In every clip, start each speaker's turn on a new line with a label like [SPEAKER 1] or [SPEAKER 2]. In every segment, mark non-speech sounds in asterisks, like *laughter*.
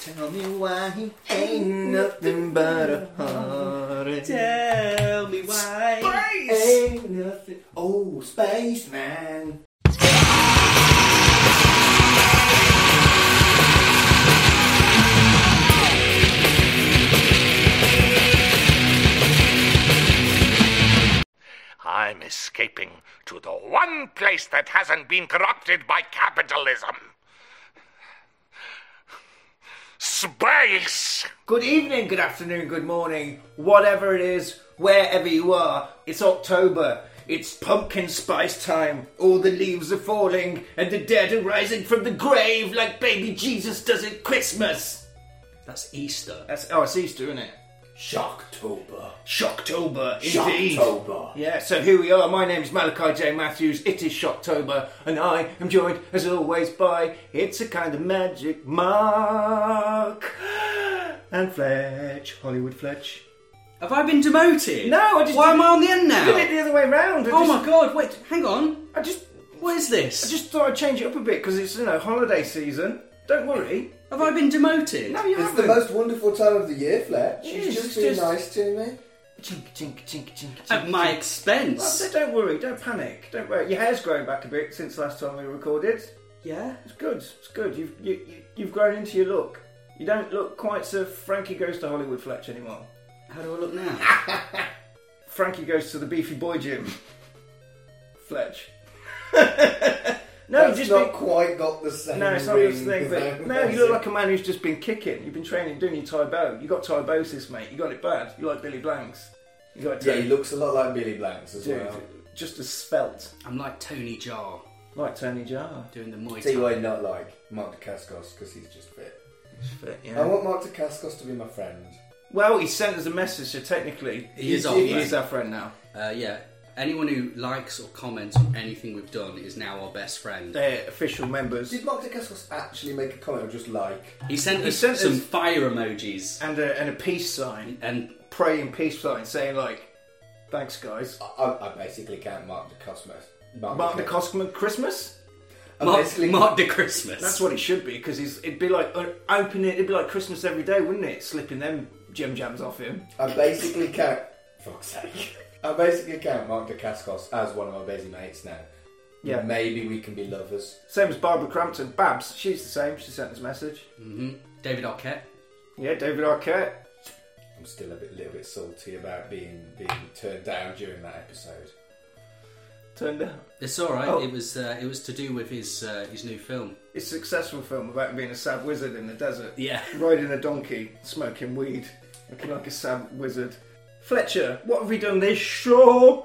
[SPEAKER 1] Tell me why he ain't nothing but a heartache.
[SPEAKER 2] Tell me why.
[SPEAKER 1] Ain't nothing. Oh, spaceman.
[SPEAKER 3] I'm escaping to the one place that hasn't been corrupted by capitalism. Space!
[SPEAKER 1] Good evening, good afternoon, good morning, whatever it is, wherever you are. It's October. It's pumpkin spice time. All the leaves are falling, and the dead are rising from the grave like baby Jesus does at Christmas.
[SPEAKER 2] That's Easter.
[SPEAKER 1] That's oh, it's Easter, isn't it?
[SPEAKER 4] Shocktober.
[SPEAKER 1] Shocktober, indeed.
[SPEAKER 4] Shocktober.
[SPEAKER 1] Yeah, so here we are. My name's Malachi J. Matthews. It is Shocktober, and I am joined, as always, by It's a Kind of Magic Mark and Fletch, Hollywood Fletch.
[SPEAKER 2] Have I been demoted?
[SPEAKER 1] No, I just
[SPEAKER 2] Why
[SPEAKER 1] did-
[SPEAKER 2] am I on the *laughs* end now?
[SPEAKER 1] You did it the other way round. I
[SPEAKER 2] Oh
[SPEAKER 1] just,
[SPEAKER 2] my god! Wait, hang on.
[SPEAKER 1] I just,
[SPEAKER 2] What is
[SPEAKER 1] I
[SPEAKER 2] this?
[SPEAKER 1] just thought I'd change it up a bit because it's you know holiday season. Don't worry.
[SPEAKER 2] Have I been demoted?
[SPEAKER 1] No, you
[SPEAKER 4] It's
[SPEAKER 1] haven't.
[SPEAKER 4] the most wonderful time of the year, Fletch.
[SPEAKER 1] It
[SPEAKER 4] She's
[SPEAKER 1] is,
[SPEAKER 4] just
[SPEAKER 1] it's
[SPEAKER 4] being
[SPEAKER 1] just-
[SPEAKER 4] nice to me.
[SPEAKER 1] Chink, chink, chink, chink, chink.
[SPEAKER 2] At my
[SPEAKER 1] chink. Well,
[SPEAKER 2] expense.
[SPEAKER 1] don't worry. Don't panic. Don't worry. Your hair's growing back a bit since last time we recorded.
[SPEAKER 2] Yeah.
[SPEAKER 1] It's good. It's good. You've you, you- you've grown into your look. You don't look quite so Frankie goes to Hollywood Fletch anymore.
[SPEAKER 2] How do I look now?
[SPEAKER 1] *laughs* Frankie goes to the beefy boy gym. *laughs* Fletch. *laughs* no,
[SPEAKER 4] That's
[SPEAKER 1] you've just
[SPEAKER 4] not
[SPEAKER 1] been.
[SPEAKER 4] quite got the same.
[SPEAKER 1] No, it's not
[SPEAKER 4] ring,
[SPEAKER 1] your thing. But no, you look like a man who's just been kicking. You've been training, doing your Tai Bo. You got Tybosis, mate. You got it bad. You like Billy Blanks. You got it.
[SPEAKER 4] Yeah, he looks a lot like Billy Blanks as
[SPEAKER 1] dude,
[SPEAKER 4] well.
[SPEAKER 1] just as spelt
[SPEAKER 2] I'm like Tony Jar
[SPEAKER 1] like Tony Jar.
[SPEAKER 2] doing the Muay
[SPEAKER 4] See why
[SPEAKER 2] Thai.
[SPEAKER 4] you're not like Mark DeCascos because he's just fit.
[SPEAKER 1] But,
[SPEAKER 4] I
[SPEAKER 1] yeah.
[SPEAKER 4] want Mark DeCascos to be my friend.
[SPEAKER 1] Well, he sent us a message, so technically
[SPEAKER 2] He is
[SPEAKER 1] he,
[SPEAKER 2] our
[SPEAKER 1] he
[SPEAKER 2] friend.
[SPEAKER 1] is our friend now.
[SPEAKER 2] Uh, yeah. Anyone who likes or comments on anything we've done is now our best friend.
[SPEAKER 1] They're official members.
[SPEAKER 4] Did Mark DeCascos actually make a comment or just like?
[SPEAKER 2] He sent
[SPEAKER 1] He
[SPEAKER 2] us
[SPEAKER 1] sent
[SPEAKER 2] some
[SPEAKER 1] us-
[SPEAKER 2] fire emojis
[SPEAKER 1] and a, and a peace sign,
[SPEAKER 2] and
[SPEAKER 1] praying peace sign, saying like, "Thanks, guys."
[SPEAKER 4] I, I, I basically count Mark DeCosmos.
[SPEAKER 5] Oh,
[SPEAKER 1] Mark the
[SPEAKER 4] DeCos-
[SPEAKER 1] Cosmic Christmas.
[SPEAKER 4] I
[SPEAKER 2] Mark,
[SPEAKER 4] basically-
[SPEAKER 2] Mark de Christmas.
[SPEAKER 1] That's what it should be because it'd be like uh, opening. It'd be like Christmas every day, wouldn't it? Slipping them gem jams off him.
[SPEAKER 4] I basically count. Fuck's sake. *laughs* I basically count Mark DeCascos as one of my busy mates now.
[SPEAKER 1] Yeah.
[SPEAKER 4] Maybe we can be lovers.
[SPEAKER 1] Same as Barbara Crampton, Babs. She's the same. She sent us a message.
[SPEAKER 2] hmm David Arquette.
[SPEAKER 1] Yeah, David Arquette.
[SPEAKER 4] I'm still a bit, little bit salty about being being turned down during that episode.
[SPEAKER 1] Turned out
[SPEAKER 2] It's all right.
[SPEAKER 1] Oh.
[SPEAKER 2] It was uh, it was to do with his uh, his new film.
[SPEAKER 1] it's a successful film about being a sad wizard in the desert.
[SPEAKER 2] Yeah. *laughs*
[SPEAKER 1] Riding a donkey, smoking weed, looking like a sad wizard. Fletcher, what have we done this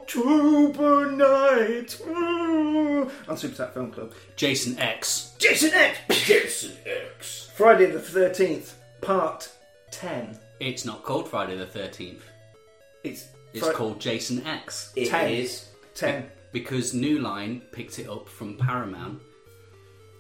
[SPEAKER 1] Shocktober night? Mm. On Super Sat Film Club.
[SPEAKER 2] Jason X.
[SPEAKER 1] Jason X!
[SPEAKER 4] Jason X.
[SPEAKER 1] Friday the 13th, part 10.
[SPEAKER 2] It's not called Friday the Thirteenth.
[SPEAKER 1] It's,
[SPEAKER 2] It's
[SPEAKER 1] Fri-
[SPEAKER 2] called Jason X
[SPEAKER 4] It is.
[SPEAKER 1] Ten. 10.
[SPEAKER 2] because New Line picked it up from Paramount.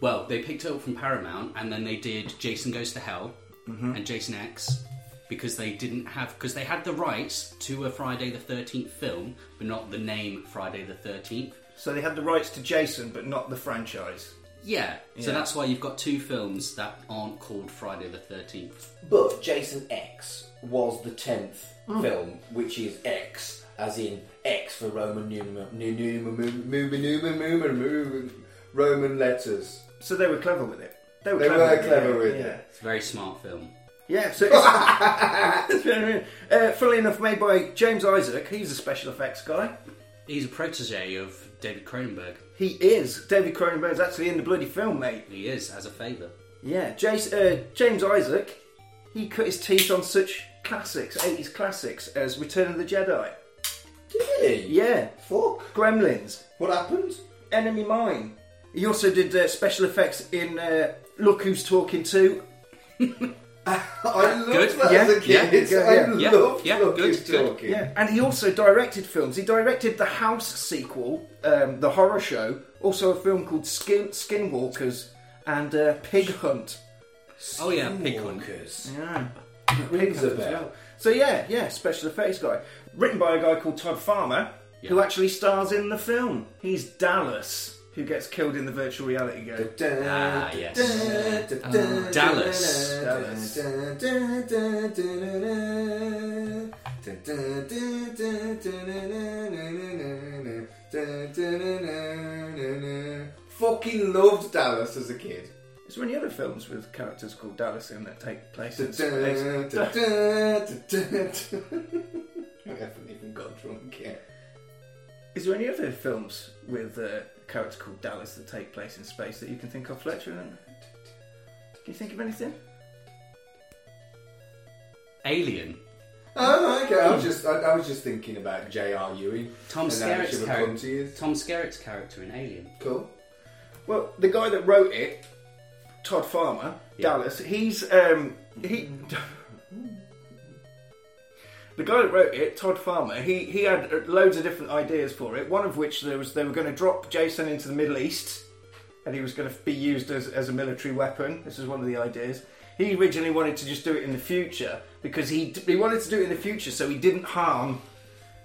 [SPEAKER 2] Well, they picked it up from Paramount and then they did Jason Goes to Hell
[SPEAKER 1] Mm-hmm.
[SPEAKER 2] and Jason X because they didn't have because they had the rights to a Friday the Thirteenth film, but not the name Friday the Thirteenth.
[SPEAKER 1] So they had the rights to Jason, but not the franchise.
[SPEAKER 2] Yeah. So
[SPEAKER 1] Yeah.
[SPEAKER 2] that's why you've got two films that aren't called Friday the Thirteenth.
[SPEAKER 4] But Jason X was the tenth
[SPEAKER 1] Hmm.
[SPEAKER 4] film, which is X, as in X for Roman numer- nu- numer- mu- mu- mu- numer- numer- mu- Roman letters.
[SPEAKER 1] So they were clever with it.
[SPEAKER 4] They were clever with
[SPEAKER 1] yeah.
[SPEAKER 4] it.
[SPEAKER 2] It's a very smart film.
[SPEAKER 1] Yeah, so it's, *laughs* uh, funnily enough, made by James Isaac. He's a special effects guy.
[SPEAKER 2] He's a protege of David Cronenberg.
[SPEAKER 1] He is David Cronenberg's actually in the bloody film, mate.
[SPEAKER 2] He is as a favour.
[SPEAKER 1] Yeah, Jace, uh, James Isaac. He cut his teeth on such classics, eighties classics, as Return of the Jedi.
[SPEAKER 4] Did he?
[SPEAKER 1] Yeah,
[SPEAKER 4] Fuck.
[SPEAKER 1] Gremlins,
[SPEAKER 4] What happened?
[SPEAKER 1] Enemy Mine. He also did uh, special effects in uh, Look Who's Talking To.
[SPEAKER 4] I loved
[SPEAKER 2] Good.
[SPEAKER 4] that
[SPEAKER 1] Uh, Yeah,
[SPEAKER 4] as a kid.
[SPEAKER 1] yeah,
[SPEAKER 4] I
[SPEAKER 1] yeah,
[SPEAKER 2] yeah.
[SPEAKER 4] loved
[SPEAKER 2] Yeah,
[SPEAKER 4] Look
[SPEAKER 2] good,
[SPEAKER 4] Who's
[SPEAKER 2] good.
[SPEAKER 4] talking.
[SPEAKER 1] Yeah, and he also directed films. He directed the House sequel, um, the horror show, also a film called Skin Skinwalkers and uh, Pig Hunt.
[SPEAKER 2] Oh yeah, Pig Hunt.
[SPEAKER 4] Skinwalkers.
[SPEAKER 1] Yeah.
[SPEAKER 4] Rings a
[SPEAKER 1] as
[SPEAKER 4] bell.
[SPEAKER 1] well. So yeah, yeah, special effects guy, written by a guy called Todd Farmer, who actually stars in the film. He's Dallas. who gets killed in the virtual reality game.
[SPEAKER 2] Ah, yes. Dallas.
[SPEAKER 1] Dallas.
[SPEAKER 5] Fucking loved Dallas as a kid.
[SPEAKER 1] Is there any other films with characters called Dallas in that take place in space?
[SPEAKER 5] I haven't even got drunk yet.
[SPEAKER 1] Is there any other films with a character called Dallas that take place in space that you can think of, Fletcher? Can you think of anything?
[SPEAKER 2] Alien.
[SPEAKER 5] Oh, okay. I was just, I, I was just thinking about J.R. Ewing.
[SPEAKER 2] Tom
[SPEAKER 5] And that
[SPEAKER 2] Skerritt's
[SPEAKER 5] should have come
[SPEAKER 2] character.
[SPEAKER 5] to you.
[SPEAKER 2] Tom Skerritt's character in Alien.
[SPEAKER 5] Cool.
[SPEAKER 1] Well, the guy that wrote it, Todd Farmer, Dallas, he's um he The guy that wrote it, Todd Farmer, he, he had uh, loads of different ideas for it. One of which there was they were going to drop Jason into the Middle East, and he was going to be used as, as a military weapon. This is one of the ideas. He originally wanted to just do it in the future because he d- he wanted to do it in the future so he didn't harm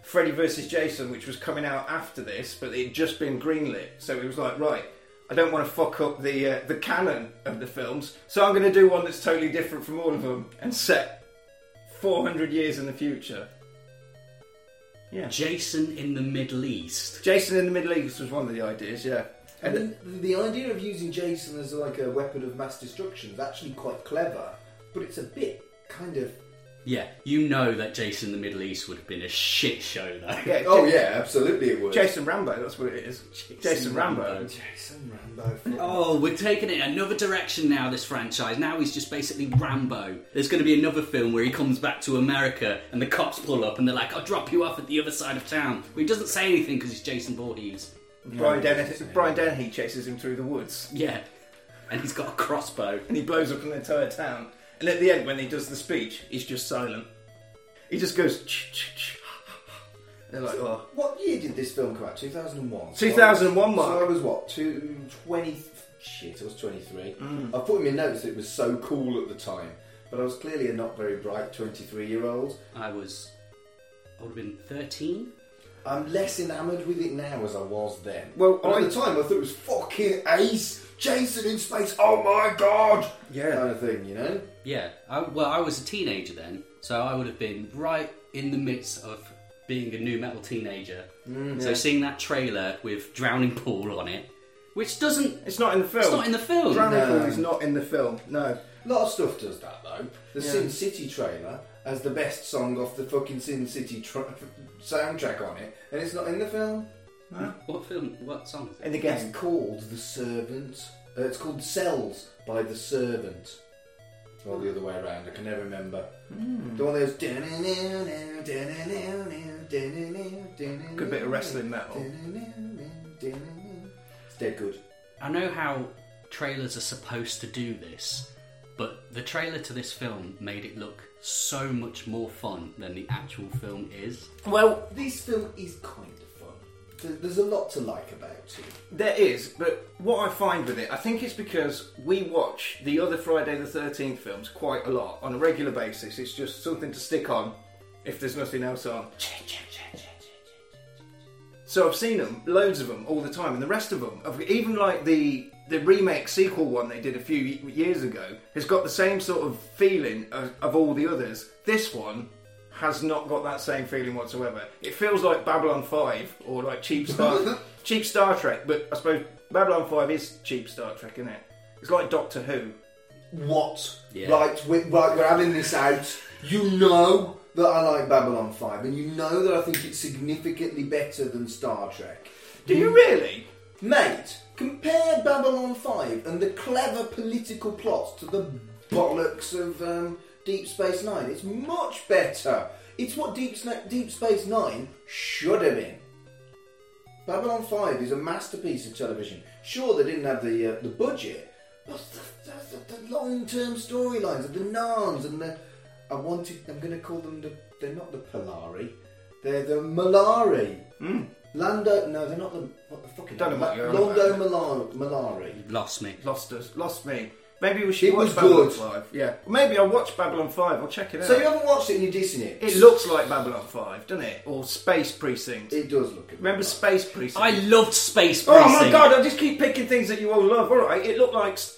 [SPEAKER 1] Freddy versus Jason, which was coming out after this, but it had just been greenlit. So it was like, right, I don't want to fuck up the uh, the canon of the films, so I'm going to do one that's totally different from all of them and set 400 years in the future. Yeah.
[SPEAKER 2] Jason in the Middle East.
[SPEAKER 1] Jason in the Middle East was one of the ideas, yeah.
[SPEAKER 5] And the, the idea of using Jason as like a weapon of mass destruction is actually quite clever, but it's a bit kind of.
[SPEAKER 2] Yeah, you know that Jason in the Middle East would have been a shit show though.
[SPEAKER 1] yeah
[SPEAKER 5] Oh
[SPEAKER 1] Ja-
[SPEAKER 5] yeah, absolutely it would.
[SPEAKER 1] Jason Rambo, that's what it is. Jason, Rambo.
[SPEAKER 2] Rambo.
[SPEAKER 5] Jason Rambo.
[SPEAKER 2] Oh, we're taking it another direction now, this franchise. Now he's just basically Rambo. There's going to be another film where he comes back to America and the cops pull up and they're like, I'll drop you off at the other side of town. Well, he doesn't say anything because he's Jason Voorhees.
[SPEAKER 1] Brian, Den- Brian Dennehy chases him through the woods
[SPEAKER 2] Yeah. And he's got a crossbow.
[SPEAKER 1] and he blows up an entire town. And at the end, when he does the speech, he's just silent. He just goes, ch ch ch. They're like, oh.
[SPEAKER 5] What year did this film come out? 2001.
[SPEAKER 1] 2001,
[SPEAKER 5] So
[SPEAKER 1] Mark.
[SPEAKER 5] I was what? Two, 20. Shit, I was 23.
[SPEAKER 1] Mm.
[SPEAKER 5] I put in my notes that it was so cool at the time, but I was clearly a not very bright 23 year old.
[SPEAKER 2] I was. I would have been 13?
[SPEAKER 5] I'm less enamoured with it now as I was then.
[SPEAKER 1] Well,
[SPEAKER 5] But
[SPEAKER 1] I-
[SPEAKER 5] at the time I thought it was fucking ace, Jason in space, oh my god!
[SPEAKER 1] Yeah.
[SPEAKER 5] Kind of thing, you know?
[SPEAKER 2] Yeah. I, well, I was a teenager then, so I would have been right in the midst of being a new metal teenager.
[SPEAKER 1] Mm,
[SPEAKER 2] So seeing that trailer with Drowning Pool on it, which doesn't.
[SPEAKER 1] It's not in the film.
[SPEAKER 2] It's not in the film.
[SPEAKER 1] Drowning
[SPEAKER 5] No.
[SPEAKER 1] Pool is not in the film. No.
[SPEAKER 5] A lot of stuff does that though. The Sin City trailer has the best song off the fucking Sin City tra- *laughs* soundtrack on it, and it's not in the film.
[SPEAKER 2] What film? What song is it?
[SPEAKER 1] In the
[SPEAKER 5] It's
[SPEAKER 1] game.
[SPEAKER 5] called The Servant. Uh, it's called Cells by The Servant. Or the other way around, I can never remember. The one that goes.
[SPEAKER 1] Good bit of wrestling metal.
[SPEAKER 5] It's dead good.
[SPEAKER 2] I know how trailers are supposed to do this, but the trailer to this film made it look so much more fun than the actual film is.
[SPEAKER 1] Well,
[SPEAKER 5] This film is kind of fun. There- There's a lot to like about it.
[SPEAKER 1] there is, but what I find with it, I think it's because we watch the other Friday the 13th films quite a lot on a regular basis. It's just something to stick on if there's nothing else on. So I've seen them, loads of them, all the time, and the rest of them, I've- even like the the remake sequel one they did a few y- years ago, has got the same sort of feeling of, of all the others. This one has not got that same feeling whatsoever. It feels like Babylon Five or like cheap Star
[SPEAKER 5] *laughs*
[SPEAKER 1] cheap Star Trek, but I suppose Babylon Five is cheap Star Trek, isn't it? It's like Doctor Who.
[SPEAKER 5] What?
[SPEAKER 2] Yeah.
[SPEAKER 5] Right, we right, we're having this out. You know that I like Babylon 5, and you know that I think it's significantly better than Star Trek.
[SPEAKER 1] Do you really?
[SPEAKER 5] Mate, compare Babylon 5 and the clever political plots to the bollocks of um, Deep Space Nine. It's much better. It's what Deep, Sna- Deep Space Nine should have been. Babylon 5 is a masterpiece of television. Sure, they didn't have the uh, the budget, but the, the, the, the long term storylines of the Narns and the. I wanted. I'm going to call them the. They're not the Polari. They're the Malari. Lando. No, they're not the. What the fuck?
[SPEAKER 1] Don't know Hmm. what you're on
[SPEAKER 5] Lando Malari. Malari.
[SPEAKER 2] Lost me.
[SPEAKER 1] Lost us, lost me. Maybe we should
[SPEAKER 5] It
[SPEAKER 1] watch
[SPEAKER 5] was
[SPEAKER 1] Babylon
[SPEAKER 5] good.
[SPEAKER 1] 5. Yeah. Maybe I'll watch Babylon 5. I'll check it out.
[SPEAKER 5] So you haven't watched it and you're dissing it.
[SPEAKER 1] it looks like Babylon 5, doesn't it? Or Space Precinct.
[SPEAKER 5] It does look. a bit
[SPEAKER 1] Remember
[SPEAKER 5] like-
[SPEAKER 1] Space Precinct?
[SPEAKER 2] I loved Space
[SPEAKER 1] Oh
[SPEAKER 2] Precinct.
[SPEAKER 1] my god, I just keep picking things that you all love. Alright, it looked like. s-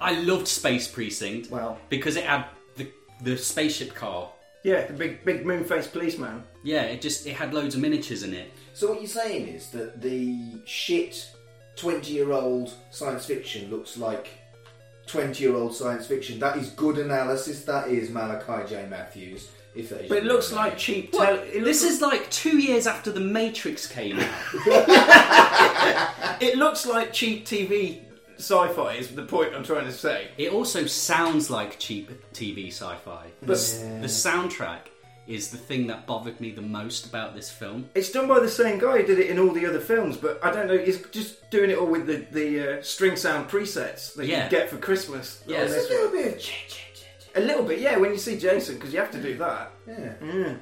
[SPEAKER 2] I loved Space Precinct.
[SPEAKER 1] Wow.
[SPEAKER 2] Because it had the the spaceship car.
[SPEAKER 1] Yeah, the big, big moon faced policeman.
[SPEAKER 2] Yeah, it just it had loads of miniatures in it.
[SPEAKER 5] So what you're saying is that the shit twenty-year-old science fiction looks like twenty-year-old science fiction. That is good analysis. That is Malachi J. Matthews. If that is
[SPEAKER 1] But it
[SPEAKER 5] your
[SPEAKER 1] looks
[SPEAKER 5] name.
[SPEAKER 1] like cheap
[SPEAKER 2] Well,
[SPEAKER 1] tele. It looks,
[SPEAKER 2] this is like two years after The Matrix came out.
[SPEAKER 1] it looks like cheap TV sci fi, is the point I'm trying to say.
[SPEAKER 2] it also sounds like cheap TV sci-fi. But the soundtrack is the thing that bothered me the most about this film.
[SPEAKER 1] It's done by the same guy who did it in all the other films, but I don't know. He's just doing it all with the, the uh, string sound presets that
[SPEAKER 2] Yeah.
[SPEAKER 1] you get for Christmas. on
[SPEAKER 2] Yes.
[SPEAKER 1] this
[SPEAKER 5] It's a little bit of ch- ch- ch-
[SPEAKER 1] A little bit, yeah, when you see Jason, because you have to do that.
[SPEAKER 5] ch- yeah.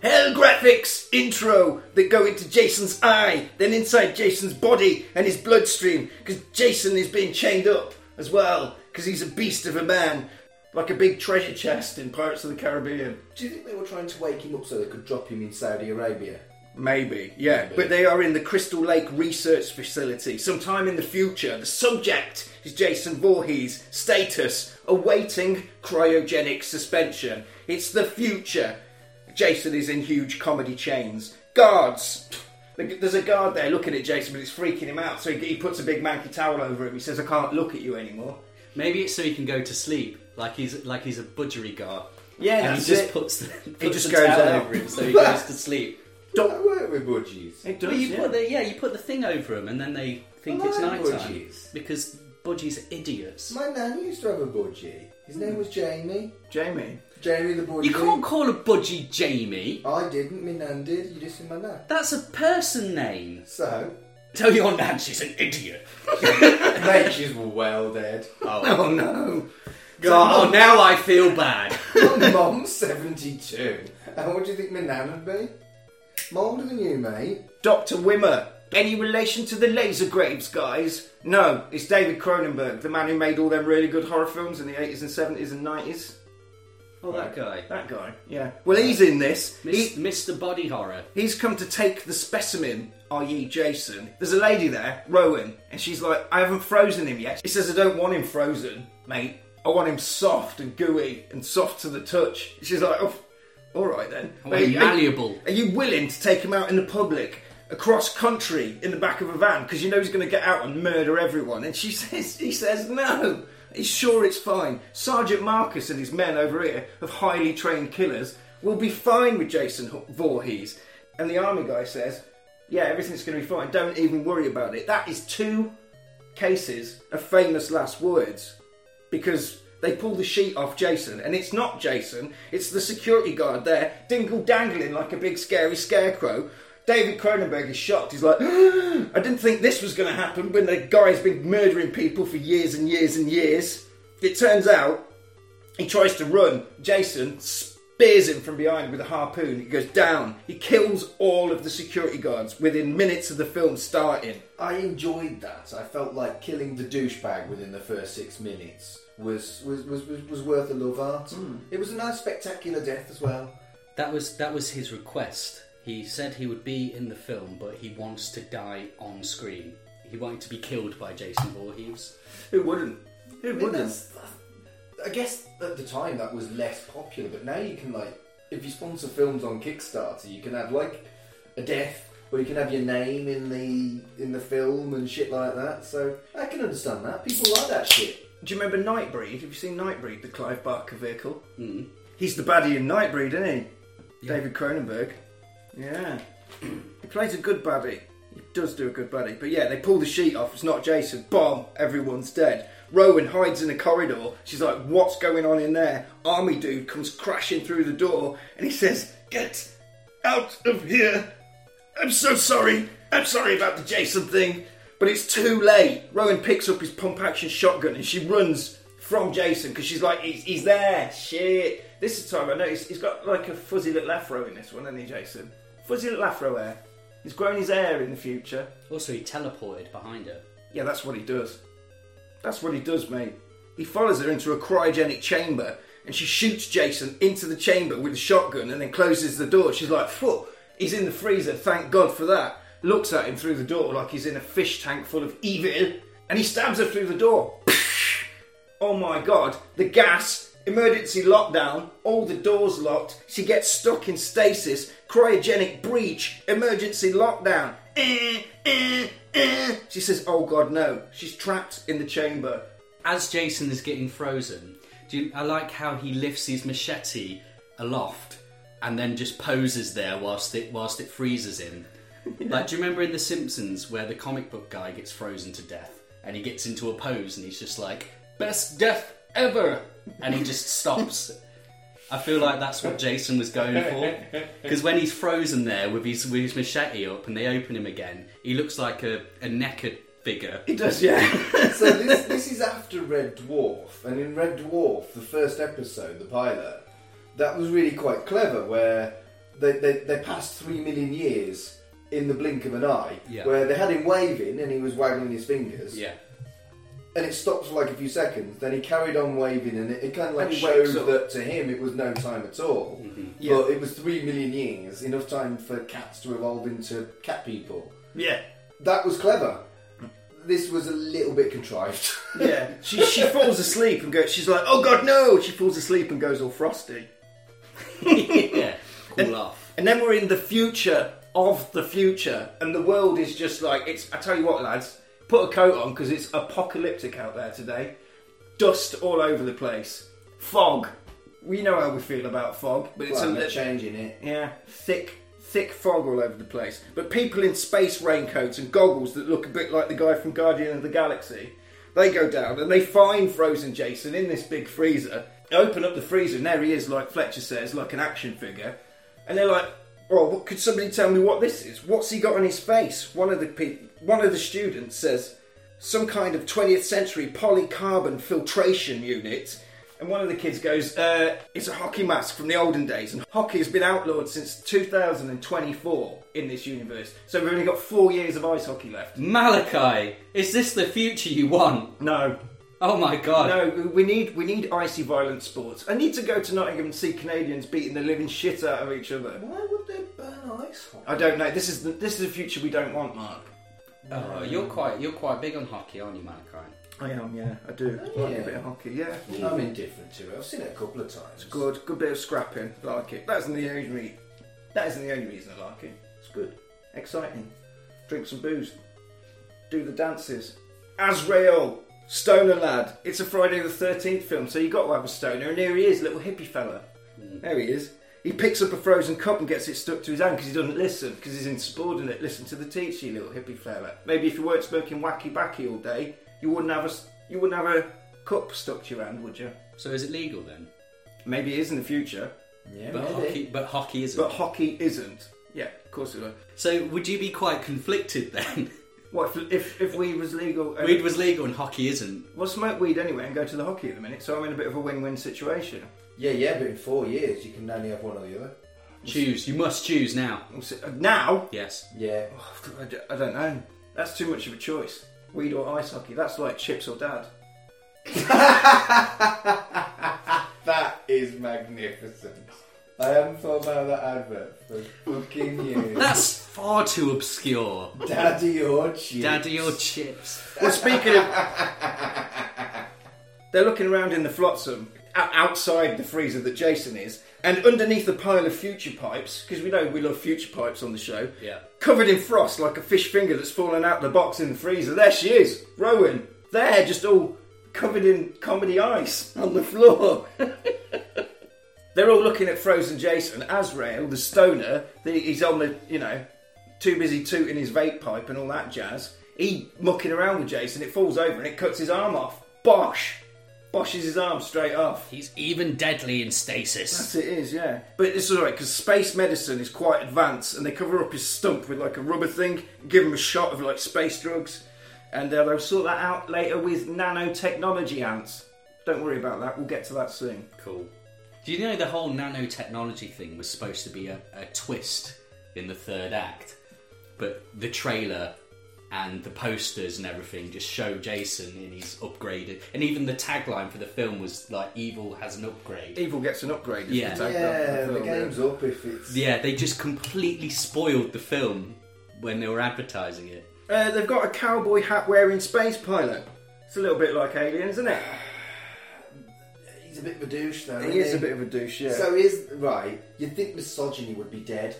[SPEAKER 1] Hell graphics intro that go into Jason's eye, then inside Jason's body and his bloodstream, because Jason is being chained up as well, because he's a beast of a man, like a big treasure chest in Pirates of the Caribbean.
[SPEAKER 5] Do you think they were trying to wake him up so they could drop him in Saudi Arabia?
[SPEAKER 1] Maybe, yeah. But they are in the Crystal Lake Research Facility. Sometime in the future, the subject is Jason Voorhees. Status awaiting cryogenic suspension. It's the future. Jason is in huge comedy chains. Guards. *laughs* There's a guard there looking at Jason, but it's freaking him out. So he, he puts a big manky towel over him. He says, "I can't look at you anymore."
[SPEAKER 2] Maybe it's so he can go to sleep, like he's like he's a budgery guard.
[SPEAKER 1] Yeah,
[SPEAKER 2] and
[SPEAKER 1] that's
[SPEAKER 2] he just
[SPEAKER 1] it.
[SPEAKER 2] puts the, puts
[SPEAKER 1] just
[SPEAKER 2] the
[SPEAKER 1] goes
[SPEAKER 2] towel
[SPEAKER 1] out.
[SPEAKER 2] over him so he goes to sleep.
[SPEAKER 5] Don't I work with budgies.
[SPEAKER 1] It
[SPEAKER 2] But you
[SPEAKER 1] yeah.
[SPEAKER 2] put the yeah, you put the thing over him, and then they think
[SPEAKER 5] Well,
[SPEAKER 2] it's
[SPEAKER 5] I
[SPEAKER 2] night
[SPEAKER 5] like
[SPEAKER 2] time
[SPEAKER 5] budgies.
[SPEAKER 2] because budgies are idiots.
[SPEAKER 5] My nan used to have a budgie. His name was Jamie.
[SPEAKER 1] Jamie.
[SPEAKER 5] Jamie the budgie.
[SPEAKER 2] You can't call a budgie Jamie.
[SPEAKER 5] I didn't. My nan did. You just in my nan.
[SPEAKER 2] That's a person name.
[SPEAKER 5] So,
[SPEAKER 2] Tell your nan she's an idiot.
[SPEAKER 5] *laughs* mate, she's well *laughs* dead. Oh,
[SPEAKER 1] Oh no!
[SPEAKER 2] Oh, now I feel bad.
[SPEAKER 5] my mum's seventy-two. And what do you think my nan would be? More older than you, mate.
[SPEAKER 1] Dr. Wimmer. Any relation to the Laser Graves guys? No, it's David Cronenberg, the man who made all them really good horror films in the 80s and 70s and 90s.
[SPEAKER 2] Oh, that guy.
[SPEAKER 1] That guy, yeah. Well, he's in this.
[SPEAKER 2] Mis-
[SPEAKER 1] He,
[SPEAKER 2] Mr. Body Horror.
[SPEAKER 1] he's come to take the specimen, i.e., Jason. There's a lady there, Rowan, and she's like, I haven't frozen him yet. He says, I don't want him frozen, mate. I want him soft and gooey and soft to the touch. She's like, oh, alright then.
[SPEAKER 2] I want him
[SPEAKER 1] Mate, are-
[SPEAKER 2] malleable.
[SPEAKER 1] are you willing to take him out in the public, across country, in the back of a van, because you know he's going to get out and murder everyone? And she *laughs* says, he says, no. He's sure it's fine. Sergeant Marcus and his men over here of highly trained killers will be fine with Jason Ho- Voorhees. And the army guy says, yeah, everything's going to be fine. Don't even worry about it. That is two cases of famous last words because they pull the sheet off Jason, and it's not Jason, it's the security guard there, dingle dangling like a big scary scarecrow. David Cronenberg is shocked. He's like, *gasps* I didn't think this was going to happen when the guy's been murdering people for years and years and years. It turns out he tries to run. Jason spears him from behind with a harpoon. He goes down. He kills all of the security guards within minutes of the film starting.
[SPEAKER 5] I enjoyed that. I felt like killing the douchebag within the first six minutes was was, was, was, was worth a love art. It was a nice spectacular death as well.
[SPEAKER 2] That was that was his request. He said he would be in the film, but he wants to die on screen. He wanted to be killed by Jason Voorhees.
[SPEAKER 1] Who wouldn't? Who
[SPEAKER 5] I mean,
[SPEAKER 1] wouldn't?
[SPEAKER 5] that's- I guess at the time that was less popular, but now you can like, if you sponsor films on Kickstarter, you can have like a death, or you can have your name in the in the film and shit like that. So I can understand that. People like that shit.
[SPEAKER 1] Do you remember Nightbreed? Have you seen Nightbreed, the Clive Barker vehicle? Mm. He's the baddie in Nightbreed, isn't he? David Cronenberg. Yeah. *clears throat* he plays a good baddie. He does do a good baddie. But yeah, they pull the sheet off. It's not Jason. Bomb. Everyone's dead. Rowan hides in a corridor. She's like, what's going on in there? Army dude comes crashing through the door and he says, get out of here. I'm so sorry. I'm sorry about the Jason thing, but it's too late. Rowan picks up his pump action shotgun and she runs from Jason because she's like, he's, he's there. Shit. This is the time I noticed he's got like a fuzzy little afro in this one, hasn't he, Jason? Fuzzy little afro hair. He's grown his hair in the future.
[SPEAKER 2] Also, he teleported behind her.
[SPEAKER 1] Yeah, that's what he does. That's what he does, mate. He follows her into a cryogenic chamber and she shoots Jason into the chamber with a shotgun and then closes the door. She's like, Phew, he's in the freezer, thank God for that. Looks at him through the door like he's in a fish tank full of evil and he stabs her through the door. Oh my god, the gas, emergency lockdown, all the doors locked, she gets stuck in stasis, cryogenic breach, emergency lockdown. Eh, eh, eh. She says, Oh god, no. She's trapped in the chamber.
[SPEAKER 2] As Jason is getting frozen, do you, I like how he lifts his machete aloft and then just poses there whilst it whilst it
[SPEAKER 1] *laughs*
[SPEAKER 2] freezes him. Like, do you remember in The Simpsons where the comic book guy gets frozen to death and he gets into a pose and he's just like, "Best death ever," and
[SPEAKER 1] *laughs*
[SPEAKER 2] he just stops. I feel like that's what Jason was going
[SPEAKER 1] *laughs*
[SPEAKER 2] for because when he's frozen there with his with his machete up and they open him again, he looks like a, a naked figure.
[SPEAKER 1] He does, yeah.
[SPEAKER 4] So this this is after Red Dwarf, and in Red Dwarf, the first episode, the pilot, that was really quite clever, where they they, they passed three million years in the blink of an eye,
[SPEAKER 2] Yeah.
[SPEAKER 4] where they had him waving and he was waggling his fingers,
[SPEAKER 2] Yeah.
[SPEAKER 4] and it stopped for like a few seconds. Then he carried on waving, and it, it kind of like
[SPEAKER 1] And he
[SPEAKER 4] showed
[SPEAKER 1] wakes up. Mm-hmm.
[SPEAKER 4] that to him it was no time at all.
[SPEAKER 1] Yeah.
[SPEAKER 4] But it was three million years, enough time for cats to evolve into cat people.
[SPEAKER 1] yeah.
[SPEAKER 4] That was clever. This was a little bit contrived. *laughs*
[SPEAKER 1] Yeah. She, she falls asleep and goes, She's like, Oh god, no. She falls asleep and goes all frosty.
[SPEAKER 2] yeah, cool off.
[SPEAKER 1] And then we're in the future of the future, and the world is just like it's. I tell you what, lads, put a coat on because it's apocalyptic out there today. Dust all over the place, fog. We know how we feel about fog, but it's
[SPEAKER 4] Well,
[SPEAKER 1] a
[SPEAKER 4] they're
[SPEAKER 1] little
[SPEAKER 4] changing it.
[SPEAKER 1] yeah, thick, thick fog all over the place. But people in space raincoats and goggles that look a bit like the guy from Guardian of the Galaxy, they go down and they find frozen Jason in this big freezer. They open up the freezer and there he is, like Fletcher says, like an action figure. And they're like, "Oh, what, could somebody tell me what this is? What's he got on his face?" One of the people, one of the students says, "Some kind of 20th century polycarbon filtration unit." And one of the kids goes, uh, it's a hockey mask from the olden days, and hockey has been outlawed since 2024 in this universe. So we've only got four years of ice hockey left.
[SPEAKER 2] Malachi, is this the future you want?
[SPEAKER 1] No,
[SPEAKER 2] Oh my god.
[SPEAKER 1] no, we- we need we need icy, violent sports. I need to go to Nottingham and see Canadians beating the living shit out of each other.
[SPEAKER 4] Why would they burn ice hockey?
[SPEAKER 1] I don't know. This is the, this is the future we don't want, Mark.
[SPEAKER 2] Oh, you're quite you're quite big on hockey, aren't you, Malachi?
[SPEAKER 1] I am, yeah, I do. Like
[SPEAKER 4] yeah.
[SPEAKER 1] a bit of hockey, yeah.
[SPEAKER 4] I'm indifferent to it. I've seen it a couple of times.
[SPEAKER 1] Good, good bit of scrapping. Like it. That's the only re- that isn't the only reason I like it. It's good, exciting. Drink some booze, do the dances. Azrael, stoner lad. It's a Friday the Thirteenth film, so you got to have a stoner. And here he is, little hippie fella. There he is. He picks up a frozen cup and gets it stuck to his hand because he doesn't listen because he's insubordinate. Listen to the teacher, you little hippie fella. Maybe if you weren't smoking wacky backy all day, you wouldn't have a s- you wouldn't have a cup stuck to your hand, would you?
[SPEAKER 2] So is it legal then?
[SPEAKER 1] Maybe it is in the future,
[SPEAKER 4] Yeah,
[SPEAKER 2] But
[SPEAKER 4] maybe.
[SPEAKER 2] hockey but hockey isn't.
[SPEAKER 1] but hockey isn't. Yeah, of course it will.
[SPEAKER 2] so would you be quite conflicted then? *laughs*
[SPEAKER 1] What if if, if weed was legal? uh,
[SPEAKER 2] Weed was legal and hockey isn't.
[SPEAKER 1] well, smoke weed anyway and go to the hockey at the minute, so I'm in a bit of a win-win situation.
[SPEAKER 4] Yeah, yeah, but in four years you can only have one or the other.
[SPEAKER 2] Choose. You must choose now.
[SPEAKER 1] I'm si- uh, Now, oh,
[SPEAKER 2] Yes.
[SPEAKER 4] *laughs* Yeah.
[SPEAKER 1] I d- I don't know. That's too much of a choice. Weed or ice hockey? That's like chips or dad.
[SPEAKER 4] That is magnificent. I haven't thought about that advert for fucking *laughs* years.
[SPEAKER 2] That's far too obscure.
[SPEAKER 4] Daddy or chips.
[SPEAKER 2] Daddy or chips.
[SPEAKER 1] Well, speaking of, they're looking around in the flotsam o- outside the freezer that Jason is, and underneath a pile of future pipes because we know we love future pipes on the show.
[SPEAKER 2] Yeah.
[SPEAKER 1] covered in frost like a fish finger that's fallen out the box in the freezer. There she is, Rowan. There, just all covered in comedy ice on the floor. They're all looking at Frozen Jason, Azrael, the stoner. The, he's on the, you know, too busy tooting his vape pipe and all that jazz. He mucking around with Jason. It falls over and it cuts his arm off. Bosh! Boshes his arm straight off.
[SPEAKER 2] He's even deadly in stasis.
[SPEAKER 1] Yes, it is, yeah. But it's alright because space medicine is quite advanced, and they cover up his stump with like a rubber thing, give him a shot of like space drugs, and uh, they'll sort that out later with nanotechnology ants. Don't worry about that. We'll get to that soon.
[SPEAKER 2] Cool. Do you know the whole nanotechnology thing was supposed to be a, a twist in the third act? But the trailer and the posters and everything just show Jason in his upgraded. And even the tagline for the film was like, "Evil has an upgrade."
[SPEAKER 1] Evil gets an upgrade. if
[SPEAKER 2] Yeah.
[SPEAKER 1] you take
[SPEAKER 5] Yeah,
[SPEAKER 1] that from
[SPEAKER 5] the
[SPEAKER 1] film,
[SPEAKER 5] game's up if it's.
[SPEAKER 2] Yeah, they just completely spoiled the film when they were advertising it.
[SPEAKER 1] Uh, they've got a cowboy hat wearing space pilot. It's a little bit like Alien, isn't it?
[SPEAKER 5] He's a bit of a douche though.
[SPEAKER 1] He is a bit of a douche, yeah.
[SPEAKER 5] So is right. You'd think misogyny would be dead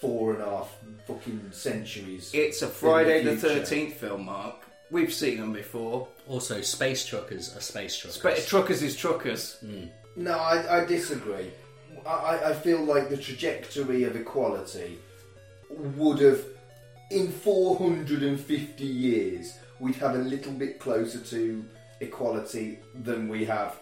[SPEAKER 5] four and a half fucking centuries.
[SPEAKER 1] it's a
[SPEAKER 5] in
[SPEAKER 1] Friday the
[SPEAKER 5] future.
[SPEAKER 1] Thirteenth film, Mark. We've seen them before.
[SPEAKER 2] Also, space truckers are space truckers.
[SPEAKER 1] But truckers is truckers.
[SPEAKER 5] No, I, I disagree. I- I, I feel like the trajectory of equality would have, in 450 years, we'd have a little bit closer to equality than we have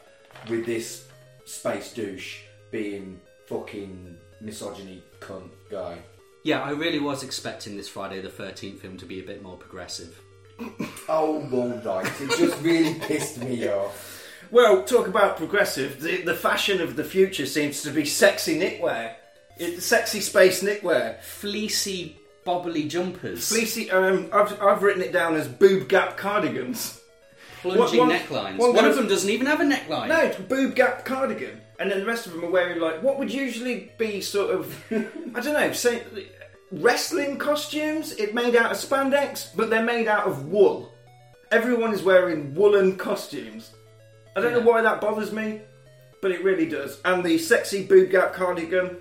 [SPEAKER 5] with this space douche being fucking misogyny cunt guy.
[SPEAKER 2] yeah, I really was expecting this Friday the Thirteenth film to be a bit more progressive.
[SPEAKER 5] Oh, Moldite, it just really *laughs* pissed me off.
[SPEAKER 1] Well, talk about progressive. The, the fashion of the future seems to be sexy knitwear. It, sexy space knitwear.
[SPEAKER 2] Fleecy, bobbly jumpers,
[SPEAKER 1] Fleecy, um, I've, I've written it down as boob gap cardigans.
[SPEAKER 2] plunging
[SPEAKER 1] One- one-
[SPEAKER 2] necklines.
[SPEAKER 1] one
[SPEAKER 2] One,
[SPEAKER 1] guy-
[SPEAKER 2] of them doesn't even have a neckline.
[SPEAKER 1] No, it's boob gap cardigan. And then the rest of them are wearing, like, what would usually be sort of, I don't know, say, wrestling costumes? It made out of spandex, but they're made out of wool. Everyone is wearing woolen costumes. I don't know why that bothers me, but it really does. And the sexy boob gap cardigan,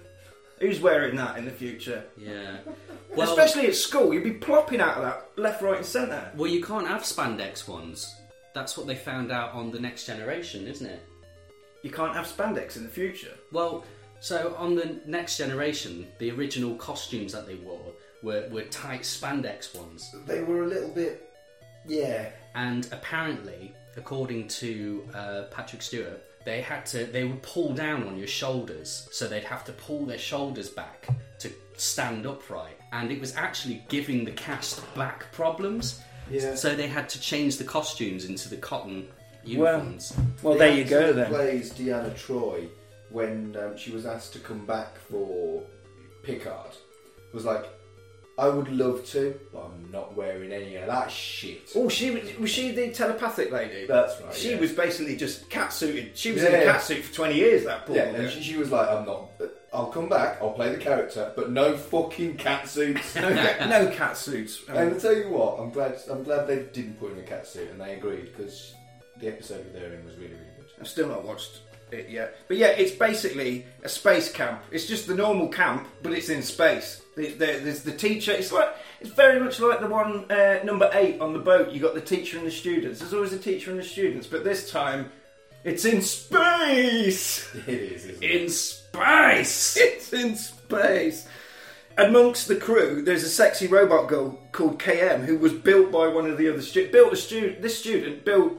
[SPEAKER 1] who's wearing that in the future? *laughs*
[SPEAKER 2] Yeah. Well,
[SPEAKER 1] Especially at school, you'd be plopping out of that left, right, and centre.
[SPEAKER 2] well, you can't have spandex ones. That's what they found out on the Next Generation, isn't it?
[SPEAKER 1] You can't have spandex in the future.
[SPEAKER 2] Well, so on the Next Generation, the original costumes that they wore were, were tight spandex ones.
[SPEAKER 5] They were a little bit. Yeah.
[SPEAKER 2] and apparently, according to uh, Patrick Stewart, they had to they would pull down on your shoulders, so they'd have to pull their shoulders back to stand upright, and it was actually giving the cast back problems.
[SPEAKER 5] Yeah.
[SPEAKER 2] So they had to change the costumes into the cotton uniforms.
[SPEAKER 1] Well,
[SPEAKER 5] The
[SPEAKER 1] there you
[SPEAKER 5] actor
[SPEAKER 1] go
[SPEAKER 5] who
[SPEAKER 1] then.
[SPEAKER 5] Plays Deanna Troy when um, she was asked to come back for Picard. Was like, I would love to, but I'm not wearing any of that shit.
[SPEAKER 1] Oh, she was, was she the telepathic lady?
[SPEAKER 5] That's right,
[SPEAKER 1] She
[SPEAKER 5] yeah.
[SPEAKER 1] was basically just cat suited. She was
[SPEAKER 5] Yeah,
[SPEAKER 1] in a
[SPEAKER 5] yeah.
[SPEAKER 1] cat suit for twenty years. That poor
[SPEAKER 5] yeah,
[SPEAKER 1] woman.
[SPEAKER 5] and she, she was like, I'm not. I'll come back. I'll play the character, but no
[SPEAKER 1] *laughs*
[SPEAKER 5] fucking catsuits.
[SPEAKER 1] no, cat, no cat suits. Um,
[SPEAKER 5] and I tell you what, I'm glad. I'm glad they didn't put in a catsuit, and they agreed because the episode with her in was really, really
[SPEAKER 1] *laughs*
[SPEAKER 5] good.
[SPEAKER 1] I've still not watched it yet. But yeah, it's basically a space camp. It's just the normal camp, but it's in space. The- the- There's the teacher. It's like it's very much like the one uh, number eight on the boat. You got the teacher and the students. There's always a teacher and the students, but this time it's in space.
[SPEAKER 5] It is, isn't it?
[SPEAKER 2] In space.
[SPEAKER 1] It's in space. Amongst the crew, there's a sexy robot girl called KM who was built by one of the other students. Built a student. This student built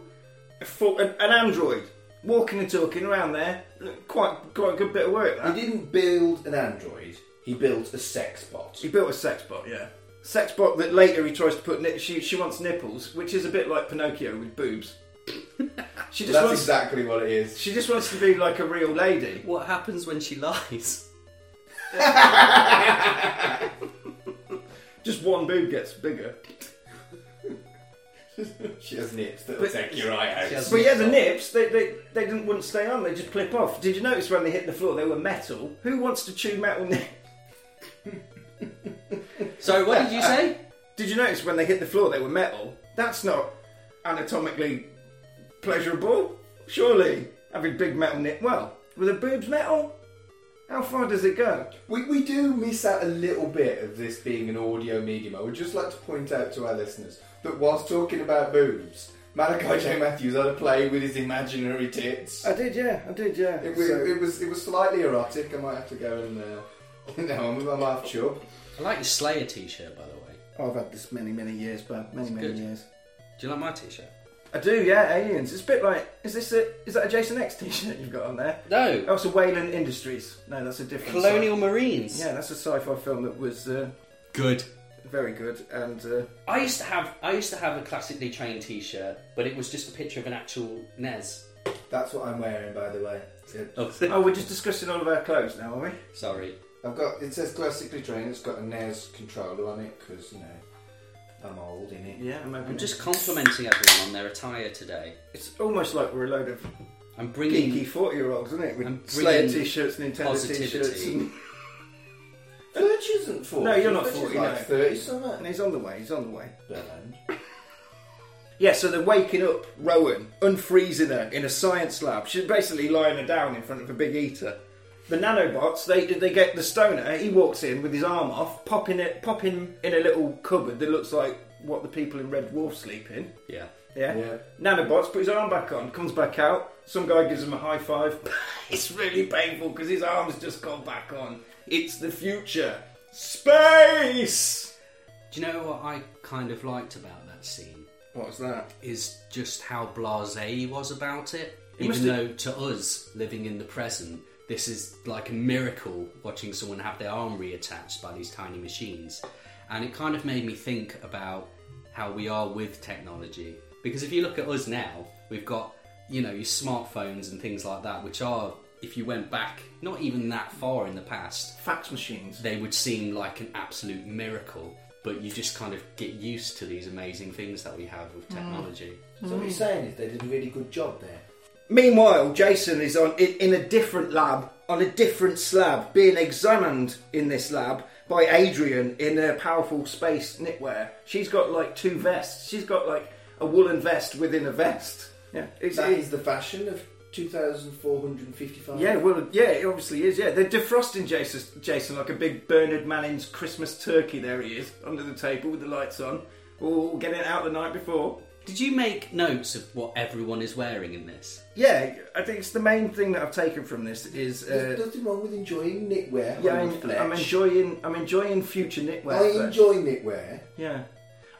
[SPEAKER 1] a full, an, an android, walking and talking around there. Quite quite a good bit of work. That.
[SPEAKER 5] He didn't build an android. He built a sex bot.
[SPEAKER 1] He built a sex bot, yeah. Sex bot that later he tries to put. Ni- she she wants nipples, which is a bit like Pinocchio with
[SPEAKER 5] *laughs*
[SPEAKER 1] boobs. she just
[SPEAKER 5] That's
[SPEAKER 1] wants.
[SPEAKER 5] exactly what it is.
[SPEAKER 1] She just wants to be like a real lady.
[SPEAKER 2] What happens when she *laughs* lies?
[SPEAKER 1] Just one boob gets bigger.
[SPEAKER 5] She has nips that'll take your eye out.
[SPEAKER 2] She has-
[SPEAKER 1] But yeah, the nips, they, they, they didn't, wouldn't stay on, they just plip off. Did you notice when they hit the floor, they were metal? Who wants to chew metal nip?
[SPEAKER 2] So what did you say?
[SPEAKER 1] *laughs* Did you notice when they hit the floor, they were metal? That's not anatomically pleasurable, surely. Having big metal nip, well, were the boobs metal? How far does it go?
[SPEAKER 5] we, we do miss out a little bit of this being an audio medium. I would just like to point out to our listeners that whilst talking about boobs, Malachi J. Matthews had a play with his imaginary tits.
[SPEAKER 1] I did, yeah, I did, yeah.
[SPEAKER 5] It, was it was it was slightly erotic. I might have to go and uh, *laughs* now I'm I'm half chub.
[SPEAKER 2] I like your Slayer t-shirt, by the way.
[SPEAKER 1] oh, I've had this many, many years, but many, many
[SPEAKER 2] good.
[SPEAKER 1] years.
[SPEAKER 2] Do you like my t-shirt?
[SPEAKER 1] I do, yeah, aliens. It's a bit like, is this a, is that a Jason X t-shirt you've got on there?
[SPEAKER 2] No.
[SPEAKER 1] Oh, it's a Wayland Industries. No, that's a different site.
[SPEAKER 2] Colonial Marines.
[SPEAKER 1] Yeah, that's a sci-fi film that was uh,
[SPEAKER 2] Good.
[SPEAKER 1] very good, and uh,
[SPEAKER 2] I used to have I used to have a classically trained T-shirt, but it was just a picture of an actual Nez.
[SPEAKER 5] That's what I'm wearing, by the way.
[SPEAKER 2] *laughs* Oh,
[SPEAKER 1] oh, we're just discussing all of our clothes now, are we?
[SPEAKER 2] sorry.
[SPEAKER 5] E I've got it says classically trained. It's got a NES controller on it because you know I'm old, innit?
[SPEAKER 1] Yeah, I'm,
[SPEAKER 2] I'm just complimenting everyone on their attire today.
[SPEAKER 1] It's almost like we're a load of
[SPEAKER 2] I'm bringing
[SPEAKER 1] geeky 40 year olds, isn't it? With
[SPEAKER 2] I'm
[SPEAKER 1] Slayer
[SPEAKER 2] bringing
[SPEAKER 1] t shirts, Nintendo t shirts.
[SPEAKER 2] positivity.
[SPEAKER 1] And,
[SPEAKER 5] Fletch isn't 40.
[SPEAKER 1] No, you're not
[SPEAKER 5] Fletch is
[SPEAKER 1] 40,
[SPEAKER 5] like
[SPEAKER 1] no.
[SPEAKER 5] 30
[SPEAKER 1] and
[SPEAKER 5] something.
[SPEAKER 1] he's on the way, he's on the way.
[SPEAKER 5] Don't know.
[SPEAKER 1] Yeah, so they're waking up Rowan, unfreezing her in a science lab. She's basically lying her down in front of a big eater. The nanobots, they they get the stoner. He walks in with his arm off, popping it, popping in a little cupboard that looks like what the people in Red Dwarf sleep in.
[SPEAKER 2] Yeah.
[SPEAKER 1] Yeah.
[SPEAKER 5] Yeah.
[SPEAKER 1] Nanobots put his arm back on, comes back out. Some guy gives him a high five. *laughs* it's really painful because his arm's just gone back on. It's the future. Space.
[SPEAKER 2] Do you know what I kind of liked about that scene?
[SPEAKER 1] What was that?
[SPEAKER 2] Is just how blasé he was about it.
[SPEAKER 1] must
[SPEAKER 2] Even
[SPEAKER 1] have-
[SPEAKER 2] though to us, living in the present, this is like a miracle watching someone have their arm reattached by these tiny machines. And it kind of made me think about how we are with technology. Because if you look at us now, we've got, you know, your smartphones and things like that, which are, if you went back not even that far in the past,
[SPEAKER 1] Fax machines.
[SPEAKER 2] they would seem like an absolute miracle, but you just kind of get used to these amazing things that we have
[SPEAKER 1] Mm.
[SPEAKER 2] with technology.
[SPEAKER 5] So what you're saying is they did a really good job there.
[SPEAKER 1] Meanwhile, Jason is on in, in a different lab, on a different slab, being examined in this lab by Adrian in her powerful space knitwear. She's got like two vests. She's got like a woolen vest within a vest. Yeah, it's,
[SPEAKER 5] That
[SPEAKER 1] it's-
[SPEAKER 5] is the fashion of 2,455.
[SPEAKER 1] yeah, well, yeah, it obviously is. Yeah, they're defrosting Jason, Jason like a big Bernard Manning's Christmas turkey. There he is under the table with the lights on, all getting it out the night before.
[SPEAKER 2] Did you make notes of what everyone is wearing in this?
[SPEAKER 1] Yeah, I think it's the main thing that I've taken from this is. Uh,
[SPEAKER 5] There's nothing wrong with enjoying knitwear.
[SPEAKER 1] Yeah,
[SPEAKER 5] Howard
[SPEAKER 1] I'm,
[SPEAKER 5] Fletch.
[SPEAKER 1] I'm enjoying. I'm enjoying future knitwear.
[SPEAKER 5] I
[SPEAKER 1] but-
[SPEAKER 5] enjoy knitwear.
[SPEAKER 1] Yeah,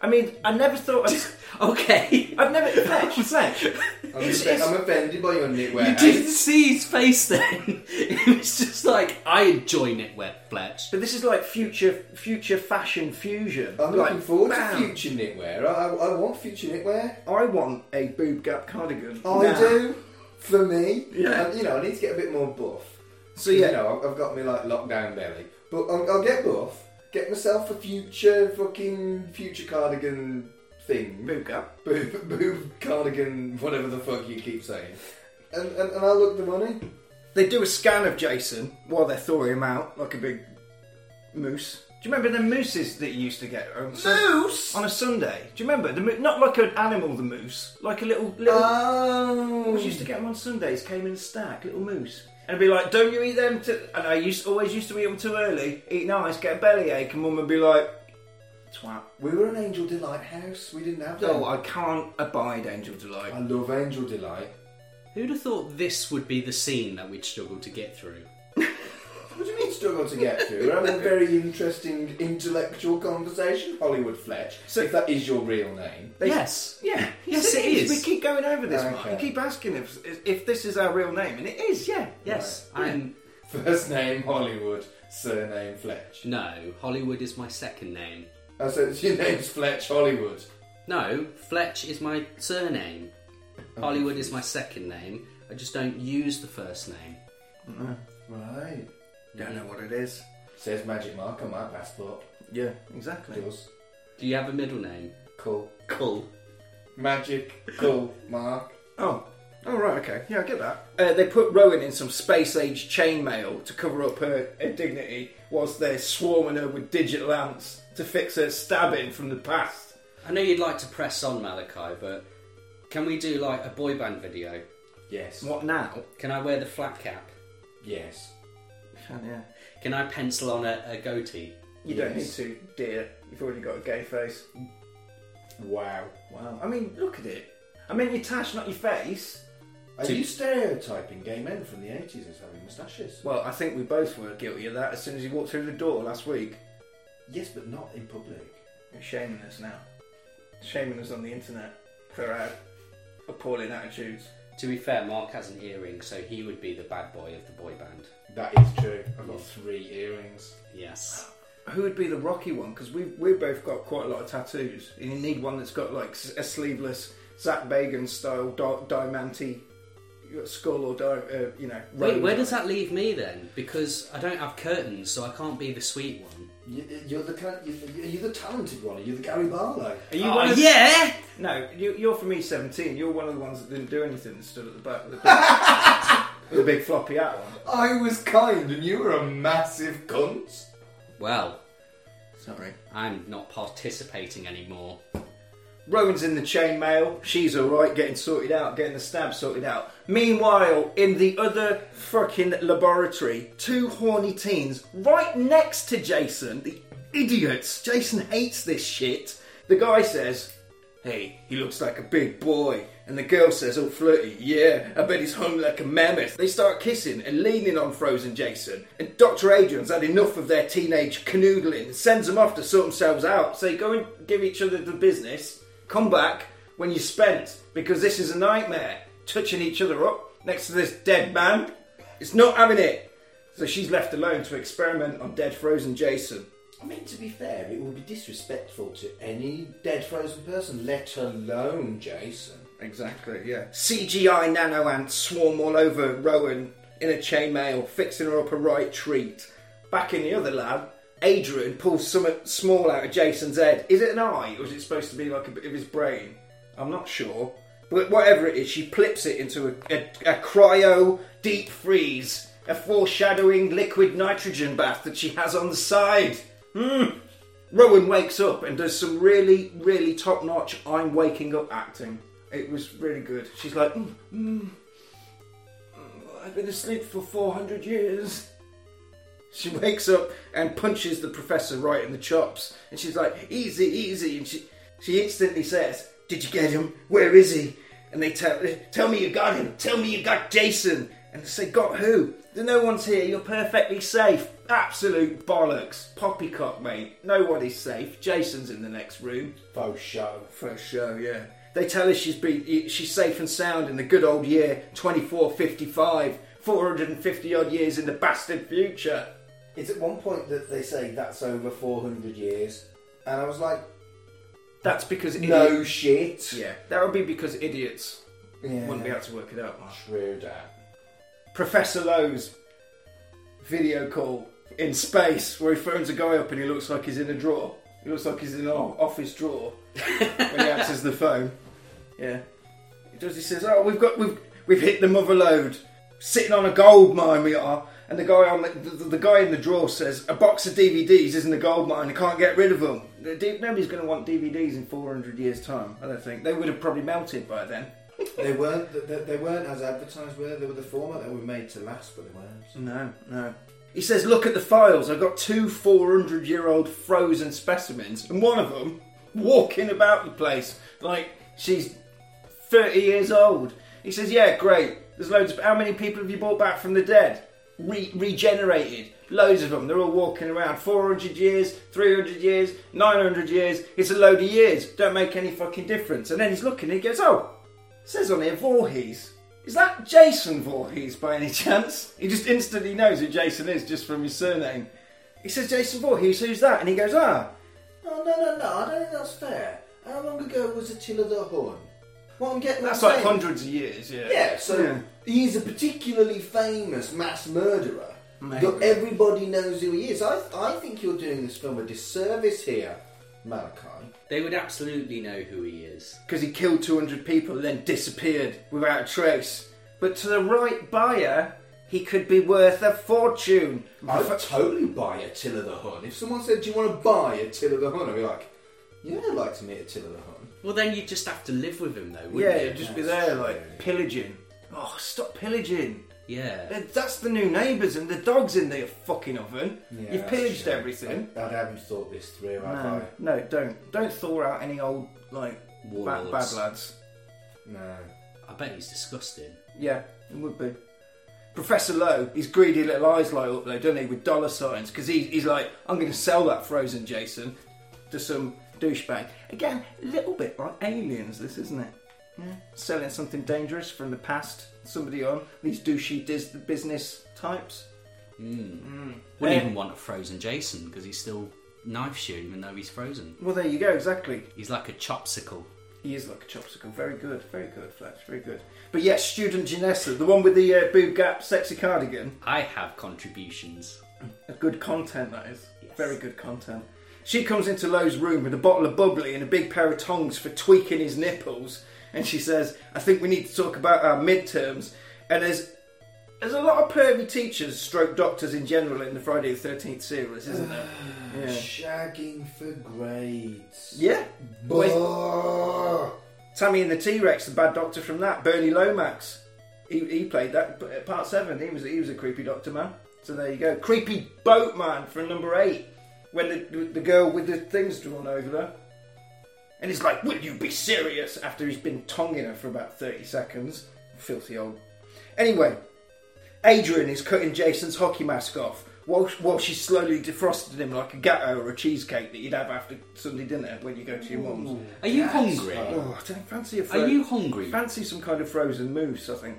[SPEAKER 1] I mean, I never thought. I'd, *laughs*
[SPEAKER 2] Okay.
[SPEAKER 1] I've
[SPEAKER 5] *laughs*
[SPEAKER 1] never. Fletch, Fletch. *laughs*
[SPEAKER 5] I'm,
[SPEAKER 2] It's-
[SPEAKER 5] offe-
[SPEAKER 2] it's-
[SPEAKER 5] I'm offended by your knitwear.
[SPEAKER 2] You didn't see his face then. *laughs* It was just like, I enjoy knitwear, Fletch.
[SPEAKER 1] But this is like future, future fashion fusion.
[SPEAKER 5] I'm
[SPEAKER 1] like,
[SPEAKER 5] looking forward
[SPEAKER 1] bam.
[SPEAKER 5] to future knitwear. I, I, I want future knitwear.
[SPEAKER 1] I want a boob gap cardigan.
[SPEAKER 5] I
[SPEAKER 1] now.
[SPEAKER 5] do. For me,
[SPEAKER 1] Yeah.
[SPEAKER 5] And, you know, I need to get a bit more buff.
[SPEAKER 1] So
[SPEAKER 5] You
[SPEAKER 1] yeah,
[SPEAKER 5] know, I've, I've got me like lockdown belly, but I'll, I'll get buff. Get myself a future fucking future cardigan thing.
[SPEAKER 1] boob gap.
[SPEAKER 5] boob, boob cardigan, whatever the fuck you keep saying. And, and, and I look the money.
[SPEAKER 1] They do a scan of Jason while they're thawing him out like a big moose. Do you remember the mooses that you used to get on, Sun-
[SPEAKER 5] Moose.
[SPEAKER 1] on a Sunday? Do you remember the mo- not like an animal, the moose, like a little little
[SPEAKER 2] Uh,
[SPEAKER 5] Oh.
[SPEAKER 1] always used to get them on Sundays. Came in a stack, little moose, and I'd be like, "Don't you eat them?" Too? And I used always used to eat them too early. Eat nice, get a bellyache, and mum would be like, "Twat."
[SPEAKER 5] We were an Angel Delight house. We didn't have that.
[SPEAKER 1] Oh, I can't abide Angel
[SPEAKER 5] I
[SPEAKER 1] Delight.
[SPEAKER 5] love Angel Delight.
[SPEAKER 2] Who'd have thought this would be the scene that we'd struggle to get through?
[SPEAKER 5] What do you mean struggle to get through? We're having a very interesting intellectual conversation, Hollywood Fletch.
[SPEAKER 1] So-
[SPEAKER 5] if that is your real name.
[SPEAKER 2] yes.
[SPEAKER 1] Yeah,
[SPEAKER 2] Yes, it is. Oh,
[SPEAKER 1] We keep going over this, Mark.
[SPEAKER 5] Okay.
[SPEAKER 1] You keep asking if if this is our real name, and it is. Yeah,
[SPEAKER 2] Yes.
[SPEAKER 1] Right.
[SPEAKER 2] I'm.
[SPEAKER 5] First name Hollywood, surname Fletch.
[SPEAKER 2] No, Hollywood is my second name.
[SPEAKER 5] Oh, so it's your name's Fletch Hollywood.
[SPEAKER 2] No, Fletch is my surname. Hollywood is my second name. I just don't use the first name.
[SPEAKER 5] Right.
[SPEAKER 1] Don't know what it is.
[SPEAKER 5] Says magic mark on my passport.
[SPEAKER 1] Yeah, exactly.
[SPEAKER 5] Does.
[SPEAKER 2] Do you have a middle name?
[SPEAKER 5] Cool.
[SPEAKER 2] Cool.
[SPEAKER 5] Magic. Cool. Mark.
[SPEAKER 1] Oh. Oh right, okay. Yeah, I get that. Uh, they put Rowan in some space-age chainmail to cover up her indignity, whilst they're swarming her with digital ants to fix her stabbing from the past.
[SPEAKER 2] I know you'd like to press on, Malachi, but can we do like a boy band video?
[SPEAKER 5] Yes.
[SPEAKER 1] What now?
[SPEAKER 2] Can I wear the flat cap?
[SPEAKER 5] Yes.
[SPEAKER 1] yeah.
[SPEAKER 2] Can I pencil on a, a goatee?
[SPEAKER 1] You don't need
[SPEAKER 5] Yes.
[SPEAKER 1] to, dear. You've already got a gay face.
[SPEAKER 5] Wow.
[SPEAKER 1] Wow. I mean, look at it. I mean, your tash, not your face.
[SPEAKER 5] Are
[SPEAKER 2] Two-
[SPEAKER 5] you stereotyping gay men from the 80s as having moustaches?
[SPEAKER 1] Well, I think we both were guilty of that as soon as he walked through the door last week.
[SPEAKER 5] Yes, but not in public.
[SPEAKER 1] They're shaming us now. Shaming us on the internet for our appalling attitudes.
[SPEAKER 2] To be fair, Mark has an earring, so he would be the bad boy of the boy band.
[SPEAKER 5] That is true. I've got three earrings.
[SPEAKER 2] Yes.
[SPEAKER 1] Who would be the rocky one? Because we we've both got quite a lot of tattoos, and you need one that's got like s- a sleeveless Zach Bagan style di- diamante skull or di- uh, you know.
[SPEAKER 2] Wait,
[SPEAKER 1] rose
[SPEAKER 2] where
[SPEAKER 1] on
[SPEAKER 2] does
[SPEAKER 1] it.
[SPEAKER 2] that leave me then? Because I don't have curtains, so I can't be the sweet one.
[SPEAKER 5] You, you're the kind. You're, the- you're the talented one. You're the Gary Barlow.
[SPEAKER 1] Are you
[SPEAKER 2] Oh,
[SPEAKER 1] one of
[SPEAKER 2] yeah!
[SPEAKER 1] No, you, you're from E17. You're one of the ones that didn't do anything and stood at the
[SPEAKER 2] *laughs*
[SPEAKER 1] back with the big, with the big floppy hat on.
[SPEAKER 5] I was kind, and you were a massive cunt.
[SPEAKER 2] Well,
[SPEAKER 1] Sorry.
[SPEAKER 2] I'm not participating anymore.
[SPEAKER 1] Rowan's in the chainmail. She's alright, getting sorted out, getting the stab sorted out. Meanwhile, in the other fucking laboratory, two horny teens right next to Jason, the idiots. Jason hates this shit. The guy says, Hey, he looks like a big boy. And the girl says, all flirty, yeah, I bet he's hung like a mammoth. They start kissing and leaning on Frozen Jason. And Dr. Adrian's had enough of their teenage canoodling and sends them off to sort themselves out. So they go and give each other the business. Come back when you're spent, because this is a nightmare. Touching each other up next to this dead man. It's not having it. So she's left alone to experiment on dead Frozen Jason.
[SPEAKER 5] I mean, to be fair, it would be disrespectful to any dead frozen person, let alone Jason.
[SPEAKER 1] Exactly, yeah. CGI nano ants swarm all over Rowan in a chainmail, fixing her up a right treat. Back in the other lab, Adrian pulls something small out of Jason's head. Is it an eye, or is it supposed to be like a bit of his brain? I'm not sure. But whatever it is, she plips it into a, a, a cryo deep freeze, a foreshadowing liquid nitrogen bath that she has on the side. Hmm. Rowan wakes up and does some really, really top notch I'm waking up acting. It was really good. She's like, mm, mm, mm, I've been asleep for 400 years. She wakes up and punches the professor right in the chops. And she's like, easy, easy. And she, she instantly says, Did you get him? Where is he? And they tell, tell me you got him. Tell me you got Jason. And they say, Got who? No one's here. You're perfectly safe. Absolute bollocks. Poppycock, mate. Nobody's safe. Jason's in the next room.
[SPEAKER 5] Faux show.
[SPEAKER 1] For sure, yeah. They tell us she's been, she's safe and sound in the good old year 2455, 450 odd years in the bastard future.
[SPEAKER 5] It's at one point that they say that's over 400 years, and I was like,
[SPEAKER 1] That's because idiots.
[SPEAKER 5] no shit.
[SPEAKER 1] Yeah, that would be because idiots
[SPEAKER 5] Yeah.
[SPEAKER 1] wouldn't be able to work it out. Mark.
[SPEAKER 5] True that.
[SPEAKER 1] Professor Lowe's video call in space where he phones a guy up and he looks like he's in a drawer. He looks like he's in an o- office drawer when he answers the phone. Yeah. He does. He says, "Oh, we've got we've we've hit the mother lode, sitting on a gold mine we are." And the guy on the, the, the guy in the drawer says, "A box of DVDs isn't a gold mine. I can't get rid of them. The D- Nobody's going to want DVDs in 400 years' time. I don't think they would have probably melted by then."
[SPEAKER 5] they weren't. They, they weren't as advertised. Were they? they were the format they were made to last, but they weren't.
[SPEAKER 1] No, no. He says, "Look at the files. I've got two 400-year-old frozen specimens, and one of them walking about the place like she's 30 years old." He says, "Yeah, great. There's loads of. How many people have you brought back from the dead? Re- regenerated. Loads of them. They're all walking around. 400 years, 300 years, 900 years. It's a load of years. Don't make any fucking difference." And then he's looking. and He goes, "Oh, says on here Voorhees. Is that Jason Voorhees by any chance? He just instantly knows who Jason is just from his surname. He says Jason Voorhees, who's that? And he goes, ah,
[SPEAKER 5] Oh no no no! I don't think that's fair. How long ago was Attila the Hun? What I'm getting.
[SPEAKER 1] that's
[SPEAKER 5] what I'm
[SPEAKER 1] like
[SPEAKER 5] saying-
[SPEAKER 1] hundreds of years, yeah.
[SPEAKER 5] Yeah, so
[SPEAKER 1] Yeah.
[SPEAKER 5] he's a particularly famous mass murderer.
[SPEAKER 1] Maybe.
[SPEAKER 5] That everybody knows who he is. I, I think you're doing this film a disservice here, Malachi.
[SPEAKER 2] They would absolutely know who he is.
[SPEAKER 1] because he killed 200 people and then disappeared without a trace. But to the right buyer, he could be worth a fortune.
[SPEAKER 5] I would totally buy Attila the Hun. If someone said, Do you want to buy Attila the Hun? I'd be like, Yeah, I'd like to meet Attila the Hun.
[SPEAKER 2] Well, then you'd just have to live with him, though,
[SPEAKER 1] yeah,
[SPEAKER 2] wouldn't you?
[SPEAKER 1] he'd just be there, like, pillaging. Oh, stop pillaging.
[SPEAKER 2] Yeah.
[SPEAKER 1] That's the new neighbours and the dogs in the fucking oven. You've pillaged everything.
[SPEAKER 5] I, haven't thought this through, have
[SPEAKER 1] No, no, don't don't thaw out any old like bad, bad
[SPEAKER 2] Warlords.
[SPEAKER 1] lads.
[SPEAKER 5] I? No.
[SPEAKER 2] I bet he's disgusting.
[SPEAKER 1] Yeah, it would be. Professor Lowe, his greedy little eyes light up though, doesn't he, with dollar signs? Because he, he's like, I'm going to sell that frozen Jason to some douchebag. Again, a little bit like aliens, this isn't it? Yeah. Selling something dangerous from the past, somebody on these douchey dis- business types.
[SPEAKER 2] Wouldn't
[SPEAKER 1] Yeah.
[SPEAKER 2] even want a frozen Jason because he's still knife you even though he's frozen.
[SPEAKER 1] Well, there you go, exactly.
[SPEAKER 2] He's like a chopsicle.
[SPEAKER 1] He is like a chopsicle. Very good, very good, Fletch, very good. But yes, student Janessa, the one with the uh, boob gap, sexy cardigan.
[SPEAKER 2] I have contributions.
[SPEAKER 1] A good content, that is.
[SPEAKER 2] Yes.
[SPEAKER 1] Very good content. She comes into Lowe's room with a bottle of bubbly and a big pair of tongs for tweaking his nipples, and she says, I think we need to talk about our midterms. And there's there's a lot of pervy teachers, stroke doctors in general, in the Friday the 13th series, isn't there? yeah.
[SPEAKER 4] Shagging for grades.
[SPEAKER 1] Yeah.
[SPEAKER 4] Bah.
[SPEAKER 1] Well, Tammy and the T Rex, the bad doctor from that, Bernie Lomax. He, he played that but at part seven. He was he was a creepy doctor man. So there you go, creepy boatman from number eight. When the the girl with the things drawn over her, and he's like, "Will you be serious?" After he's been tonguing her for about thirty seconds, filthy old. Anyway, Adrian is cutting Jason's hockey mask off while, while she's slowly defrosting him like a gatto or a cheesecake that you'd have after Sunday dinner when you go to your mum's.
[SPEAKER 2] Are you hungry?
[SPEAKER 1] Oh, I don't fancy a fro-
[SPEAKER 2] Are you hungry?
[SPEAKER 1] Fancy some kind of frozen mousse, I think.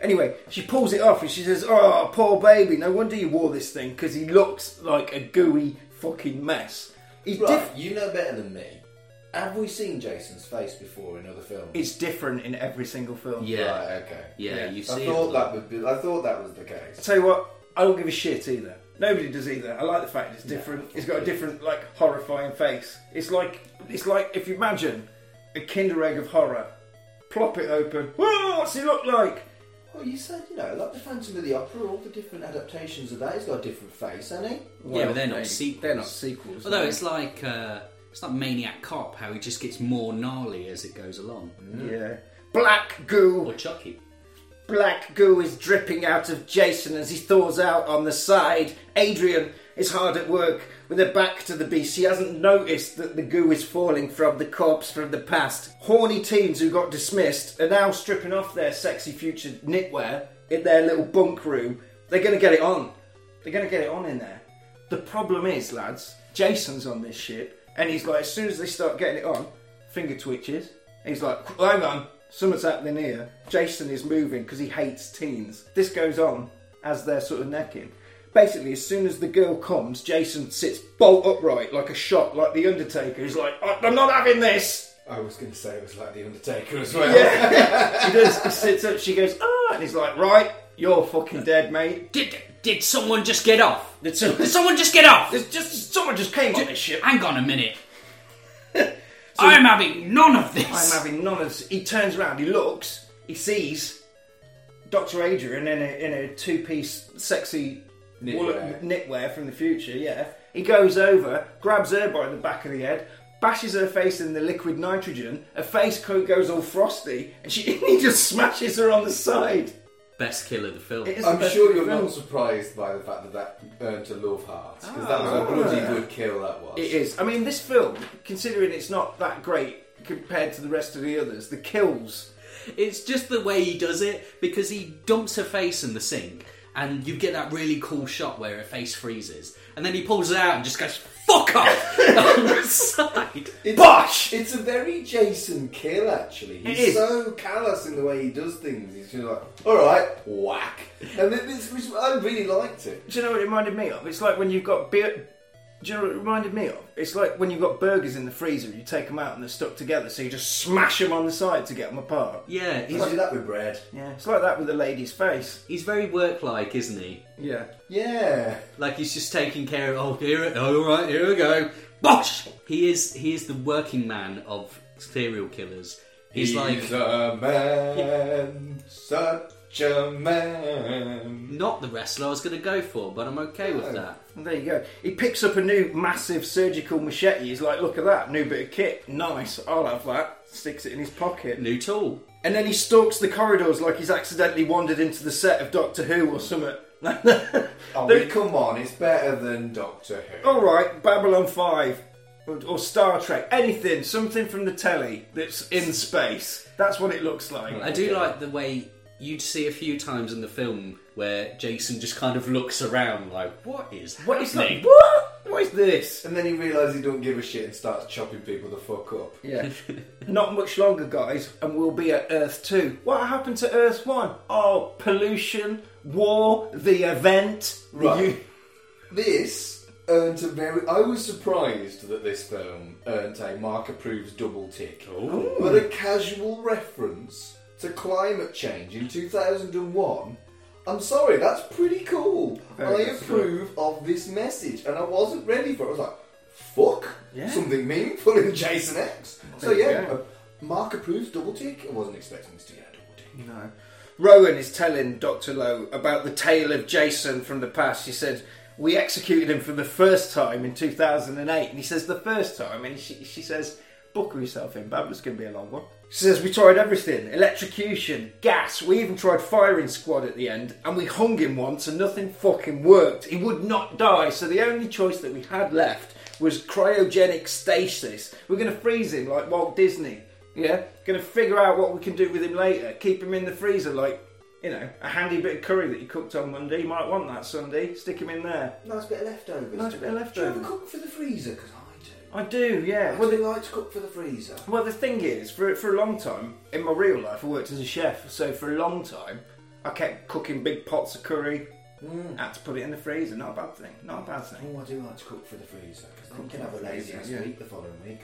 [SPEAKER 1] Anyway, she pulls it off and she says, Oh, poor baby, no wonder you wore this thing because he looks like a gooey fucking mess. He's
[SPEAKER 4] Right,
[SPEAKER 1] diff-
[SPEAKER 4] you know better than me. Have we seen Jason's face before in other films?
[SPEAKER 1] it's different in every single film.
[SPEAKER 2] Yeah.
[SPEAKER 4] Right, okay.
[SPEAKER 2] Yeah,
[SPEAKER 1] Yeah.
[SPEAKER 2] you
[SPEAKER 4] I
[SPEAKER 2] see.
[SPEAKER 4] thought
[SPEAKER 2] it.
[SPEAKER 4] that would be. I thought that was the
[SPEAKER 1] I
[SPEAKER 4] case.
[SPEAKER 1] tell you what, I don't give a shit either. Nobody does either. I like the fact it's different. It's got a different, like, horrifying face. It's like, it's like if you imagine a Kinder Egg of horror, plop it open. Whoa, what's he look like?
[SPEAKER 4] Well, you said you know, like the Phantom of the Opera, all the different adaptations of that. He's got a different face, hasn't he?
[SPEAKER 2] Yeah, but they're not
[SPEAKER 1] Well,
[SPEAKER 2] sequels.
[SPEAKER 1] They're not sequels.
[SPEAKER 2] Although
[SPEAKER 1] no.
[SPEAKER 2] it's like uh, it's like Maniac Cop, how he just gets more gnarly as it goes along.
[SPEAKER 1] Yeah. Black goo.
[SPEAKER 2] Or Chucky.
[SPEAKER 1] Black goo is dripping out of Jason as he thaws out on the side. Adrian is hard at work with her back to the beast. She hasn't noticed that the goo is falling from the corpse from the past. Horny teens who got dismissed are now stripping off their sexy future knitwear in their little bunk room. They're going to get it on. They're going to get it on in there. The problem is, lads, Jason's on this ship, and he's like, as soon as they start getting it on, finger twitches. He's like, hang on, something's happening here. Jason is moving because he hates teens. This goes on as they're sort of necking. Basically, as soon as the girl comes, Jason sits bolt upright like a shot, like the Undertaker. He's like, "I- I'm not having this.
[SPEAKER 4] I was going to say it was like the Undertaker as well.
[SPEAKER 1] She does. He sits up. She goes, ah, and he's like, right, you're fucking dead, mate.
[SPEAKER 2] Did did someone just get off?
[SPEAKER 1] Did some-
[SPEAKER 2] Did someone just get
[SPEAKER 1] *laughs*
[SPEAKER 2] off?
[SPEAKER 1] There's just someone just came on this ship.
[SPEAKER 2] Hang on
[SPEAKER 1] *laughs*
[SPEAKER 2] a minute. I'm having none of this.
[SPEAKER 1] I'm having none of this. He turns around, he looks, he sees Dr. Adrian in a, in a two piece sexy
[SPEAKER 4] *laughs* Knitwear.
[SPEAKER 1] wool- knitwear from the future, yeah. He goes over, grabs her by the back of the head, bashes her face in the liquid nitrogen, her face coat goes all frosty, and she, *laughs* he just smashes her on the side.
[SPEAKER 2] Best kill of the film.
[SPEAKER 1] It is the
[SPEAKER 4] I'm
[SPEAKER 1] best
[SPEAKER 4] sure you're
[SPEAKER 1] film.
[SPEAKER 4] not surprised by the fact that that earned a love heart because that was a bloody good kill. That was.
[SPEAKER 1] Ah. It is. I mean, this film, considering it's not that great compared to the rest of the others, the kills.
[SPEAKER 2] It's just the way he does it because he dumps her face in the sink, and you get that really cool shot where her face freezes, and then he pulls it out and just goes "fuck off" *laughs* on the side.
[SPEAKER 4] It's,
[SPEAKER 1] Bosh!
[SPEAKER 4] It's a very Jason kill, actually. He's
[SPEAKER 1] is.
[SPEAKER 4] so callous in the way he does things. He's just like, all right, whack. And it- it's, which- I really liked it.
[SPEAKER 1] Do you know what it reminded me of? It's like when you've got beer. Do you know what it reminded me of? It's like when you've got burgers in the freezer and you take them out and they're stuck together, so you just smash them on the side to get them apart.
[SPEAKER 2] Yeah,
[SPEAKER 4] You
[SPEAKER 2] he's,
[SPEAKER 4] can do that with bread.
[SPEAKER 1] Yeah, it's like that with a lady's face.
[SPEAKER 2] he's very work-like, isn't he?
[SPEAKER 1] Yeah.
[SPEAKER 4] Yeah.
[SPEAKER 2] Like he's just taking care of. Oh, here, it- all right, here we go. Bosh! He is. He is the working man of serial killers. He's, like
[SPEAKER 4] a man, such a man.
[SPEAKER 2] not the wrestler I was going to go for, but I'm okay with that.
[SPEAKER 1] And there you go. He picks up a new massive surgical machete. He's like, look at that, new bit of kit. Nice, I'll have that. Sticks it in his pocket.
[SPEAKER 2] New tool.
[SPEAKER 1] And then he stalks the corridors like he's accidentally wandered into the set of Doctor Who or something.
[SPEAKER 4] Oh,
[SPEAKER 1] There-
[SPEAKER 4] come on, it's better than Doctor Who.
[SPEAKER 1] All right, Babylon Five or, or Star Trek, anything, something from the telly that's in space. That's what it looks like.
[SPEAKER 2] I do like the way you'd see a few times in the film where Jason just kind of looks around like, what is
[SPEAKER 1] What is
[SPEAKER 2] happening?
[SPEAKER 1] that? What? What is this?
[SPEAKER 4] And then he realises he don't give a shit and starts chopping people the fuck up.
[SPEAKER 1] Yeah. Not much longer, guys, and we'll be at Earth 2. What happened to Earth 1? Oh, pollution, war, the event. the
[SPEAKER 4] Right.
[SPEAKER 1] u-
[SPEAKER 4] This
[SPEAKER 5] earned a very. I was surprised that this film earned a Mark approves double tick, but a casual reference to climate change in 2001. I'm sorry, that's pretty cool.
[SPEAKER 1] Very
[SPEAKER 5] I
[SPEAKER 1] good.
[SPEAKER 5] approve of this message, and I wasn't ready for it. I was like, "Fuck,
[SPEAKER 1] Yeah.
[SPEAKER 5] something meaningful in Jason X." So
[SPEAKER 1] There you
[SPEAKER 5] yeah,
[SPEAKER 1] go.
[SPEAKER 5] uh, Mark approves double tick. I wasn't expecting this to get a double tick.
[SPEAKER 1] No. Rowan is telling Dr. Lowe about the tale of Jason from the past. She said, We executed him for the first time in 2008. And he says, The first time? And she, she says, Buckle yourself in, Bab, it's going to be a long one. She says, We tried everything electrocution, gas, we even tried firing squad at the end, and we hung him once and nothing fucking worked. He would not die, so the only choice that we had left was cryogenic stasis. We're going to freeze him like Walt Disney. Yeah, going to figure out what we can do with him later. Keep him in the freezer, like you know, a handy bit of curry that you cooked on Monday. You might want that Sunday. Stick him in there.
[SPEAKER 4] Nice bit of leftovers.
[SPEAKER 1] Nice bit of
[SPEAKER 4] Do you ever
[SPEAKER 1] leftovers.
[SPEAKER 4] cook for the freezer? Because I do.
[SPEAKER 1] I do, yeah.
[SPEAKER 4] I
[SPEAKER 1] Well,
[SPEAKER 4] do
[SPEAKER 1] the,
[SPEAKER 4] like to cook for the freezer.
[SPEAKER 1] well, the thing is, for for a long time in my real life, I worked as a chef. So for a long time, I kept cooking big pots of curry. Had to put it in the freezer. Not a bad thing. Not a bad thing.
[SPEAKER 4] Oh, I do like to cook for the freezer because then you can
[SPEAKER 1] for
[SPEAKER 4] have a
[SPEAKER 1] the
[SPEAKER 4] lazy
[SPEAKER 1] freezer,
[SPEAKER 4] ass
[SPEAKER 1] yeah.
[SPEAKER 4] week the following week.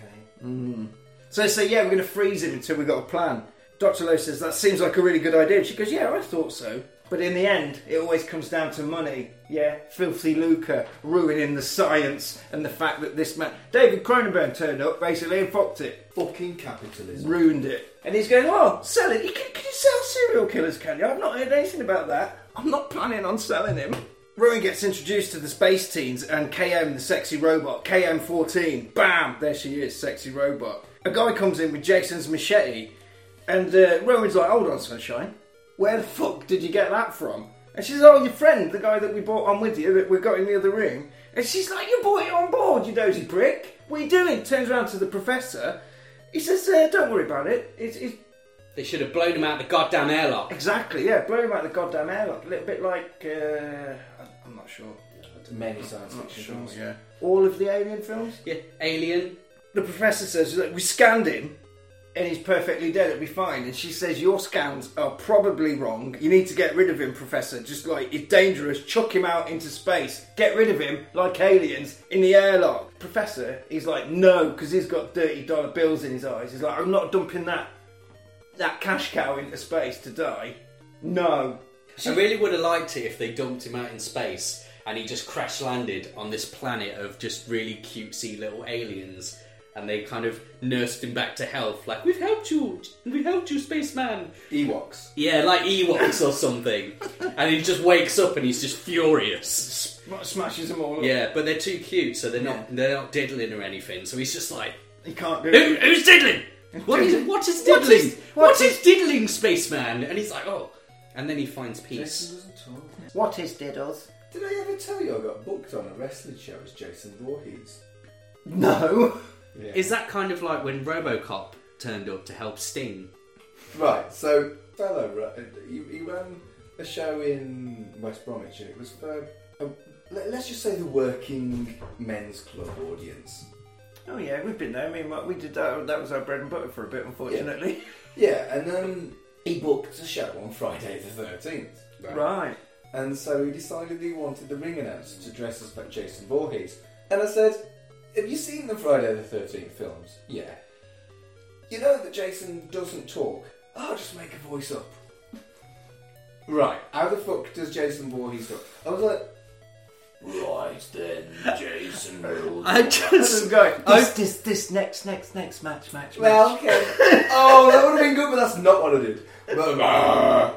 [SPEAKER 4] Eh?
[SPEAKER 1] So they say, yeah, we're going to freeze him until we've got a plan. Dr. Lowe says, that seems like a really good idea. She goes, yeah, I thought so. But in the end, it always comes down to money. Yeah, filthy lucre, ruining the science and the fact that this man, David Cronenberg, turned up basically and fucked it,
[SPEAKER 4] Fucking capitalism.
[SPEAKER 1] ruined it. And he's going, oh, sell it. You can, can you sell serial killers, can you? I've not heard anything about that. I'm not planning on selling him. Rowan gets introduced to the space teens and KM, the sexy robot. KM 14. Bam! There she is, sexy robot. A guy comes in with Jason's machete, and uh, Rowan's like, hold on, sunshine. Where the fuck did you get that from? And she says, oh, your friend, the guy that we brought on with you, that we got in the other room. And she's like, you brought it on board, you dozy prick. What are you doing? Turns around to the professor. He says, uh, don't worry about it. It's, it's
[SPEAKER 2] They should have blown him out the goddamn airlock.
[SPEAKER 1] Exactly, yeah. Blow him out the goddamn airlock. A little bit like, uh, I'm not sure.
[SPEAKER 4] Many science fiction films.
[SPEAKER 1] yeah. All of the Alien films?
[SPEAKER 2] Yeah, alien.
[SPEAKER 1] The professor says, Look, we scanned him and he's perfectly dead, it'll be fine. And she says, your scans are probably wrong. You need to get rid of him, professor. Just like, it's dangerous. Chuck him out into space. Get rid of him, like aliens, in the airlock. Professor, he's like, no, because he's got dirty dollar bills in his eyes. He's like, I'm not dumping that, *laughs* that cash cow into space to die. No,
[SPEAKER 2] I really would have liked it if they dumped him out in space and he just crash landed on this planet of just really cutesy little aliens and they kind of nursed him back to health like we've helped you we helped you spaceman
[SPEAKER 5] Ewoks.
[SPEAKER 2] yeah like Ewoks or something *laughs* and he just wakes up and he's just furious
[SPEAKER 1] Sm- smashes them all up.
[SPEAKER 2] yeah but they're too cute so they're not they're not diddling or anything so he's just like
[SPEAKER 1] He can't *laughs* do
[SPEAKER 2] Who,
[SPEAKER 1] it.
[SPEAKER 2] who's diddling? What is, what is diddling? What is,
[SPEAKER 1] what
[SPEAKER 2] diddling, spaceman? And he's like, oh. And then he finds peace.
[SPEAKER 5] Jason doesn't talk.
[SPEAKER 1] What is diddles?
[SPEAKER 5] Did I ever tell you I got booked on a wrestling show as Jason Voorhees?
[SPEAKER 1] No.
[SPEAKER 2] Is that kind of like when Robocop turned up to help Sting?
[SPEAKER 5] Right, so fellow, ra- he, he ran a show in West Bromwich, and it was for a, let, us just say the working men's club audience.
[SPEAKER 1] Oh yeah, we've been there. I mean, we did that. That was our bread and butter for a bit, unfortunately.
[SPEAKER 5] Yeah, and then he booked a show on Friday the thirteenth.
[SPEAKER 1] right.
[SPEAKER 5] And so he decided he wanted the ring announcer to dress as like Jason Voorhees. And I said, Have you seen the Friday the 13th films? Yeah. You know that Jason doesn't talk. I'll just make a voice up. Right, how the fuck does Jason Voorhees talk? I was like, Right then, Jason
[SPEAKER 2] *laughs*
[SPEAKER 5] will.
[SPEAKER 2] I just.
[SPEAKER 1] Go.
[SPEAKER 2] *laughs* I-
[SPEAKER 1] this this next next next match match.
[SPEAKER 5] *laughs* Well, okay. oh, that would have been good, but that's not what I did. But,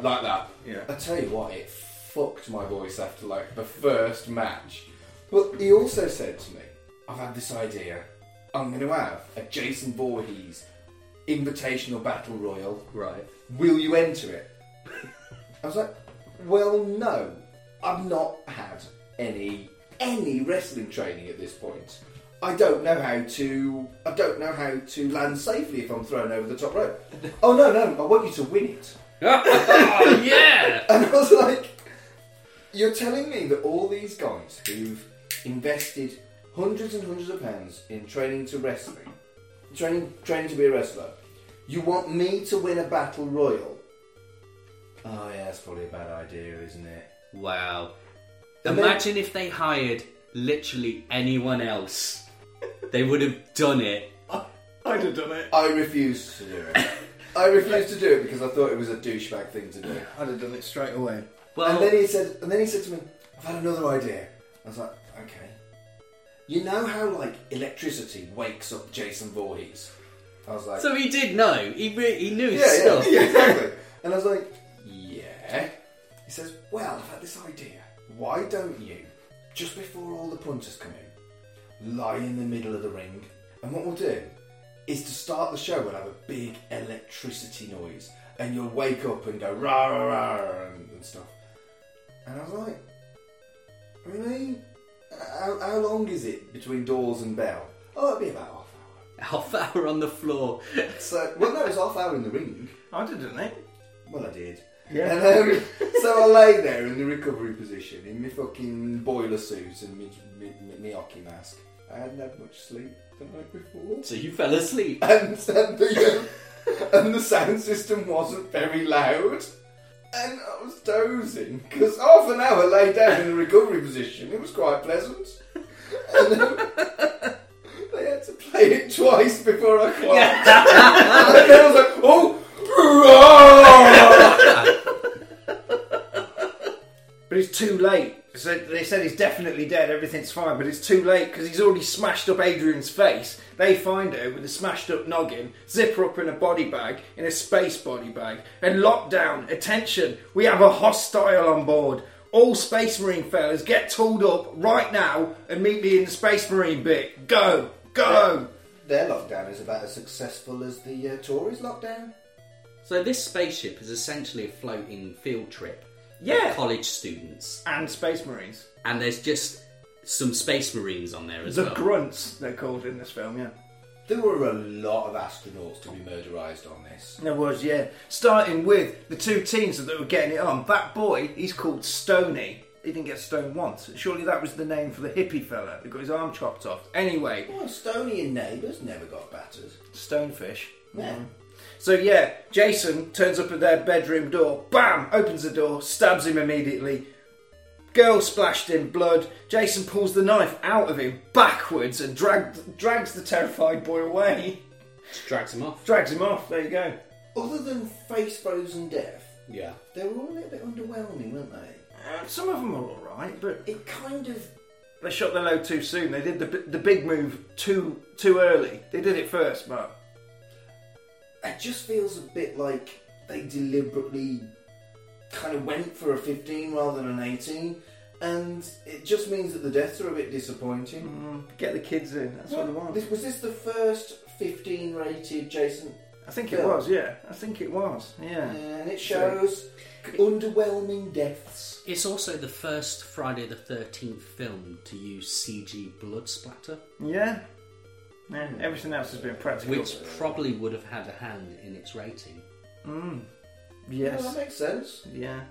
[SPEAKER 5] *laughs* like that.
[SPEAKER 1] Yeah.
[SPEAKER 5] I tell you what, it fucked my voice after like the first match. But he also said to me, "I've had this idea. I'm going to have a Jason Voorhees Invitational Battle Royal.
[SPEAKER 2] Right.
[SPEAKER 5] Will you enter it?" I was like, "Well, no. I've not had any any wrestling training at this point. I don't know how to. I don't know how to land safely if I'm thrown over the top rope. oh no, no! I want you to win it."
[SPEAKER 2] *laughs* oh, yeah!
[SPEAKER 5] And I was like, you're telling me that all these guys who've invested hundreds and hundreds of pounds in training to wrestling, training, training to be a wrestler, you want me to win a battle royal? Oh yeah, that's probably a bad idea, isn't it?
[SPEAKER 2] Wow.
[SPEAKER 5] And
[SPEAKER 2] Imagine if they hired literally anyone else, they would have done it.
[SPEAKER 1] I'd have done it.
[SPEAKER 5] I refused to do *laughs* it. I refused to do it because I thought it was a douchebag thing to do.
[SPEAKER 1] I'd have done it straight away.
[SPEAKER 2] Well,
[SPEAKER 5] and then he said, and then he said to me, "I've had another idea." I was like, "Okay." You know how like electricity wakes up Jason Voorhees? I was like,
[SPEAKER 2] so he did know. He re- he knew
[SPEAKER 5] yeah,
[SPEAKER 2] stuff.
[SPEAKER 5] yeah, yeah, exactly. And I was like, yeah. He says, well, I've had this idea. Why don't you, just before all the punters come in, lie in the middle of the ring, and what we'll do is to start the show, we'll have a big electricity noise, and you'll wake up and go rah rah rah and, and stuff. And I was like, really? How, how long is it between doors and bell? Oh, it'll be about half hour.
[SPEAKER 2] *laughs* Half hour on the floor.
[SPEAKER 5] So, well, no, it was half hour in the ring.
[SPEAKER 1] I'd have done it.
[SPEAKER 5] Well, I did.
[SPEAKER 1] Yeah.
[SPEAKER 5] And, um, so I lay there in the recovery position in my fucking boiler suit and my, my, my, my hockey mask. I hadn't had much sleep the night before.
[SPEAKER 2] So you fell asleep.
[SPEAKER 5] And, and, the, um, and the sound system wasn't very loud. And I was dozing because half an hour lay down in the recovery position. It was quite pleasant. And then they had to play it twice before I clocked. and then I was like, oh, *laughs*
[SPEAKER 1] But it's too late. So they said he's definitely dead, everything's fine, but it's too late because he's already smashed up Adrian's face. They find her with a smashed up noggin, zip her up in a body bag, in a space body bag, and lockdown, attention, we have a hostile on board. All Space Marine fellas get tooled up right now and meet me in the Space Marine bit. Go! Go!
[SPEAKER 5] Their lockdown is about as successful as the uh, Tories' lockdown.
[SPEAKER 2] So this spaceship is essentially a floating field trip.
[SPEAKER 1] Yeah.
[SPEAKER 2] Of college students,
[SPEAKER 1] And Space Marines.
[SPEAKER 2] and there's just some space marines on there as
[SPEAKER 1] The
[SPEAKER 2] well.
[SPEAKER 1] grunts, they're called in this film, yeah.
[SPEAKER 5] There were a lot of astronauts to be murderised on this.
[SPEAKER 1] There was, yeah. Starting with the two teens that were getting it on. That boy, he's called Stony. He didn't get stoned once. Surely that was the name for the hippie fella that got his arm chopped off. Anyway,
[SPEAKER 5] Well, Stony and neighbours never got battered.
[SPEAKER 1] Stonefish.
[SPEAKER 5] Yeah.
[SPEAKER 1] So yeah, Jason turns up at their bedroom door, bam, opens the door, stabs him immediately. Girl splashed in blood. Jason pulls the knife out of him backwards and dragged, drags the terrified boy away.
[SPEAKER 2] Just drags them off.
[SPEAKER 1] Drags him off. There you go.
[SPEAKER 5] Other than face frozen death,
[SPEAKER 2] Yeah.
[SPEAKER 5] they were all a little bit underwhelming, weren't they?
[SPEAKER 1] Uh, some of them are all right, but
[SPEAKER 5] It kind of.
[SPEAKER 1] they shot their load too soon. They did the b- the big move too too early. They did it first, but
[SPEAKER 5] It just feels a bit like they deliberately kind of went for a 15 rather than an 18, and it just means that the deaths are a bit disappointing.
[SPEAKER 1] mm, get the kids in. That's what,
[SPEAKER 5] Well,
[SPEAKER 1] I
[SPEAKER 5] Mm. this,
[SPEAKER 1] want.
[SPEAKER 5] was this the first 15 rated Jason?
[SPEAKER 1] I think it
[SPEAKER 5] Yeah.
[SPEAKER 1] was. Yeah, I think it was. Yeah.
[SPEAKER 5] And it shows underwhelming deaths.
[SPEAKER 2] It's also the first Friday the 13th film to use CG blood splatter,
[SPEAKER 1] Yeah. Yeah, everything else has been practical.
[SPEAKER 2] which probably would have had a hand in its rating.
[SPEAKER 5] Well,
[SPEAKER 1] Mm. yes.
[SPEAKER 5] Oh, that makes sense.
[SPEAKER 1] Yeah.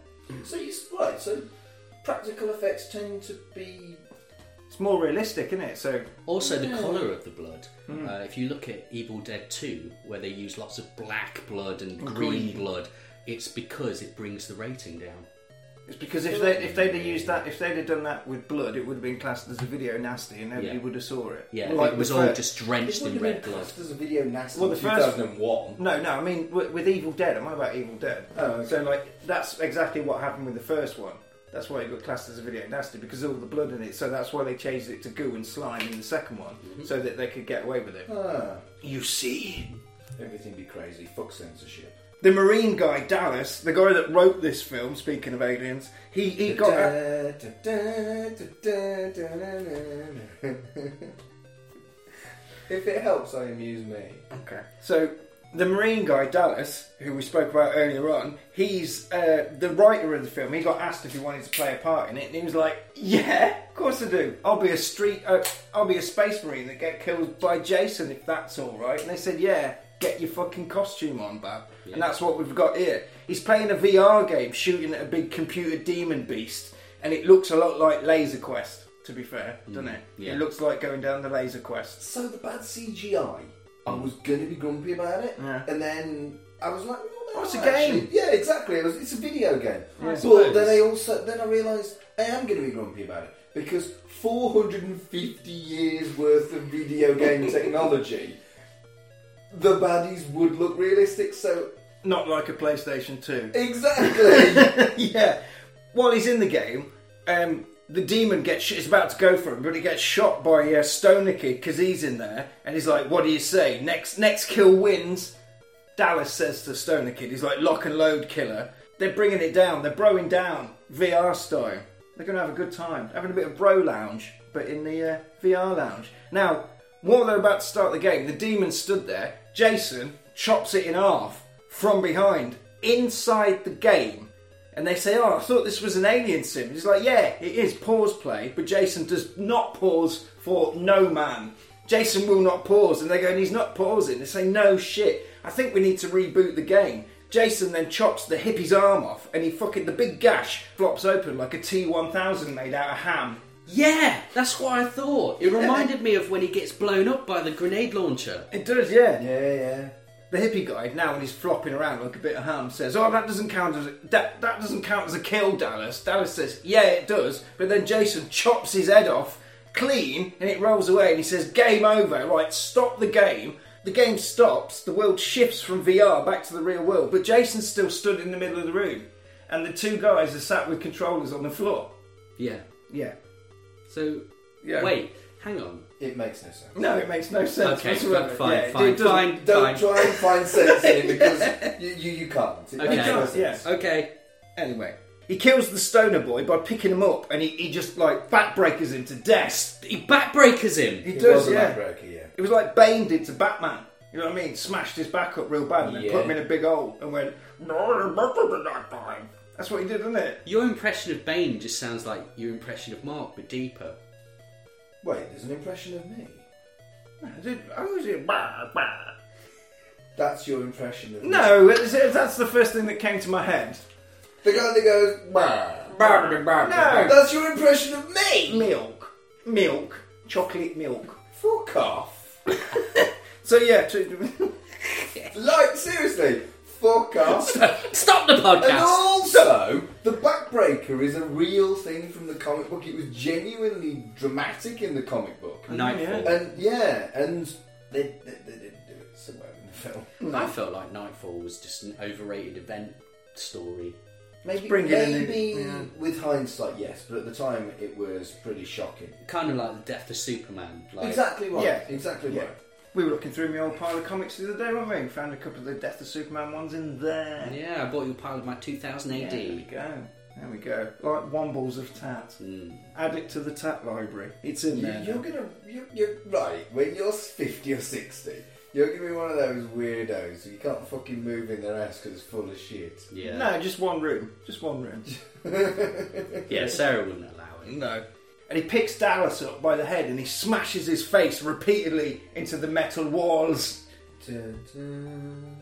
[SPEAKER 5] So you right. So practical effects tend to be
[SPEAKER 1] It's more realistic, isn't it? So,
[SPEAKER 2] Also,
[SPEAKER 1] Hmm.
[SPEAKER 2] the colour of the blood. Uh, if you look at Evil Dead 2, where they use lots of black blood
[SPEAKER 1] Oh,
[SPEAKER 2] and green blood, it's because it brings the rating down.
[SPEAKER 1] it's because if they if they'd have used that if they'd have done that with blood, it would have been classed as a video nasty, and nobody
[SPEAKER 2] Yeah.
[SPEAKER 1] would have saw it.
[SPEAKER 2] Yeah,
[SPEAKER 1] Like
[SPEAKER 2] it was
[SPEAKER 1] the
[SPEAKER 2] all
[SPEAKER 1] fir-
[SPEAKER 2] just drenched in red blood.
[SPEAKER 5] There's a video nasty.
[SPEAKER 1] Well, the first-
[SPEAKER 5] 2001.
[SPEAKER 1] No, no. I mean, with, with Evil Dead, am I about Evil Dead?
[SPEAKER 5] Oh, okay.
[SPEAKER 1] so like that's exactly what happened with the first one. That's why it got classed as a video nasty because of all the blood in it. So that's why they changed it to goo and slime in the second one, so that they could get away with it.
[SPEAKER 5] Mm-hmm. Ah,
[SPEAKER 1] You see,
[SPEAKER 5] everything be crazy. Fuck censorship.
[SPEAKER 1] the Marine guy Dallas, the guy that wrote this film. Speaking of aliens, he he got.
[SPEAKER 5] Da, da, da, da, da, da, da, da, da. *laughs* if it helps, I amuse me.
[SPEAKER 1] Okay. So the Marine guy Dallas, who we spoke about earlier on, he's uh, the writer of the film. He got asked if he wanted to play a part in it, and he was like, "Yeah, of course I do. I'll be a street, uh, I'll be a space marine that get killed by Jason if that's all right." And they said, "Yeah." Get your fucking costume on, bab, and that's what we've got here. He's playing a VR game, shooting at a big computer demon beast, and it looks a lot like Laser Quest. To be fair, doesn't it?
[SPEAKER 2] yeah.
[SPEAKER 1] It looks like going down the Laser Quest.
[SPEAKER 5] So the bad CGI, I was gonna be grumpy about it,
[SPEAKER 1] Yeah.
[SPEAKER 5] and then I was like, well, no,
[SPEAKER 1] Oh, it's a
[SPEAKER 5] actually-
[SPEAKER 1] game.
[SPEAKER 5] Yeah, exactly. It was, it's a video game. but
[SPEAKER 2] suppose.
[SPEAKER 5] then I also then I realised
[SPEAKER 4] I am going to be grumpy about it because 450 years worth of video game technology, the baddies would look realistic. So
[SPEAKER 1] Not like a PlayStation 2.
[SPEAKER 4] exactly.
[SPEAKER 1] *laughs* yeah. While he's in the game, um, the demon gets sh- is about to go for him, but he gets shot by uh, Stoner Kid because he's in there, and he's like, "What do you say? Next next kill wins." Dallas says to Stoner Kid, "He's like lock and load killer." They're bringing it down. They're broing down VR style. They're going to have a good time, having a bit of bro lounge, but in the uh, VR lounge. Now, while they're about to start the game, the demon stood there. Jason chops it in half from behind inside the game. And they say, "Oh, I thought this was an alien sim." And He's like, "Yeah, it is." Pause play, but Jason does not pause for no man. Jason will not pause, and they go, and "He's not pausing." They say, "No shit, I think we need to reboot the game." Jason then chops the hippie's arm off, and he fucking the big gash flops open like a T one thousand made out of ham.
[SPEAKER 2] Yeah, that's what I thought. It reminded me of when he gets blown up by the grenade launcher.
[SPEAKER 1] It does, yeah.
[SPEAKER 5] Yeah, yeah.
[SPEAKER 1] The hippie guy now, when he's flopping around like a bit of ham, says, "Oh, that doesn't count as a, that. That doesn't count as a kill." Dallas. Dallas says, "Yeah, it does." But then Jason chops his head off clean, and it rolls away. And he says, "Game over. Right, stop the game." The game stops. The world shifts from VR back to the real world. But Jason still stood in the middle of the room, and the two guys are sat with controllers on the floor.
[SPEAKER 2] Yeah.
[SPEAKER 1] Yeah.
[SPEAKER 2] So,
[SPEAKER 1] Yeah.
[SPEAKER 2] wait, hang on.
[SPEAKER 5] It makes no sense.
[SPEAKER 1] No, it makes no sense.
[SPEAKER 2] Okay,
[SPEAKER 1] whatsoever.
[SPEAKER 2] fine,
[SPEAKER 1] Yeah, it
[SPEAKER 2] fine,
[SPEAKER 1] doesn't-
[SPEAKER 2] fine,
[SPEAKER 5] Don't
[SPEAKER 2] fine.
[SPEAKER 5] try and find sense in it because you, you, you can't. It
[SPEAKER 2] Okay.
[SPEAKER 5] makes no
[SPEAKER 1] Yeah.
[SPEAKER 5] sense.
[SPEAKER 2] Okay.
[SPEAKER 1] Anyway, he kills the stoner boy by picking him up, and he, he just like backbreakers him to death.
[SPEAKER 2] He backbreakers him.
[SPEAKER 1] He
[SPEAKER 5] It
[SPEAKER 1] does,
[SPEAKER 5] was a
[SPEAKER 1] yeah.
[SPEAKER 5] back breaker, yeah.
[SPEAKER 1] It was like Bane did to Batman. You know what I mean? Smashed his back up real bad and then
[SPEAKER 5] Yeah.
[SPEAKER 1] put him in a big hole and went, "No, you're better than that, Bane." That's what he did, isn't it?
[SPEAKER 2] Your impression of Bane just sounds like your impression of Mark, but deeper.
[SPEAKER 5] Wait, there's an impression of me.
[SPEAKER 1] I did- I was in- bah, bah.
[SPEAKER 5] That's your impression of me.
[SPEAKER 1] No, it's- it's- that's the first thing that came to my head.
[SPEAKER 5] The guy that goes, bah.
[SPEAKER 1] No,
[SPEAKER 5] That's your impression of me!
[SPEAKER 1] milk, milk, chocolate milk.
[SPEAKER 5] Fuck off.
[SPEAKER 1] So yeah, to, *laughs*
[SPEAKER 5] Like, seriously, fuck off.
[SPEAKER 2] Stop the
[SPEAKER 5] And
[SPEAKER 2] podcast!
[SPEAKER 5] also, the backbreaker is a real thing from the comic book. It was genuinely dramatic in the comic book.
[SPEAKER 2] Nightfall.
[SPEAKER 5] And yeah, and they, they, they didn't do it somewhere in the film.
[SPEAKER 2] I felt like Nightfall was just an overrated event story.
[SPEAKER 5] Maybe,
[SPEAKER 1] bring it in,
[SPEAKER 5] maybe
[SPEAKER 1] yeah.
[SPEAKER 5] with hindsight, yes, but at the time it was pretty shocking.
[SPEAKER 2] Kind of like the death of Superman. Like,
[SPEAKER 5] Exactly right.
[SPEAKER 1] Yeah.
[SPEAKER 5] exactly
[SPEAKER 1] Yeah.
[SPEAKER 5] right.
[SPEAKER 1] we were looking through my old pile of comics the other day, weren't we? And found a couple of the Death of Superman ones in there.
[SPEAKER 2] Yeah, I bought you a pile of my 2000 AD.
[SPEAKER 1] There we go. Hmm. There we go. Like Wombles of Tat. Add it to the Tat library. It's in there.
[SPEAKER 5] You, are gonna, you, you're right. When you're fifty or sixty, you're gonna be one of those weirdos who you can't fucking move in their ass because it's full of shit.
[SPEAKER 2] Yeah.
[SPEAKER 1] No, just one room. Just one room.
[SPEAKER 2] Yeah, Sarah wouldn't allow
[SPEAKER 1] *laughs*
[SPEAKER 2] it.
[SPEAKER 1] no. And he picks Dallas up by the head and he smashes his face repeatedly into the metal walls.
[SPEAKER 5] Dun, dun,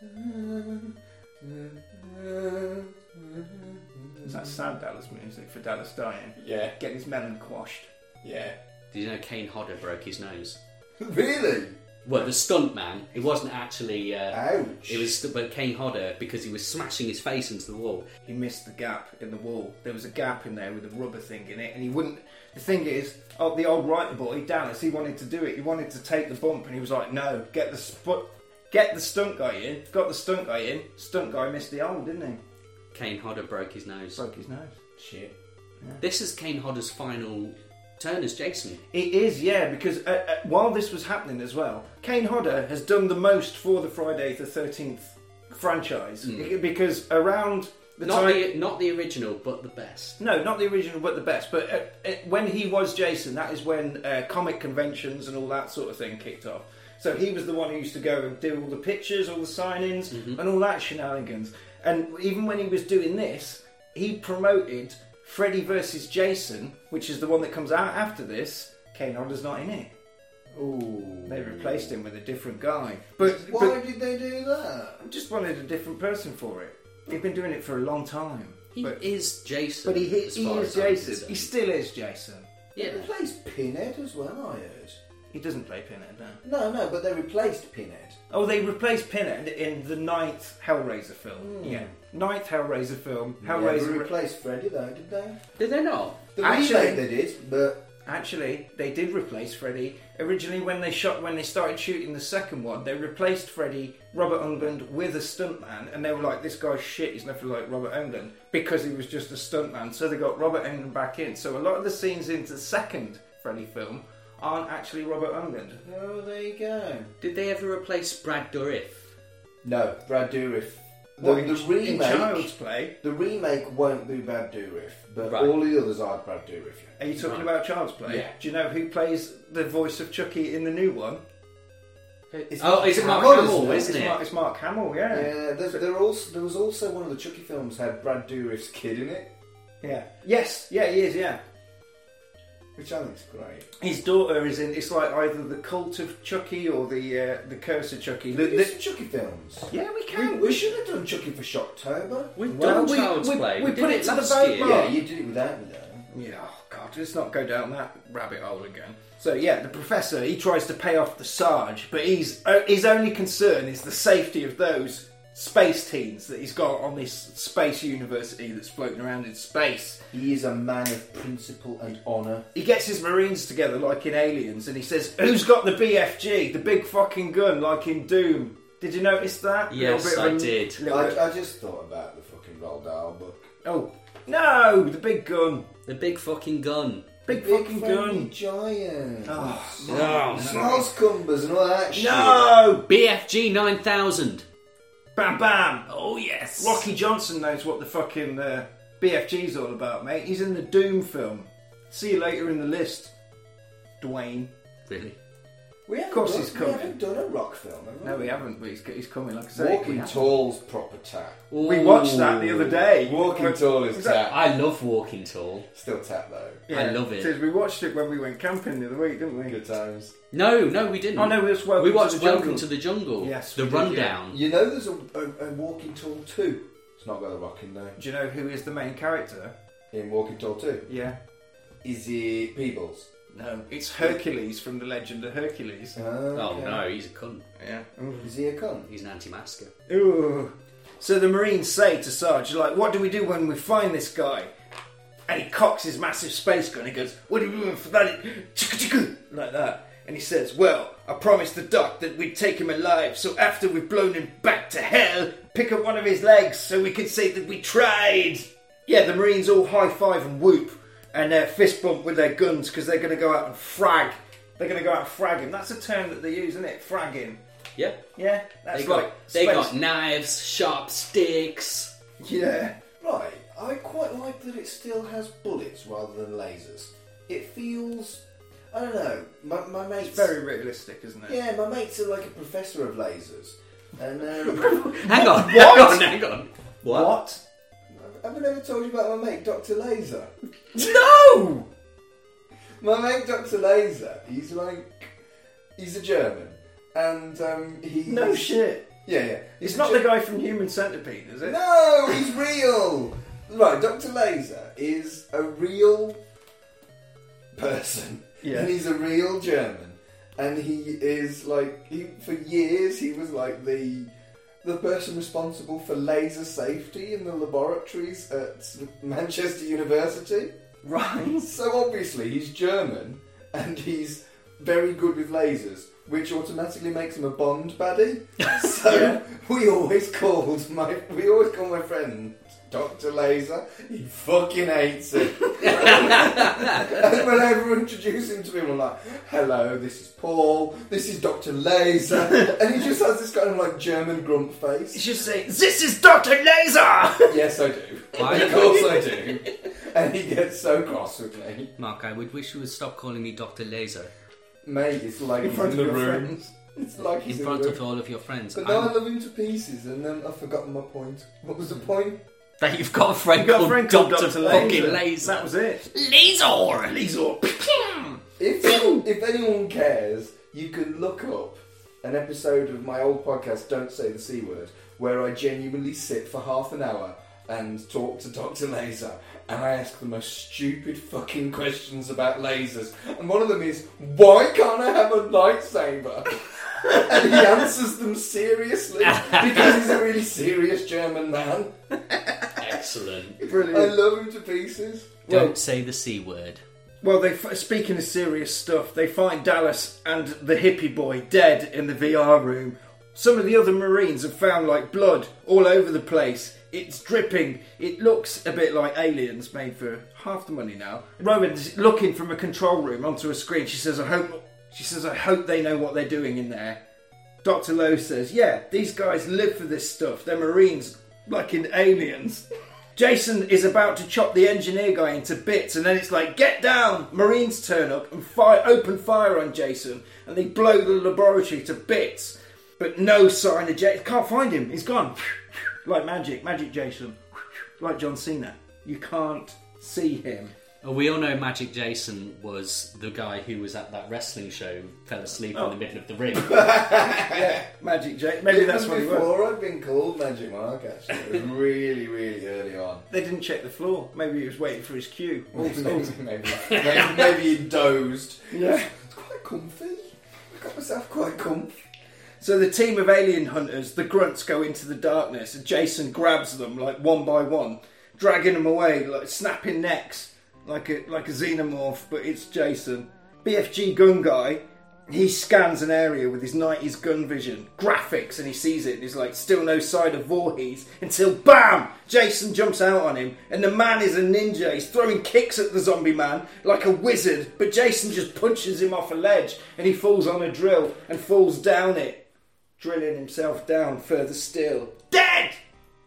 [SPEAKER 5] dun, dun, dun, dun.
[SPEAKER 1] Is that sad Dallas music for Dallas dying?
[SPEAKER 5] Yeah,
[SPEAKER 1] Getting his melon quashed.
[SPEAKER 5] yeah.
[SPEAKER 2] Did you know Kane Hodder broke his nose?
[SPEAKER 5] Really?
[SPEAKER 2] Well, the stunt man. It wasn't actually. Uh,
[SPEAKER 5] Ouch.
[SPEAKER 2] it was, st- but Kane Hodder because he was smashing his face into the wall.
[SPEAKER 1] He missed the gap in the wall. There was a gap in there with a rubber thing in it, and he wouldn't. The thing is, oh, the old writer boy Dallas, he wanted to do it. He wanted to take the bump, and he was like, "No, get the spot, get the stunt guy in." Got the stunt guy in. Stunt guy missed the hole, didn't he?
[SPEAKER 2] Kane Hodder broke his nose.
[SPEAKER 1] Broke his nose.
[SPEAKER 5] Shit.
[SPEAKER 2] This is Kane Hodder's final turn as Jason.
[SPEAKER 1] It is, yeah, because uh, uh, while this was happening as well, Kane Hodder has done the most for the Friday the Thirteenth franchise because around the
[SPEAKER 2] Not
[SPEAKER 1] time.
[SPEAKER 2] the not the original, but the best.
[SPEAKER 1] No, not the original, but the best. But uh, uh, when he was Jason, that is when uh, comic conventions and all that sort of thing kicked off. So he was the one who used to go and do all the pictures, all the sign-ins,
[SPEAKER 2] Mm-hmm.
[SPEAKER 1] and all that shenanigans. And even when he was doing this, he promoted Freddy versus Jason, which is the one that comes out after this. Kane Hodder's not in it.
[SPEAKER 5] Ooh.
[SPEAKER 1] They
[SPEAKER 2] Mm.
[SPEAKER 1] replaced him with a different guy. But,
[SPEAKER 5] Why
[SPEAKER 1] but
[SPEAKER 5] did they do that?
[SPEAKER 1] just wanted a different person for it. He'd been doing it for a long time.
[SPEAKER 2] He
[SPEAKER 1] but,
[SPEAKER 2] is Jason.
[SPEAKER 1] but he, he,
[SPEAKER 2] as
[SPEAKER 1] he
[SPEAKER 2] far
[SPEAKER 1] is
[SPEAKER 2] as I'm
[SPEAKER 1] Jason.
[SPEAKER 2] concerned.
[SPEAKER 1] He still is Jason.
[SPEAKER 2] Yeah.
[SPEAKER 5] They replaced Pinhead as well, I heard.
[SPEAKER 1] He doesn't play Pinhead now.
[SPEAKER 4] No, no, but they replaced Pinhead.
[SPEAKER 1] Oh, they replaced Pinhead in the ninth Hellraiser
[SPEAKER 5] Hmm.
[SPEAKER 1] film. Yeah, ninth Hellraiser film.
[SPEAKER 4] They
[SPEAKER 1] Hellraiser.
[SPEAKER 4] replaced Freddy though, did they?
[SPEAKER 2] Did they not?
[SPEAKER 4] The
[SPEAKER 1] Actually-
[SPEAKER 4] remake they did, but
[SPEAKER 1] Actually, they did replace Freddy. Originally, when they shot, when they started shooting the second one, they replaced Freddy, Robert Englund, with a stuntman, and they were like, "This guy's shit. He's nothing like Robert Englund because he was just a stuntman." So they got Robert Englund back in. So a lot of the scenes in the second Freddy film aren't actually Robert Englund.
[SPEAKER 4] oh, there you go.
[SPEAKER 2] Did they ever replace Brad Dourif?
[SPEAKER 5] No, Brad Dourif. The,
[SPEAKER 4] What, in-
[SPEAKER 5] the
[SPEAKER 4] in
[SPEAKER 5] remake,
[SPEAKER 1] In Child's Play,
[SPEAKER 5] the remake won't be Brad Dourif, but
[SPEAKER 2] Right.
[SPEAKER 5] all the others are Brad Dourif.
[SPEAKER 1] are you talking about Child's Play?
[SPEAKER 5] Yeah.
[SPEAKER 1] Do you know who plays the voice of Chucky in the new one?
[SPEAKER 5] It's
[SPEAKER 2] oh,
[SPEAKER 5] Mark
[SPEAKER 2] it's Mark
[SPEAKER 5] Hamill,
[SPEAKER 2] Hamill,
[SPEAKER 5] isn't it?
[SPEAKER 2] isn't
[SPEAKER 1] it's,
[SPEAKER 2] it?
[SPEAKER 1] Mark, it's Mark Hamill. Yeah.
[SPEAKER 5] Yeah, there's, there, also, there was also one of the Chucky films had Brad Dourif's kid in it,
[SPEAKER 1] Yeah. Yes. Yeah. He is. Yeah.
[SPEAKER 5] which I think's great.
[SPEAKER 1] His daughter is in. It's like either the Cult of Chucky or the uh, the Curse of Chucky. The-
[SPEAKER 5] Look,
[SPEAKER 1] the-
[SPEAKER 5] there's Chucky films.
[SPEAKER 1] yeah, we
[SPEAKER 4] We,
[SPEAKER 1] can.
[SPEAKER 4] we should have done Chucky for Shocktober.
[SPEAKER 2] We've
[SPEAKER 1] Well,
[SPEAKER 2] done
[SPEAKER 1] we-
[SPEAKER 2] Child's
[SPEAKER 1] we-
[SPEAKER 2] Play.
[SPEAKER 1] we
[SPEAKER 2] did
[SPEAKER 1] put it to the
[SPEAKER 2] last
[SPEAKER 1] vote,
[SPEAKER 2] year.
[SPEAKER 1] Mark.
[SPEAKER 5] Yeah, you did it without me though.
[SPEAKER 1] Yeah, oh God, let's not go down that rabbit hole again. So yeah, the professor he tries to pay off the Sarge, but he's uh, his only concern is the safety of those space teens that he's got on this space university that's floating around in space.
[SPEAKER 4] He is a man of principle and honour.
[SPEAKER 1] he gets his marines together like in Aliens and he says, Who's got the BFG, the big fucking gun, like in Doom? Did you notice that?
[SPEAKER 2] Yes,
[SPEAKER 1] Little
[SPEAKER 2] I
[SPEAKER 1] of a-
[SPEAKER 2] did.
[SPEAKER 1] little bit-
[SPEAKER 5] I, I just thought about the fucking Roald Dahl book.
[SPEAKER 1] Oh, no, the big gun.
[SPEAKER 2] The big fucking gun.
[SPEAKER 1] Big,
[SPEAKER 4] Big
[SPEAKER 1] fucking
[SPEAKER 4] friendly
[SPEAKER 1] gun.
[SPEAKER 4] giant.
[SPEAKER 1] Oh,
[SPEAKER 5] Smells cumbers and all that shit.
[SPEAKER 1] no!
[SPEAKER 2] BFG 9000.
[SPEAKER 1] Bam bam!
[SPEAKER 2] Oh, yes.
[SPEAKER 1] Rocky Johnson knows what the fucking uh, BFG's all about, mate. He's in the Doom film. See you later in the list, Dwayne.
[SPEAKER 2] Really?
[SPEAKER 4] We haven't
[SPEAKER 1] course
[SPEAKER 4] done,
[SPEAKER 1] he's
[SPEAKER 4] We
[SPEAKER 1] coming.
[SPEAKER 4] haven't done a rock film, have we?
[SPEAKER 1] No, we haven't, but he's, he's coming, like I say.
[SPEAKER 5] Walking Tall's proper tap.
[SPEAKER 1] We watched that the
[SPEAKER 2] Ooh.
[SPEAKER 1] other day.
[SPEAKER 5] Walking
[SPEAKER 1] But-
[SPEAKER 5] Tall is
[SPEAKER 1] that-
[SPEAKER 5] tap.
[SPEAKER 2] I love Walking Tall.
[SPEAKER 5] Still tap though.
[SPEAKER 2] I love it.
[SPEAKER 1] Says we watched it when we went camping the other week, didn't we?
[SPEAKER 5] Good times.
[SPEAKER 2] No, no, we didn't.
[SPEAKER 1] Oh, no, it was Welcome
[SPEAKER 2] we
[SPEAKER 1] to
[SPEAKER 2] watched
[SPEAKER 1] the
[SPEAKER 2] Welcome
[SPEAKER 1] Jungle.
[SPEAKER 2] to the Jungle.
[SPEAKER 1] Yes,
[SPEAKER 2] The
[SPEAKER 1] we did, yeah.
[SPEAKER 2] Rundown.
[SPEAKER 5] You know there's a, a, a Walking Tall 2. It's not got a rock in there.
[SPEAKER 1] Do you know who is the main character?
[SPEAKER 5] In Walking Tall 2.
[SPEAKER 1] Yeah.
[SPEAKER 5] Is it Peebles?
[SPEAKER 1] No, it's Hercules from the Legend of Hercules.
[SPEAKER 2] Oh, no, he's a cunt.
[SPEAKER 1] Yeah.
[SPEAKER 5] Is he a cunt?
[SPEAKER 2] He's an anti masker.
[SPEAKER 1] Ooh. So the Marines say to Sarge, like, what do we do when we find this guy? And he cocks his massive space gun. He goes, what do we do for that? Chicka, chicka, Like that. And he says, well, I promised the doc that we'd take him alive. So after we've blown him back to hell, pick up one of his legs so we can say that we tried. Yeah, the Marines all high five and whoop and uh, fist bump with their guns because they're going to go out and frag. They're going to go out and frag him. That's a term that they use, isn't it? Fragging.
[SPEAKER 2] Yeah.
[SPEAKER 1] Yeah, that's
[SPEAKER 2] They got,
[SPEAKER 1] like
[SPEAKER 2] they
[SPEAKER 1] space-
[SPEAKER 2] got knives, sharp sticks.
[SPEAKER 1] yeah.
[SPEAKER 5] Right. I quite like that it still has bullets rather than lasers. It feels. I don't know. My, my mates.
[SPEAKER 1] It's very realistic, isn't it?
[SPEAKER 5] Yeah, my mates are like a professor of lasers. And
[SPEAKER 1] *laughs*
[SPEAKER 5] um,
[SPEAKER 2] Hang on, *laughs*
[SPEAKER 1] What?
[SPEAKER 2] hang on, hang on.
[SPEAKER 1] What?
[SPEAKER 5] have I never told you about my mate Doctor Laser?
[SPEAKER 1] No!
[SPEAKER 5] My mate Doctor Laser. He's like he's a German, and um, he
[SPEAKER 1] No shit.
[SPEAKER 5] Yeah, yeah.
[SPEAKER 1] It's
[SPEAKER 5] a
[SPEAKER 1] not
[SPEAKER 5] Ger-
[SPEAKER 1] the guy from Human Centipede, is it?
[SPEAKER 5] No, he's real. Right, Doctor Laser is a real person,
[SPEAKER 1] Yeah.
[SPEAKER 5] and he's a real German, and he is like he for years he was like the the person responsible for laser safety in the laboratories at Manchester University.
[SPEAKER 1] Right.
[SPEAKER 5] So obviously he's German and he's very good with lasers, which automatically makes him a Bond baddie. So
[SPEAKER 1] Yeah.
[SPEAKER 5] we always called my we always call my friend Doctor Laser. He fucking hates it. and whenever we introduce him to him, I'm like, "Hello, this is Paul. This is Doctor Laser," and he just has this kind of like German grump
[SPEAKER 1] You
[SPEAKER 2] *laughs*
[SPEAKER 5] face.
[SPEAKER 1] should say, This is Dr. Laser!
[SPEAKER 5] Yes, I do.
[SPEAKER 2] Why?
[SPEAKER 5] Of course, I do. And he gets so cross with me.
[SPEAKER 2] Mark, I would wish you would stop calling me Dr. Laser
[SPEAKER 5] Mate, it's like
[SPEAKER 1] In
[SPEAKER 5] he's
[SPEAKER 1] front
[SPEAKER 5] in
[SPEAKER 1] of
[SPEAKER 5] the
[SPEAKER 1] your
[SPEAKER 5] room.
[SPEAKER 1] friends.
[SPEAKER 5] It's
[SPEAKER 2] in
[SPEAKER 5] like he's in,
[SPEAKER 2] front
[SPEAKER 5] the
[SPEAKER 2] of
[SPEAKER 5] room.
[SPEAKER 2] all of your friends. Hmm.
[SPEAKER 5] But now I
[SPEAKER 2] I'm-
[SPEAKER 5] love him to pieces, and then I've forgotten my point. What was the point?
[SPEAKER 2] that you've got a friend
[SPEAKER 1] You got a
[SPEAKER 2] called
[SPEAKER 1] friend called
[SPEAKER 2] Dr.
[SPEAKER 1] Dr.
[SPEAKER 2] Fucking
[SPEAKER 1] Laser.
[SPEAKER 2] Laser.
[SPEAKER 1] That was it.
[SPEAKER 2] Laser!
[SPEAKER 1] Laser.
[SPEAKER 5] If anyone, if anyone cares, you can look up an episode of my old podcast, Don't Say the C Word, where I genuinely sit for half an hour and talk to Dr. Laser, and I ask the most stupid fucking questions about lasers. And one of them is, why can't I have a lightsaber? and he answers them seriously because he's a really serious German man.
[SPEAKER 1] *laughs*
[SPEAKER 2] Excellent.
[SPEAKER 5] I
[SPEAKER 1] Brilliant.
[SPEAKER 5] love him to pieces.
[SPEAKER 2] Don't say the c word.
[SPEAKER 1] Well, they f- speaking of serious stuff, they find Dallas and the hippie boy dead in the VR room. Some of the other Marines have found like blood all over the place. It's dripping. It looks a bit like aliens made for half the money now. Rowan's looking from a control room onto a screen. She says, "I hope." She says, "I hope they know what they're doing in there." Doctor Lowe says, "Yeah, these guys live for this stuff. They're Marines, like in aliens." Jason is about to chop the engineer guy into bits, and then it's like, get down! Marines turn up and fire, open fire on Jason, and they blow the laboratory to bits. But no sign of Jason. Can't find him. He's gone. *laughs* like magic, magic Jason, *laughs* like John Cena. You can't see him.
[SPEAKER 2] Oh, We all know Magic Jason was the guy who was at that wrestling show, fell asleep
[SPEAKER 1] Oh.
[SPEAKER 2] in the middle of the
[SPEAKER 1] *laughs*
[SPEAKER 2] ring.
[SPEAKER 1] Magic Jason. Maybe that's what he was.
[SPEAKER 5] before I'd been called Magic Mark, actually. It was really, really early
[SPEAKER 4] *laughs*
[SPEAKER 5] on.
[SPEAKER 1] They didn't check the floor. Maybe he was waiting for his cue. *laughs*
[SPEAKER 5] *laughs* maybe, maybe, maybe, maybe he dozed.
[SPEAKER 1] yeah.
[SPEAKER 5] It's quite comfy. I got myself quite comfy.
[SPEAKER 1] So the team of alien hunters, the grunts, go into the darkness, and Jason grabs them like one by one, dragging them away, like snapping necks, like a like a xenomorph. But it's Jason, BFG gun guy. He scans an area with his 90s gun vision, graphics, and he sees it, and he's like, still no sign of Voorhees, until BAM! Jason jumps out on him, and the man is a ninja. He's throwing kicks at the zombie man like a wizard, but Jason just punches him off a ledge, and he falls on a drill and falls down it drilling himself down further still. Dead!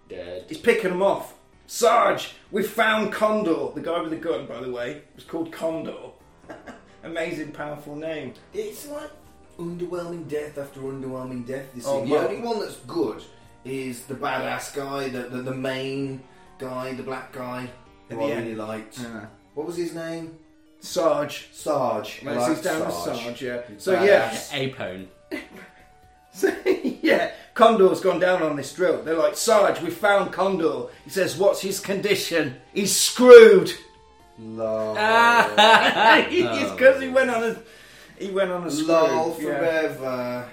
[SPEAKER 2] Dead.
[SPEAKER 1] He's picking them off. Sarge, we found Condor. The guy with the gun, by the way, was called Condor. *laughs* Amazing, powerful name.
[SPEAKER 4] It's like underwhelming death after underwhelming death this
[SPEAKER 1] Oh,
[SPEAKER 4] season.
[SPEAKER 1] well.
[SPEAKER 4] The only one that's good is the badass guy, the, the, the main guy, the black guy, who
[SPEAKER 1] At the
[SPEAKER 4] I
[SPEAKER 1] end.
[SPEAKER 4] really liked. What was his name?
[SPEAKER 1] Sarge. *laughs*
[SPEAKER 4] Sarge. I
[SPEAKER 1] Let's
[SPEAKER 4] liked
[SPEAKER 1] down as
[SPEAKER 4] Sarge.
[SPEAKER 1] Sarge, yeah.
[SPEAKER 4] He's
[SPEAKER 1] So,
[SPEAKER 4] badass.
[SPEAKER 1] yeah.
[SPEAKER 2] Apone.
[SPEAKER 1] So, yeah, Condor's gone down on this drill. They're like, Sarge, we found Condor. He says, What's his condition? He's screwed. *laughs*
[SPEAKER 5] Lol.
[SPEAKER 1] Ah, it's because he went on a. He went on a screw.
[SPEAKER 4] Lol
[SPEAKER 1] yeah.
[SPEAKER 4] forever.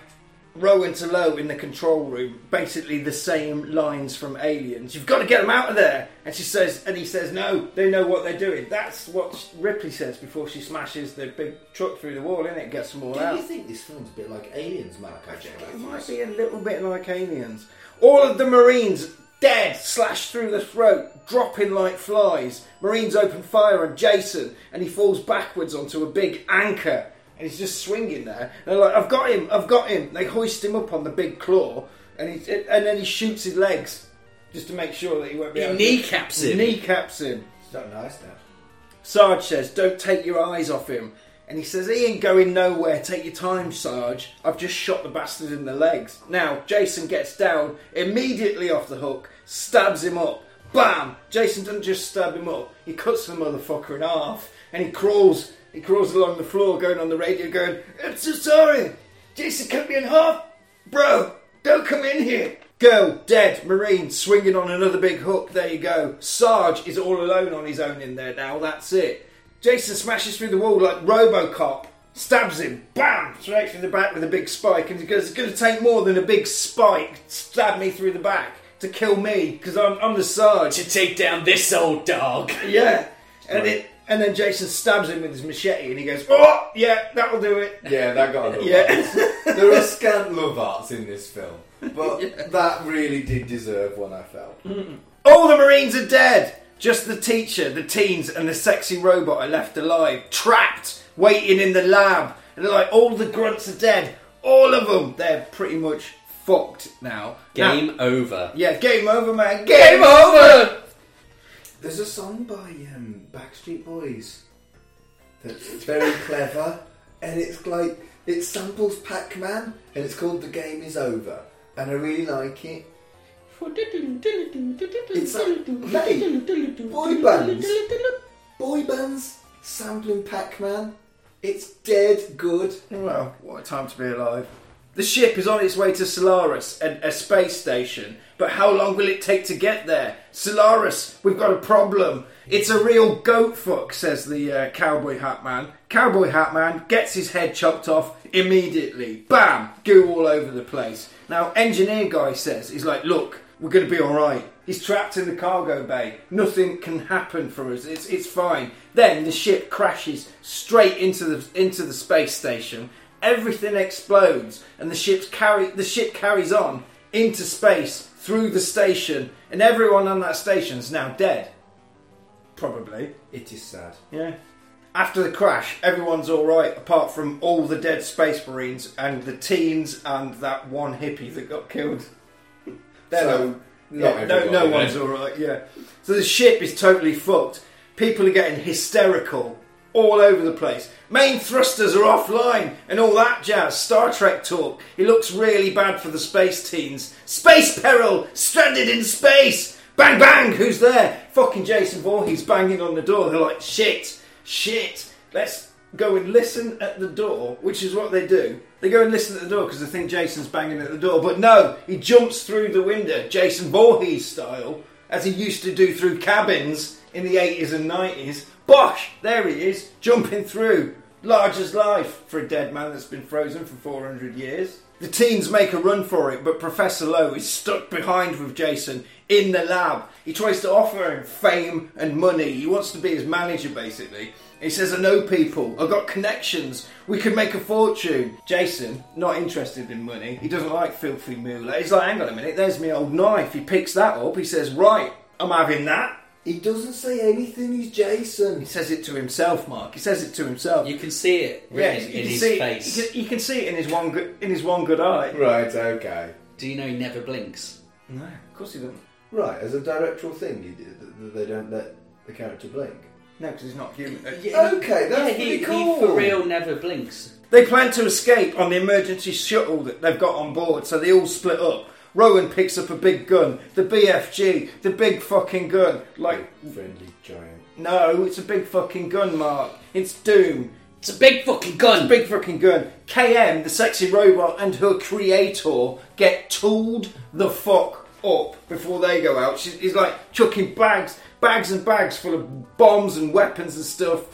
[SPEAKER 1] Rowan to Lowe in the control room, basically the same lines from Aliens. You've got to get them out of there. And she says, and he says, no, they know what they're doing. That's what Ripley says before she smashes the big truck through the wall, innit? Gets them all
[SPEAKER 4] Do
[SPEAKER 1] out.
[SPEAKER 4] you think this film's a bit like Aliens, Malachi J.
[SPEAKER 1] It
[SPEAKER 4] Matthews?
[SPEAKER 1] might be a little bit like aliens. All of the Marines dead, slashed through the throat, dropping like flies. Marines open fire on Jason, and he falls backwards onto a big anchor, and he's just swinging there. And they're like, "I've got him! I've got him!" They hoist him up on the big claw, and he and then he shoots his legs just to make sure that he won't be.
[SPEAKER 2] He
[SPEAKER 1] able to-
[SPEAKER 2] kneecaps him.
[SPEAKER 1] Kneecaps him.
[SPEAKER 4] It's not nice now.
[SPEAKER 1] Sarge says, Don't take your eyes off him. And he says, He ain't going nowhere. Take your time, Sarge. I've just shot the bastard in the legs. Now, Jason gets down, immediately off the hook, stabs him up. Bam! Jason doesn't just stab him up, he cuts the motherfucker in half. And he crawls, he crawls along the floor, going on the radio, going, I'm so sorry. Jason cut me in half. Bro, don't come in here. Girl, dead, Marine, swinging on another big hook. There you go. Sarge is all alone on his own in there now. That's it. Jason smashes through the wall like Robocop. Stabs him, bam, straight through the back with a big spike. And he goes, It's going to take more than a big spike. Stab me through the back to kill me because I'm, I'm the Sarge.
[SPEAKER 2] To take down this old dog.
[SPEAKER 1] *laughs* Yeah. And, it, and then Jason stabs him with his machete and he goes, Oh, yeah, that'll do
[SPEAKER 2] *laughs*
[SPEAKER 1] it.
[SPEAKER 5] Yeah, that got a love
[SPEAKER 1] Yeah. *laughs*
[SPEAKER 5] arts. There are scant love arts in this film, but that really did deserve one, I felt.
[SPEAKER 1] All the Marines are dead! Just the teacher, the teens, and the sexy robot are left alive, trapped, waiting in the lab. And they're like, all the grunts are dead. All of them. They're pretty much fucked now.
[SPEAKER 2] Game
[SPEAKER 1] Now-
[SPEAKER 2] over.
[SPEAKER 1] yeah, game over, man. Game over!
[SPEAKER 4] There's a song by um, Backstreet Boys that's very *laughs* clever, and it's like it samples Pac-Man, and it's called "The Game Is Over," and I really like it. It's like, mate, boy bands, boy bands sampling Pac-Man. It's dead good.
[SPEAKER 1] Well, what a time to be alive. The ship is on its way to Solaris, a, a space station. But how long will it take to get there? Solaris, we've got a problem. It's a real goat fuck, says the uh, cowboy hat man. Cowboy hat man gets his head chopped off immediately. Bam! Goo all over the place. Now, engineer guy says, he's like, look, we're going to be alright. He's trapped in the cargo bay. Nothing can happen for us. It's, it's fine. Then the ship crashes straight into the, into the space station. Everything explodes, and the ship's carry the ship carries on into space through the station, and everyone on that station's now dead. Probably.
[SPEAKER 5] It is sad.
[SPEAKER 1] Yeah. After the crash, everyone's all right, apart from all the dead space marines and the teens and that one hippie that got killed. *laughs* They're
[SPEAKER 5] So,
[SPEAKER 1] not,
[SPEAKER 5] not
[SPEAKER 1] no, no
[SPEAKER 5] everybody,
[SPEAKER 1] one's all right. Yeah. So the ship is totally fucked. People are getting hysterical all over the place. Main thrusters are offline and all that jazz. Star Trek talk. It looks really bad for the space teens. Space peril. Stranded in space. Bang bang. Who's there? Fucking Jason Voorhees banging on the door. They're like, shit, shit. Let's go and listen at the door, which is what they do. They go and listen at the door because they think Jason's banging at the door, but no, he jumps through the window, Jason Voorhees style, as he used to do through cabins in the 80s and 90s. Bosh! There he is, jumping through. Large as life for a dead man that's been frozen for 400 years. The teens make a run for it, but Professor Lowe is stuck behind with Jason in the lab. He tries to offer him fame and money. He wants to be his manager, basically. He says, I know people, I've got connections, we could make a fortune. Jason, not interested in money, he doesn't like filthy moolah. He's like, hang on a minute, there's me old knife. He picks that up, he says, Right, I'm having that.
[SPEAKER 4] He doesn't say anything, he's Jason.
[SPEAKER 1] He says it to himself, Mark. He says it to himself.
[SPEAKER 6] You can see it
[SPEAKER 1] Yeah,
[SPEAKER 6] written
[SPEAKER 1] you
[SPEAKER 6] in
[SPEAKER 1] can
[SPEAKER 6] his
[SPEAKER 1] see,
[SPEAKER 6] face.
[SPEAKER 1] You can, you can see it in his one good, in his one good eye.
[SPEAKER 5] Right, okay.
[SPEAKER 6] Do you know he never blinks?
[SPEAKER 1] No, of course he doesn't.
[SPEAKER 5] Right, as a directorial thing, you, th- th- they don't let the character blink.
[SPEAKER 1] No, because he's not *laughs* human. Uh,
[SPEAKER 5] Okay, that's
[SPEAKER 6] yeah, he,
[SPEAKER 5] pretty
[SPEAKER 6] he
[SPEAKER 5] cool.
[SPEAKER 6] for real never blinks.
[SPEAKER 1] They plan to escape on the emergency shuttle that they've got on board, so they all split up. Rowan picks up a big gun, the BFG, the big fucking gun. Like,
[SPEAKER 5] Friendly giant.
[SPEAKER 1] no, it's a big fucking gun, Mark. It's Doom.
[SPEAKER 6] It's a big fucking gun.
[SPEAKER 1] Big fucking gun. KM, the sexy robot, and her creator get tooled the fuck up before they go out. She's, he's like chucking bags, bags and bags full of bombs and weapons and stuff.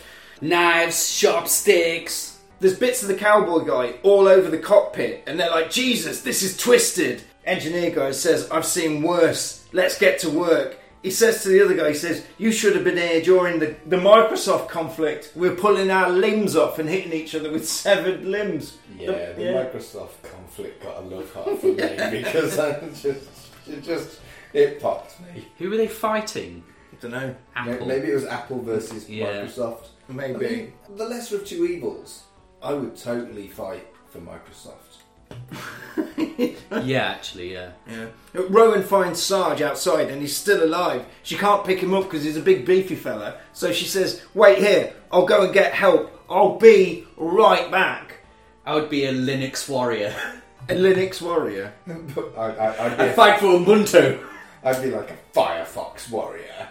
[SPEAKER 6] Knives, sharp sticks.
[SPEAKER 1] There's bits of the cowboy guy all over the cockpit, and they're like, Jesus, this is twisted. Engineer guy says, I've seen worse. Let's get to work. He says to the other guy, he says, You should have been here during the, the Microsoft conflict. We're pulling our limbs off and hitting each other with *laughs* severed limbs.
[SPEAKER 5] Yeah, the Microsoft conflict got a love heart for me *laughs* because I just, it just, it popped me.
[SPEAKER 2] Who were
[SPEAKER 6] *laughs*
[SPEAKER 2] they fighting?
[SPEAKER 1] I don't know.
[SPEAKER 5] May-
[SPEAKER 2] Apple.
[SPEAKER 5] Maybe it was Apple versus
[SPEAKER 2] Yeah.
[SPEAKER 5] Microsoft.
[SPEAKER 1] Maybe.
[SPEAKER 5] I mean, the lesser of two evils. I would totally fight for Microsoft. *laughs*
[SPEAKER 2] Yeah, actually, yeah.
[SPEAKER 1] Yeah. Rowan finds Sarge outside and he's still alive. She can't pick him up because he's a big beefy fella. So she says, Wait here, I'll go and get help. I'll be right back.
[SPEAKER 2] I would be a
[SPEAKER 6] *laughs*
[SPEAKER 2] Linux warrior.
[SPEAKER 1] A Linux warrior.
[SPEAKER 5] I, I, I'd, be a,
[SPEAKER 2] Fight for Ubuntu.
[SPEAKER 5] I'd be like a Firefox warrior.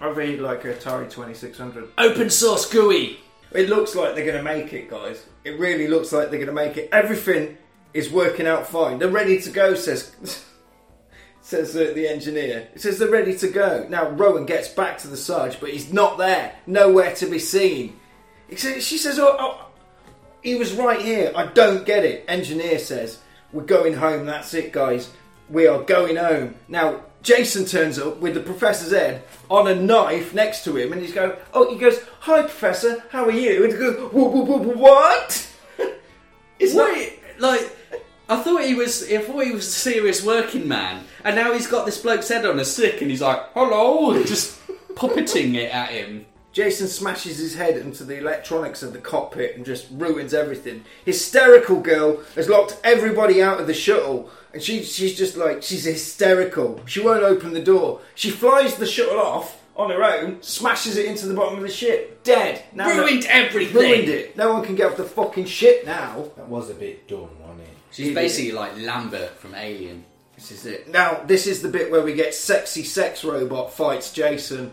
[SPEAKER 1] I read like Atari 2600.
[SPEAKER 2] Open source GUI.
[SPEAKER 1] It looks like they're going to make it, guys. It really looks like they're going to make it. Everything is working out fine. They're ready to go, says *laughs* says uh, the engineer. It says they're ready to go. Now Rowan gets back to the Sarge, but he's not there. Nowhere to be seen. He says- She says, oh, oh, he was right here. I don't get it. Engineer says, We're going home. That's it, guys. We are going home. Now, Jason turns up with the professor's head on a knife next to him and he's going, Oh, he goes, Hi, Professor, how are you? And he goes, "Wh- wh- wh- What? It's not-
[SPEAKER 2] What? Like, I thought he was. I thought he was a serious working man, and now he's got this bloke's head on a stick, and he's like, "Hello," and just puppeting it at him.
[SPEAKER 1] Jason smashes his head into the electronics of the cockpit and just ruins everything. Hysterical girl has locked everybody out of the shuttle, and she, she's just like, she's hysterical. She won't open the door. She flies the shuttle off on her own, smashes it into the bottom of the ship, dead. Now
[SPEAKER 6] Ruined
[SPEAKER 1] no,
[SPEAKER 6] everything.
[SPEAKER 1] Ruined it. No one can get off the fucking ship now.
[SPEAKER 5] That was a bit dumb, wasn't it?
[SPEAKER 6] She's basically like Lambert from Alien.
[SPEAKER 1] This is it. Now, this is the bit where we get sexy sex robot fights Jason.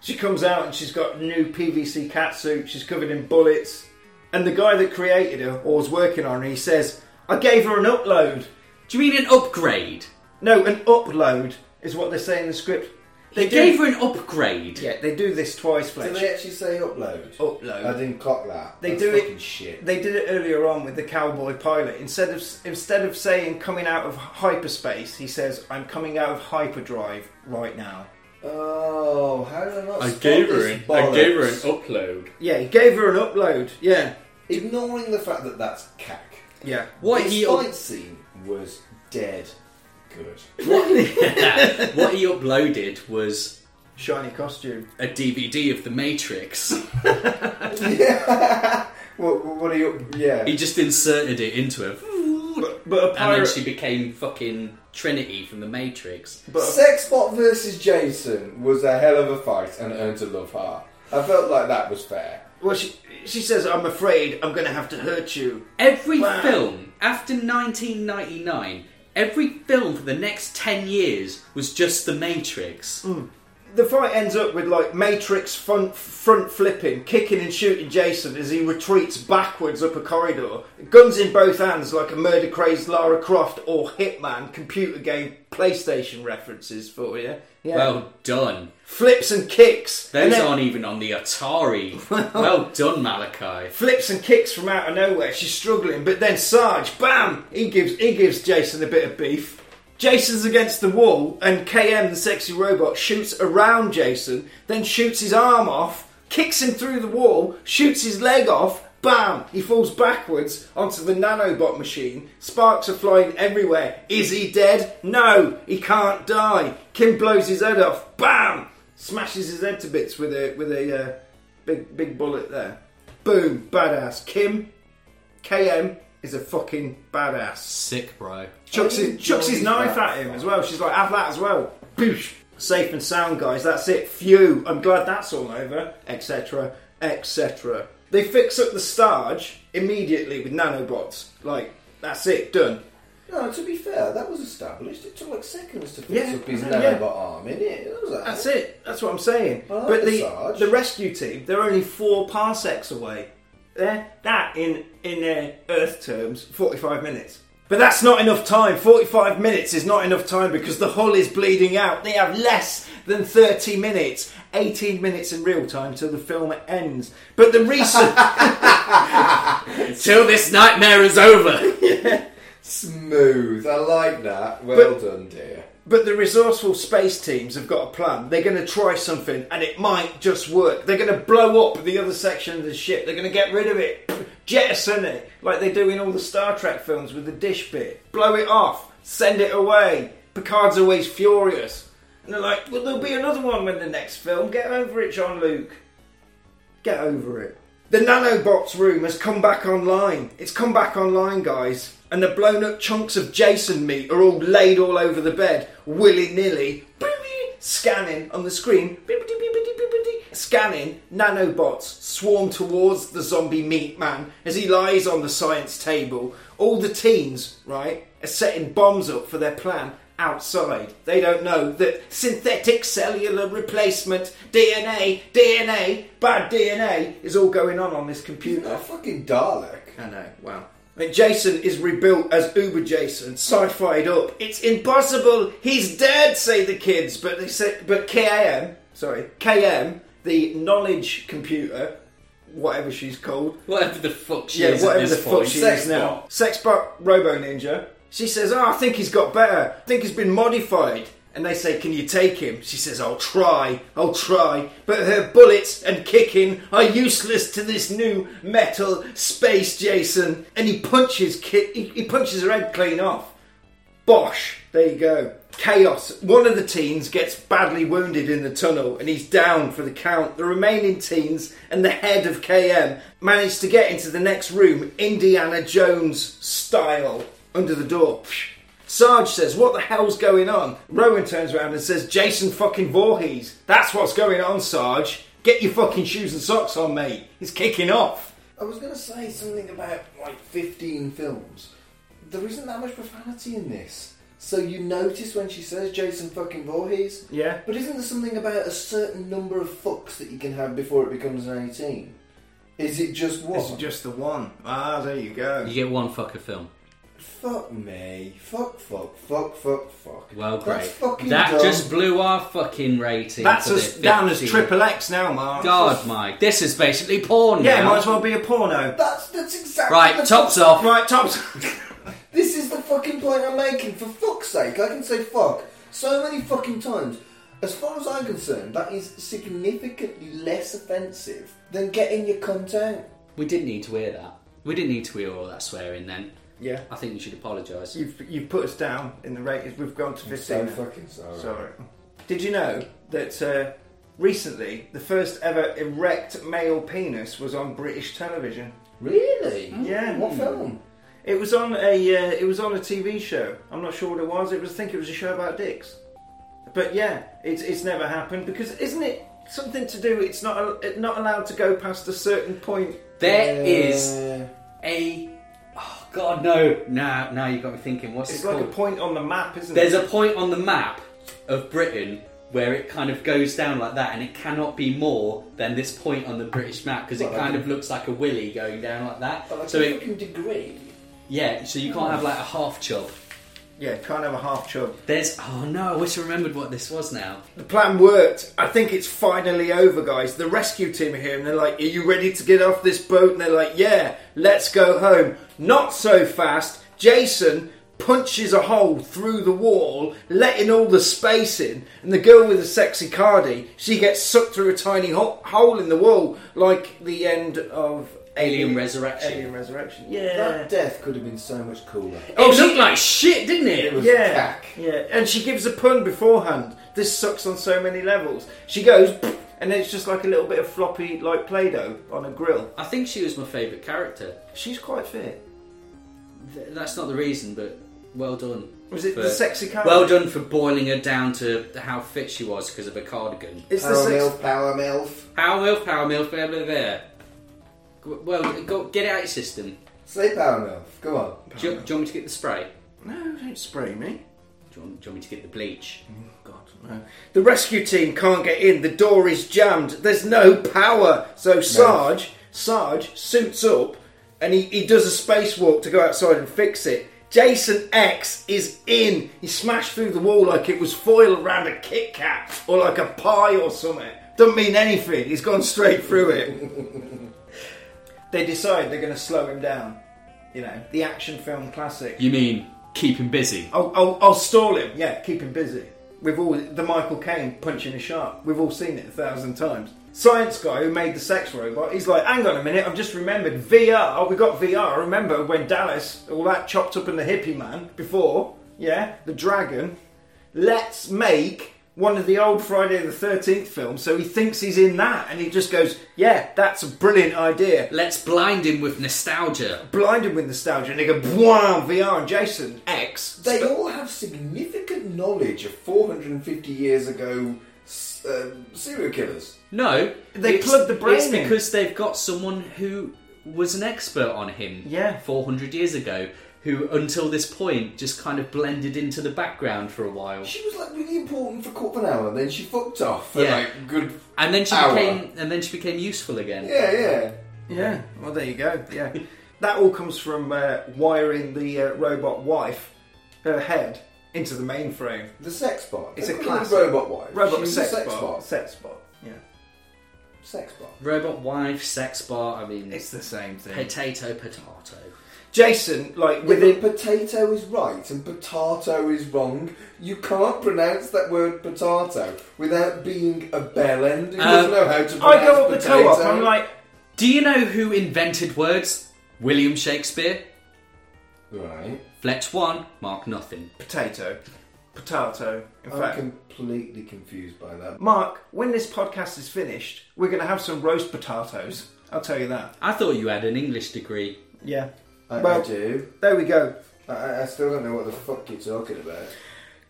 [SPEAKER 1] She comes out and she's got a new PVC catsuit. She's covered in bullets. And the guy that created her or was working on her, he says, I gave her an upload.
[SPEAKER 2] Do you mean an upgrade?
[SPEAKER 1] No, an upload is what they say in the script. They
[SPEAKER 2] They gave her an upgrade.
[SPEAKER 1] Yeah, they do this twice, Fletch.
[SPEAKER 5] Did they actually say upload?
[SPEAKER 1] Upload.
[SPEAKER 5] I didn't clock that.
[SPEAKER 1] They
[SPEAKER 5] That's
[SPEAKER 1] do
[SPEAKER 5] fucking
[SPEAKER 1] it.
[SPEAKER 5] Shit.
[SPEAKER 1] They did it earlier on with the cowboy pilot. Instead of instead of saying coming out of hyperspace, he says, "I'm coming out of hyperdrive right now."
[SPEAKER 5] Oh, how did I not?
[SPEAKER 7] I
[SPEAKER 5] spot
[SPEAKER 7] gave her
[SPEAKER 5] this
[SPEAKER 7] an, I gave her an
[SPEAKER 5] bollocks?
[SPEAKER 7] upload.
[SPEAKER 1] Yeah, he gave her an upload. Yeah,
[SPEAKER 5] Ignoring the fact that that's cack.
[SPEAKER 1] yeah.
[SPEAKER 2] What
[SPEAKER 5] This
[SPEAKER 2] he
[SPEAKER 5] fight scene was dead good.
[SPEAKER 2] what, *laughs* what he uploaded was
[SPEAKER 1] Shiny costume.
[SPEAKER 2] a DVD of The Matrix.
[SPEAKER 5] What? What are you? Yeah.
[SPEAKER 2] He just inserted it into her,
[SPEAKER 1] But a
[SPEAKER 2] and then
[SPEAKER 1] pirate.
[SPEAKER 2] she became fucking Trinity from The Matrix.
[SPEAKER 5] Sexbot versus Jason was a hell of a fight and earned a love heart. I felt like that was fair.
[SPEAKER 1] well, she she says, "I'm afraid I'm going to have to hurt you."
[SPEAKER 2] Every
[SPEAKER 1] Wow.
[SPEAKER 2] film after 1999, every film for the next 10 years was just The Matrix.
[SPEAKER 1] Mm. The fight ends up with like Matrix front, front flipping, kicking and shooting Jason as he retreats backwards up a corridor, guns in both hands like a murder crazed Lara Croft or Hitman computer game PlayStation references for you. Yeah.
[SPEAKER 2] Well done.
[SPEAKER 1] flips and kicks. and
[SPEAKER 2] Those
[SPEAKER 1] then
[SPEAKER 2] aren't even on
[SPEAKER 1] *laughs*
[SPEAKER 2] the Atari. well done, Malachi.
[SPEAKER 1] Flips and kicks from out of nowhere. She's struggling, but then Sarge, bam! He gives he gives Jason a bit of beef. Jason's against the wall, and KM, the sexy robot, shoots around Jason, then shoots his arm off, kicks him through the wall, shoots his leg off, bam! He falls backwards onto the nanobot machine. Sparks are flying everywhere. Is he dead? No, he can't die. Kim blows his head off, bam! Smashes his head to bits with a with a uh, big big bullet there. Boom, badass. Kim, KM is a fucking badass
[SPEAKER 2] Sick, bro.
[SPEAKER 1] chucks
[SPEAKER 5] I
[SPEAKER 1] his,
[SPEAKER 5] enjoyed
[SPEAKER 1] chucks his knife
[SPEAKER 5] that.
[SPEAKER 1] at him as well. She's like, have that as well. Boosh. Safe and sound, guys. That's it. Phew. I'm glad that's all over. Etc. Etc. They fix up the Starge immediately with nanobots. Like, that's it. Done.
[SPEAKER 5] No, to be fair, that was established. It took like seconds to fix
[SPEAKER 1] Yeah,
[SPEAKER 5] up his
[SPEAKER 1] yeah.
[SPEAKER 5] nanobot arm, innit? That was like,
[SPEAKER 1] That's it. That's what I'm saying.
[SPEAKER 5] I like
[SPEAKER 1] but
[SPEAKER 5] the
[SPEAKER 1] the
[SPEAKER 5] Sarge.
[SPEAKER 1] the rescue team, they're only four parsecs away. they that in in uh, Earth terms, 45 minutes. But that's not enough time. 45 minutes is not enough time because the hull is bleeding out. They have less than 30 minutes, 18 minutes in real time till the film ends. But the research.
[SPEAKER 2] Till this nightmare is over.
[SPEAKER 5] Smooth. I like that. Well
[SPEAKER 1] But-
[SPEAKER 5] done, dear.
[SPEAKER 1] But the resourceful space teams have got a plan. They're going to try something and it might just work. They're going to blow up the other section of the ship. They're going to get rid of it, jettison it, like they do in all the Star Trek films with the dish bit. Blow it off, send it away. Picard's always furious. And they're like, well, there'll be another one when the next film. Get over it, John Luke. Get over it. The nanobots room has come back online. It's come back online, guys. And the blown up chunks of Jason meat are all laid all over the bed, willy nilly, scanning on the screen. Scanning, nanobots swarm towards the zombie meat man as he lies on the science table. All the teens, right, are setting bombs up for their plan outside. They don't know that synthetic cellular replacement, DNA, DNA, bad DNA is all going on on this
[SPEAKER 5] A
[SPEAKER 1] computer.
[SPEAKER 5] fucking Dalek.
[SPEAKER 1] I know, wow. And Jason is rebuilt as Uber Jason, sci-fi'd up. It's impossible, he's dead, say the kids, but they say, but KM, sorry, KM, the knowledge computer, whatever she's called,
[SPEAKER 2] Whatever the fuck she
[SPEAKER 1] yeah,
[SPEAKER 2] is
[SPEAKER 1] whatever
[SPEAKER 2] at
[SPEAKER 1] the
[SPEAKER 2] this
[SPEAKER 1] fuck
[SPEAKER 2] point.
[SPEAKER 1] she is now. Sexbot Robo Ninja. She says, "Oh, I think he's got better. I think he's been modified." And they say, "Can you take him?" She says, "I'll try. I'll try." But her bullets and kicking are useless to this new metal space Jason. And he punches ki- he, he punches her head clean off. Bosh! There you go. Chaos. One of the teens gets badly wounded in the tunnel and he's down for the count. The remaining teens and the head of KM manage to get into the next room, Indiana Jones style, under the door. Psh. Sarge says, What the hell's going on? Rowan turns around and says, Jason fucking Voorhees. That's what's going on, Sarge. Get your fucking shoes and socks on, mate. He's kicking off.
[SPEAKER 5] I was going to say something about like 15 films. There isn't that much profanity in this. So you notice when she says Jason fucking Voorhees?
[SPEAKER 1] Yeah.
[SPEAKER 5] But isn't there something about a certain number of fucks that you can have before it becomes an 18? Is it just one?
[SPEAKER 1] This is just the one. Ah, there you go.
[SPEAKER 2] You get one fucker film.
[SPEAKER 5] Fuck me. Fuck, fuck, fuck, fuck, fuck.
[SPEAKER 2] Well, great.
[SPEAKER 5] That's fucking
[SPEAKER 2] that
[SPEAKER 5] dumb.
[SPEAKER 2] just blew our fucking rating.
[SPEAKER 1] That's
[SPEAKER 2] to the
[SPEAKER 1] us down as
[SPEAKER 2] 50.
[SPEAKER 1] triple X now, Mark.
[SPEAKER 2] God, Mike, this is basically porn.
[SPEAKER 1] Yeah,
[SPEAKER 2] now.
[SPEAKER 1] might as well be a porno.
[SPEAKER 5] That's, that's exactly the
[SPEAKER 1] *laughs*
[SPEAKER 2] Right, tops
[SPEAKER 5] fuck-
[SPEAKER 2] off.
[SPEAKER 1] Right, tops.
[SPEAKER 5] This is the fucking point I'm making. For fuck's sake, I can say fuck so many fucking times. As far as I'm concerned, that is significantly less offensive than getting your cunt out.
[SPEAKER 2] We didn't need to hear that. We didn't need to hear all that swearing then.
[SPEAKER 1] yeah,
[SPEAKER 2] I think you should apologise.
[SPEAKER 1] you've you've put us down in the ratings. We've gone to fifteen. now.
[SPEAKER 5] sorry.
[SPEAKER 1] Sorry. Did you know that uh, recently the first ever erect male penis was on British television?
[SPEAKER 5] Really?
[SPEAKER 1] Yeah. Hmm.
[SPEAKER 5] What film?
[SPEAKER 1] It was on a uh, it was on a TV show. I'm not sure what it was. It was I think it was a show about dicks. But yeah, it's it's never happened because isn't it something to do? It's not al- it not allowed to go past a certain point.
[SPEAKER 2] There is
[SPEAKER 5] Uh,
[SPEAKER 2] a. Oh, God, no. Now, now you got me thinking, what's
[SPEAKER 1] It's
[SPEAKER 2] it
[SPEAKER 1] like
[SPEAKER 2] called?
[SPEAKER 1] a point on the map, isn't
[SPEAKER 2] There's
[SPEAKER 1] it?
[SPEAKER 2] a point on the map of Britain where it kind of goes down like that, and it cannot be more than this point on the British map because it
[SPEAKER 5] Well, I
[SPEAKER 2] kind
[SPEAKER 5] can-
[SPEAKER 2] of looks like a willy going down like that.
[SPEAKER 5] but like
[SPEAKER 2] so
[SPEAKER 5] a
[SPEAKER 2] it,
[SPEAKER 5] fucking degree.
[SPEAKER 2] yeah, so you can't have like a half chub.
[SPEAKER 1] yeah, can't have a half chub.
[SPEAKER 2] There's oh no, I wish I remembered what this was now.
[SPEAKER 1] The plan worked. I think it's finally over, guys. The rescue team are here and they're like, Are you ready to get off this boat? And they're like, Yeah, let's go home. Not so fast. Jason punches a hole through the wall, letting all the space in. And the girl with the sexy cardi, she gets sucked through a tiny ho- hole in the wall, like the end of
[SPEAKER 2] Alien Resurrection.
[SPEAKER 1] Alien Resurrection. Yeah.
[SPEAKER 5] That death could have been so much cooler.
[SPEAKER 2] Oh, it looked like shit, didn't it?
[SPEAKER 5] It was
[SPEAKER 1] yeah,
[SPEAKER 5] cack.
[SPEAKER 1] yeah, and she gives a pun beforehand. This sucks on so many levels. She goes, and then it's just like a little bit of floppy, like Play-Doh on a grill.
[SPEAKER 2] I think she was my favourite character.
[SPEAKER 1] She's quite fit.
[SPEAKER 2] Th- that's not the reason, but well done.
[SPEAKER 1] Was it the
[SPEAKER 2] for-
[SPEAKER 1] sexy cardigan?
[SPEAKER 2] Well done for boiling her down to how fit she was because of her cardigan.
[SPEAKER 1] It's the
[SPEAKER 5] Power
[SPEAKER 1] sex-
[SPEAKER 5] milf, power milf.
[SPEAKER 2] Power milf, power milf, blah blah blah. G- Well, go, get it out of your system.
[SPEAKER 5] Say power milf. Go on.
[SPEAKER 2] Do you, do you want me to get the spray?
[SPEAKER 1] No, don't spray me.
[SPEAKER 2] Do you, want, do you want me to get the bleach?
[SPEAKER 1] God, no. The rescue team can't get in. The door is jammed. There's no power. So Sarge, Sarge suits up, and he, he does a spacewalk to go outside and fix it. Jason X is in. He smashed through the wall like it was foil around a Kit Kat or like a pie or something. Doesn't mean anything. He's gone straight through it. they decide they're going to slow him down. You know, the action film classic.
[SPEAKER 2] You mean keep him busy?
[SPEAKER 1] I'll, I'll, I'll stall him. Yeah, keep him busy. We've all the Michael Caine punching a shark. We've all seen it a thousand times. Science guy who made the sex robot. He's like, hang on a minute. I've just remembered VR. Oh, we got VR. Remember when Dallas all that chopped up in the hippie man before? Yeah, the dragon. Let's make one of the old Friday the Thirteenth films. So he thinks he's in that, and he just goes, yeah, that's a brilliant idea
[SPEAKER 2] Let's blind him with nostalgia.
[SPEAKER 1] blinded with nostalgia and they go, wow, VR and Jason X.
[SPEAKER 5] They
[SPEAKER 1] Sp-
[SPEAKER 5] all have significant knowledge of 450 years ago s- um, serial killers.
[SPEAKER 2] No,
[SPEAKER 1] They
[SPEAKER 2] it's-
[SPEAKER 1] plugged the brain
[SPEAKER 2] It's
[SPEAKER 1] in.
[SPEAKER 2] because they've got someone who was an expert on him.
[SPEAKER 1] Yeah.
[SPEAKER 2] 400 years ago, who until this point just kind of blended into the background for a while.
[SPEAKER 5] She was like really important for quarter of an hour, and then she fucked off for
[SPEAKER 2] Yeah.
[SPEAKER 5] like good.
[SPEAKER 2] And then she
[SPEAKER 5] hour.
[SPEAKER 2] became and then she became useful again.
[SPEAKER 5] Yeah, yeah.
[SPEAKER 1] yeah, well, there you go.
[SPEAKER 5] *laughs*
[SPEAKER 1] Yeah. that all comes from uh, wiring the uh, robot wife, her head, into the mainframe.
[SPEAKER 5] The sex bot.
[SPEAKER 1] It's
[SPEAKER 5] They
[SPEAKER 1] a
[SPEAKER 5] call her
[SPEAKER 1] classic.
[SPEAKER 5] robot wife.
[SPEAKER 1] Robot
[SPEAKER 5] She was a
[SPEAKER 1] sex,
[SPEAKER 5] sex
[SPEAKER 1] bot.
[SPEAKER 5] bot.
[SPEAKER 1] Sex bot, yeah.
[SPEAKER 5] Sex bot.
[SPEAKER 2] Robot wife, sex bar, I mean
[SPEAKER 1] It's the same thing.
[SPEAKER 2] potato potato.
[SPEAKER 1] Jason, like,
[SPEAKER 5] Within
[SPEAKER 1] within.
[SPEAKER 5] potato is right and potato is wrong. You can't pronounce that word potato without being a bell end who doesn't know how to pronounce
[SPEAKER 1] Um, I go up the
[SPEAKER 5] potato.
[SPEAKER 1] co op, I'm like,
[SPEAKER 2] Do you know who invented words? William Shakespeare?
[SPEAKER 5] Right.
[SPEAKER 2] Fletch one, mark nothing.
[SPEAKER 1] potato. Potato, in
[SPEAKER 5] I'm
[SPEAKER 1] fact.
[SPEAKER 5] completely confused by that.
[SPEAKER 1] Mark, when this podcast is finished, we're going to have some roast potatoes. I'll tell you that.
[SPEAKER 2] I thought you had an English degree.
[SPEAKER 1] Yeah.
[SPEAKER 5] I,
[SPEAKER 1] Well-
[SPEAKER 5] I do.
[SPEAKER 1] There we go.
[SPEAKER 5] I- I, I still don't know what the fuck you're talking about.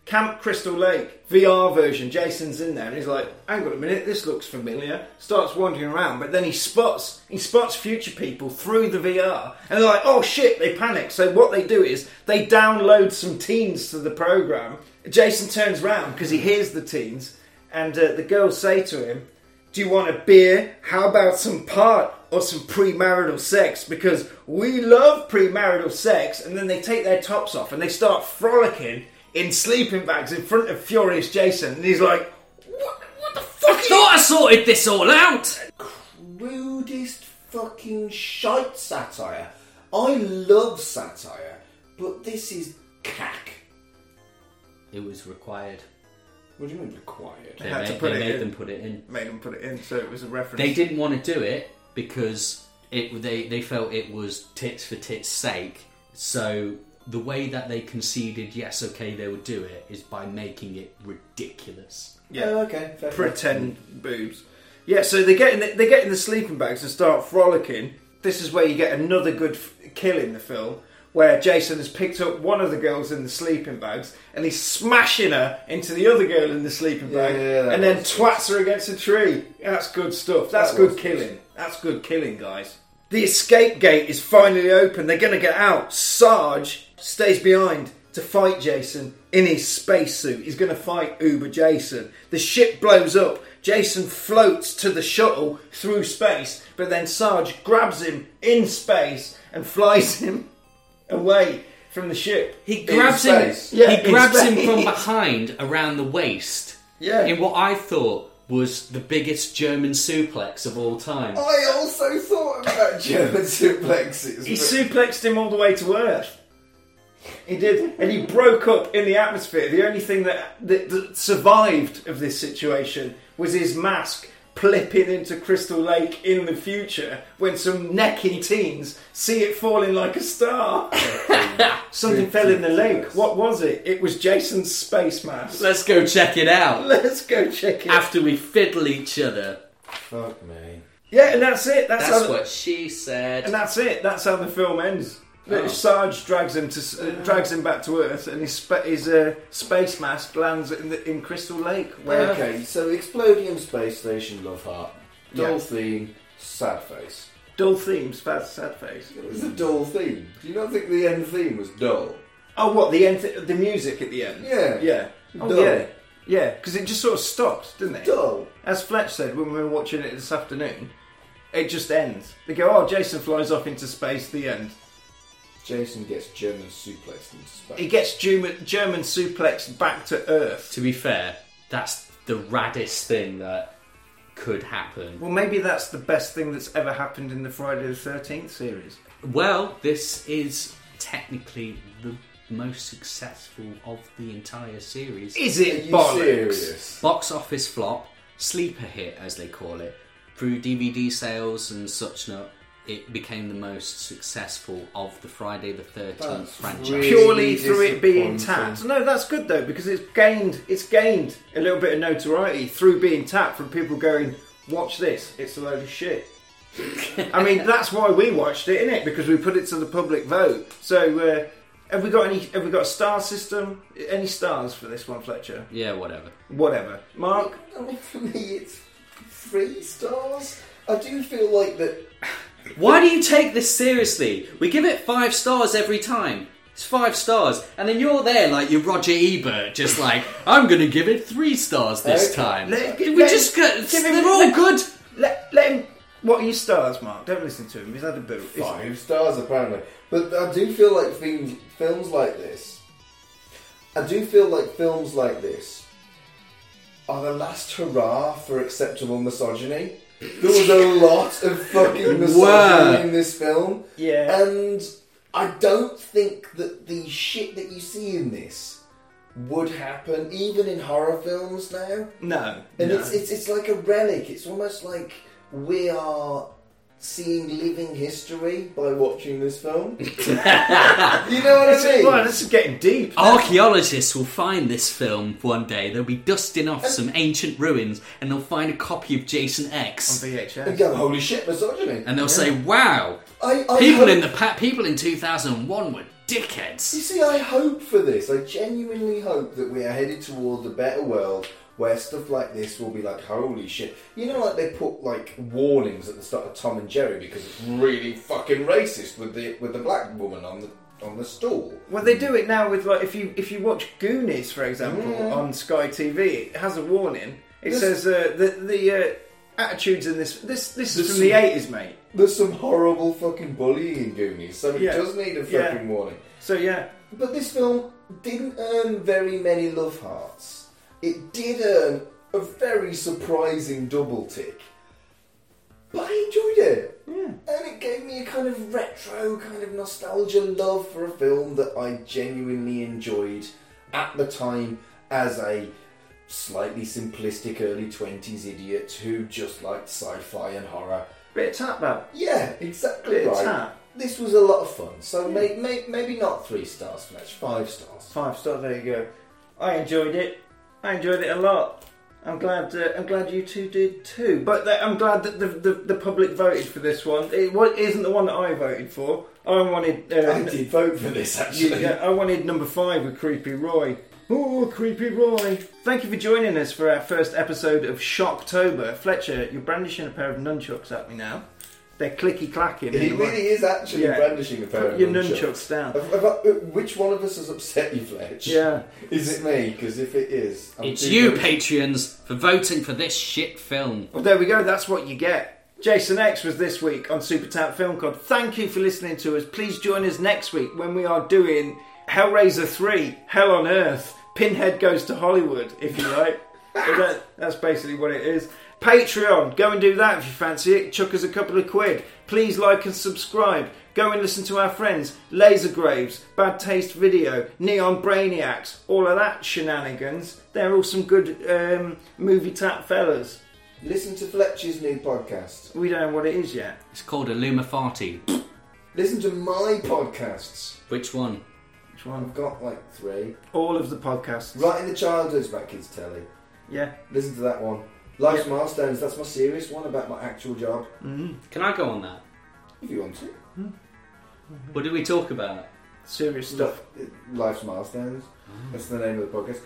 [SPEAKER 1] Camp Crystal Lake VR version. Jason's in there and he's like, "Hang on a minute, this looks familiar." Starts wandering around, but then he spots he spots future people through the VR, and they're like, "Oh shit!" They panic. So what they do is they download some teens to the program. Jason turns round because he hears the teens, and uh, the girls say to him, "Do you want a beer? How about some part?" or some premarital sex because we love premarital sex, and then they take their tops off and they start frolicking in sleeping bags in front of furious Jason, and he's like, "What, what the fuck?" are you
[SPEAKER 2] Thought I sorted this all out.
[SPEAKER 4] Rudest fucking shite satire. I love satire, but this is cack.
[SPEAKER 6] It was required.
[SPEAKER 5] What do you mean required?
[SPEAKER 6] They,
[SPEAKER 1] Had
[SPEAKER 6] made,
[SPEAKER 1] to put
[SPEAKER 6] they
[SPEAKER 1] it
[SPEAKER 6] made
[SPEAKER 1] in.
[SPEAKER 6] them put it in.
[SPEAKER 1] Made him put it in, so it was a reference.
[SPEAKER 6] They didn't want to do it because it they, they felt it was
[SPEAKER 2] Tits for tits' sake. So the way that they conceded, yes, okay, they would do it, is by making it ridiculous.
[SPEAKER 4] Oh, okay. Fair
[SPEAKER 1] pretend boobs. Yeah, so they get in the, they get in the sleeping bags and start frolicking. This is where you get another good f- kill in the film, where Jason has picked up one of the girls in the sleeping bags and he's smashing her into the other girl in the sleeping bag,
[SPEAKER 5] yeah, that
[SPEAKER 1] and then
[SPEAKER 5] was
[SPEAKER 1] twats her against a tree. That's good stuff. That's
[SPEAKER 5] That
[SPEAKER 1] good
[SPEAKER 5] was
[SPEAKER 1] killing. That's good killing, guys. The escape gate is finally open. They're going to get out. Sarge stays behind to fight Jason in his spacesuit. He's going to fight Uber Jason. The ship blows up. Jason floats to the shuttle through space, but then Sarge grabs him in space and flies *laughs* him away from the ship.
[SPEAKER 2] He grabs him.
[SPEAKER 5] space.
[SPEAKER 1] Yeah,
[SPEAKER 2] he
[SPEAKER 1] in
[SPEAKER 2] grabs him
[SPEAKER 1] space.
[SPEAKER 2] from behind, around the waist.
[SPEAKER 1] Yeah.
[SPEAKER 2] In what I thought was the biggest German suplex of all time.
[SPEAKER 1] Oh,
[SPEAKER 5] I also thought about *laughs* German suplexes.
[SPEAKER 1] He
[SPEAKER 5] but-
[SPEAKER 1] suplexed him all the way to Earth. He did, and he broke up in the atmosphere. The only thing that, that, that survived of this situation was his mask plipping into Crystal Lake in the future when some necky teens see it falling like a star. Something fell in the lake. What was it? It was Jason's space mask.
[SPEAKER 2] Let's go check it out.
[SPEAKER 1] Let's go check it.
[SPEAKER 2] After we fiddle each other.
[SPEAKER 5] Fuck me.
[SPEAKER 1] Yeah, and that's it. That's, how
[SPEAKER 6] That's
[SPEAKER 1] the-
[SPEAKER 6] what she said.
[SPEAKER 1] And that's it. That's how the film ends. Sarge drags him to uh, drags him back to Earth, and his spa his uh, space mask lands in, the, in Crystal Lake.
[SPEAKER 5] Uh.
[SPEAKER 1] Where
[SPEAKER 5] Okay, so Explodium Space Station Love Heart. Dull
[SPEAKER 1] Yeah.
[SPEAKER 5] theme, sad face.
[SPEAKER 1] dull themes, fat sad face.
[SPEAKER 5] It was a dull theme. Do you not think the end theme was dull?
[SPEAKER 1] Oh, what the end? the music at the end.
[SPEAKER 5] Yeah.
[SPEAKER 1] yeah, oh,
[SPEAKER 5] Dull.
[SPEAKER 1] yeah, yeah. Because it just sort of stops, didn't it?
[SPEAKER 5] Dull.
[SPEAKER 1] As Fletch said when we were watching it this afternoon, it just ends. They go, "Oh, Jason flies off into space." The end.
[SPEAKER 5] Jason gets German suplexed into space.
[SPEAKER 1] He gets German, German suplexed back to Earth.
[SPEAKER 2] To be fair, that's the raddest thing that could happen.
[SPEAKER 1] Well, maybe that's the best thing that's ever happened in the Friday the Thirteenth series.
[SPEAKER 2] Well, this is technically the most successful of the entire series.
[SPEAKER 1] Is
[SPEAKER 5] Are
[SPEAKER 1] it
[SPEAKER 5] you
[SPEAKER 1] bollocks?
[SPEAKER 5] serious?
[SPEAKER 2] Box office flop, sleeper hit as they call it. Through DVD sales and such not, it became the most successful of the Friday the 13th
[SPEAKER 5] That's
[SPEAKER 2] franchise.
[SPEAKER 5] really-
[SPEAKER 1] Purely through it being
[SPEAKER 5] disappointing.
[SPEAKER 1] tapped. No, that's good though because it's gained it's gained a little bit of notoriety through being tapped from people going, "Watch this, it's a load of
[SPEAKER 5] *laughs*
[SPEAKER 1] shit." I mean, that's why we watched it, innit? Because we put it to the public vote. So, uh, have we got any? Have we got a star system? Any stars for this one, Fletcher?
[SPEAKER 2] Yeah, whatever.
[SPEAKER 1] Whatever, Mark.
[SPEAKER 5] I mean, for me, it's three stars. I do feel like that.
[SPEAKER 2] Why do you take this seriously? We give it five stars every time. It's five stars. And then you're there like you're Roger Ebert, just like, I'm going to give it three stars this
[SPEAKER 5] Okay.
[SPEAKER 2] time.
[SPEAKER 1] Let-
[SPEAKER 2] we
[SPEAKER 1] let-
[SPEAKER 2] just got,
[SPEAKER 1] give him-
[SPEAKER 2] they're all good.
[SPEAKER 1] Let let him. What are your stars, Mark? Don't listen to him. He's had a boot. He's-
[SPEAKER 5] Five stars, apparently. But I do feel like films, films like this. I do feel like films like this are the last hurrah for acceptable misogyny. There was a lot of fucking misogyny
[SPEAKER 2] Were.
[SPEAKER 5] in this film.
[SPEAKER 1] Yeah.
[SPEAKER 5] And I don't think that the shit that you see in this would happen, even in horror films now.
[SPEAKER 1] No,
[SPEAKER 5] And
[SPEAKER 1] no.
[SPEAKER 5] it's, it's it's like a relic. It's almost like we are seeing living history by watching this *laughs* film. you know what
[SPEAKER 1] This
[SPEAKER 5] I
[SPEAKER 1] is,
[SPEAKER 5] mean?
[SPEAKER 1] well, this is getting deep.
[SPEAKER 5] Oh,
[SPEAKER 2] Archaeologists will find this film one day. They'll be dusting off some ancient ruins and they'll find a copy of Jason X.
[SPEAKER 5] And
[SPEAKER 1] VHS.
[SPEAKER 5] go, holy shit, misogyny.
[SPEAKER 2] And they'll say, wow,
[SPEAKER 5] I, I
[SPEAKER 2] people
[SPEAKER 5] hope-
[SPEAKER 2] in the pa- people in 2001 were
[SPEAKER 5] You
[SPEAKER 2] dickheads.
[SPEAKER 5] see, I hope for this. I genuinely hope that we are headed toward a better world where stuff like this will be like, holy shit. You know, like they put like warnings at the start of Tom and Jerry because it's really fucking racist with the with the black woman on the on the stool.
[SPEAKER 1] Well, they do it now with like if you if you watch Goonies, for example, on Sky TV, it has a warning. It
[SPEAKER 5] This-
[SPEAKER 1] says uh, the the uh, attitudes in this. This this
[SPEAKER 5] This
[SPEAKER 1] is from the
[SPEAKER 5] is-
[SPEAKER 1] eighties, mate.
[SPEAKER 5] There's some horrible fucking bullying in Goonies, so it
[SPEAKER 1] Yeah.
[SPEAKER 5] does need a fucking
[SPEAKER 1] Yeah.
[SPEAKER 5] warning.
[SPEAKER 1] So yeah,
[SPEAKER 5] But this film didn't earn very many love hearts. It did earn a very surprising double tick. But I enjoyed it. And it gave me a kind of retro, kind of nostalgia love for a film that I genuinely enjoyed at the time as a slightly simplistic early 20s idiot who just liked sci fi and horror.
[SPEAKER 1] bit of tap about.
[SPEAKER 5] Yeah, exactly
[SPEAKER 1] Bit of
[SPEAKER 5] right.
[SPEAKER 1] tap.
[SPEAKER 5] This was a lot of fun. So may, may, maybe not three stars, Fletch, five stars.
[SPEAKER 1] Five star. There you go. I enjoyed it. I enjoyed it a lot. I'm glad. Uh, I'm glad you two did too. But th- I'm glad that the, the the public voted for this one. It wa- isn't the one that I voted for. *laughs* I wanted. Uh,
[SPEAKER 5] I did vote for this
[SPEAKER 1] Yeah,
[SPEAKER 5] actually.
[SPEAKER 1] yeah, I wanted number five with Creepy Roy. Oh, Creepy Roy. Thank you for joining us for our first episode of Shocktober. Fletcher, you're brandishing a pair of nunchucks at me now. They're clicky clacking.
[SPEAKER 5] He really is actually
[SPEAKER 1] Yeah.
[SPEAKER 5] brandishing a pair
[SPEAKER 1] Put
[SPEAKER 5] of
[SPEAKER 1] your
[SPEAKER 5] nunchucks.
[SPEAKER 1] nunchucks down.
[SPEAKER 5] Have- have I- uh, which one of us has upset you, Fletch?
[SPEAKER 1] Yeah.
[SPEAKER 5] Is it me? Because if it is, I'm
[SPEAKER 2] It's
[SPEAKER 5] too
[SPEAKER 2] you,
[SPEAKER 5] good.
[SPEAKER 2] Patreons, for voting for this shit film.
[SPEAKER 1] Well, there we go. That's what you get. Jason X was this week on Super Tap Film Club. Thank you for listening to us. Please join us next week when we are doing Hellraiser 3, Hell on Earth, Pinhead Goes to Hollywood, if you like. But that- that's basically what it is. Patreon, go and do that if you fancy it. Chuck us a couple of quid. Please like and subscribe. Go and listen to our friends Laser Graves, Bad Taste Video, Neon Brainiacs, all of that shenanigans. They're all some good um, movie tap fellas.
[SPEAKER 5] Listen to Fletcher's new podcast.
[SPEAKER 1] We don't know what it is yet.
[SPEAKER 2] It's called a Lumafarty.
[SPEAKER 5] Listen to my podcasts.
[SPEAKER 2] Which one?
[SPEAKER 1] Which one?
[SPEAKER 5] I've got like three.
[SPEAKER 1] All of the podcasts.
[SPEAKER 5] Right in the childhoods about kids telly.
[SPEAKER 1] Yeah.
[SPEAKER 5] Listen to that one. Life's
[SPEAKER 1] Yeah.
[SPEAKER 5] milestones. That's my serious one about my actual job.
[SPEAKER 2] Can I go on that?
[SPEAKER 5] If you want to.
[SPEAKER 2] What did we talk about?
[SPEAKER 1] Serious stuff.
[SPEAKER 5] Stuff. Life's milestones.
[SPEAKER 1] Mm.
[SPEAKER 5] That's the name of the podcast.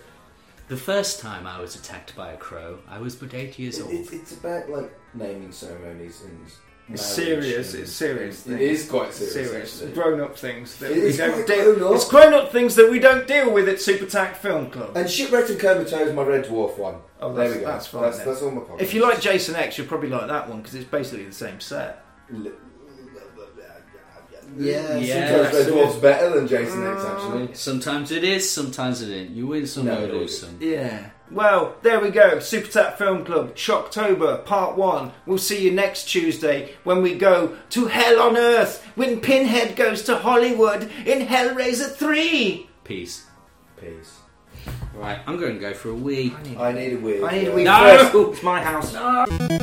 [SPEAKER 2] The first time I was attacked by a crow, I was but eight years
[SPEAKER 5] It-
[SPEAKER 2] old.
[SPEAKER 5] It's, it's about like naming ceremonies and.
[SPEAKER 1] It's
[SPEAKER 5] marriage
[SPEAKER 1] serious,
[SPEAKER 5] and-
[SPEAKER 1] it's serious
[SPEAKER 5] It
[SPEAKER 1] things.
[SPEAKER 5] is quite serious.
[SPEAKER 1] Serious.
[SPEAKER 5] actually.
[SPEAKER 1] Grown up things that
[SPEAKER 5] It
[SPEAKER 1] we
[SPEAKER 5] is
[SPEAKER 1] don't
[SPEAKER 5] quite
[SPEAKER 1] deal
[SPEAKER 5] grown up.
[SPEAKER 1] It's grown up things that we don't deal with at Super Tack Film Club.
[SPEAKER 5] And shipwrecked and comatose, my red dwarf one.
[SPEAKER 1] Oh,
[SPEAKER 5] there
[SPEAKER 1] that's-
[SPEAKER 5] we go.
[SPEAKER 1] that's fine
[SPEAKER 5] That's,
[SPEAKER 1] then.
[SPEAKER 5] that's all my podcast.
[SPEAKER 1] If you like Jason X, you'll probably like that one because it's basically the same set.
[SPEAKER 5] yeah,
[SPEAKER 2] Yeah,
[SPEAKER 5] sometimes red
[SPEAKER 1] that's Mm.
[SPEAKER 5] dwarf's better than Jason X actually.
[SPEAKER 2] Sometimes it is, sometimes it isn't. You win some,
[SPEAKER 5] No,
[SPEAKER 2] you
[SPEAKER 5] it
[SPEAKER 2] lose
[SPEAKER 5] isn't.
[SPEAKER 2] some.
[SPEAKER 1] Yeah. Well, there we go. Super Tap Film Club, Shocktober, Part 1. We'll see you next Tuesday when we go to Hell on Earth when Pinhead goes to Hollywood in Hellraiser 3.
[SPEAKER 2] Peace.
[SPEAKER 5] Peace.
[SPEAKER 2] Right, I'm going to go for a wee.
[SPEAKER 5] I need a wig.
[SPEAKER 1] I need a
[SPEAKER 5] yeah.
[SPEAKER 1] wee
[SPEAKER 2] No!
[SPEAKER 1] first. It's my house.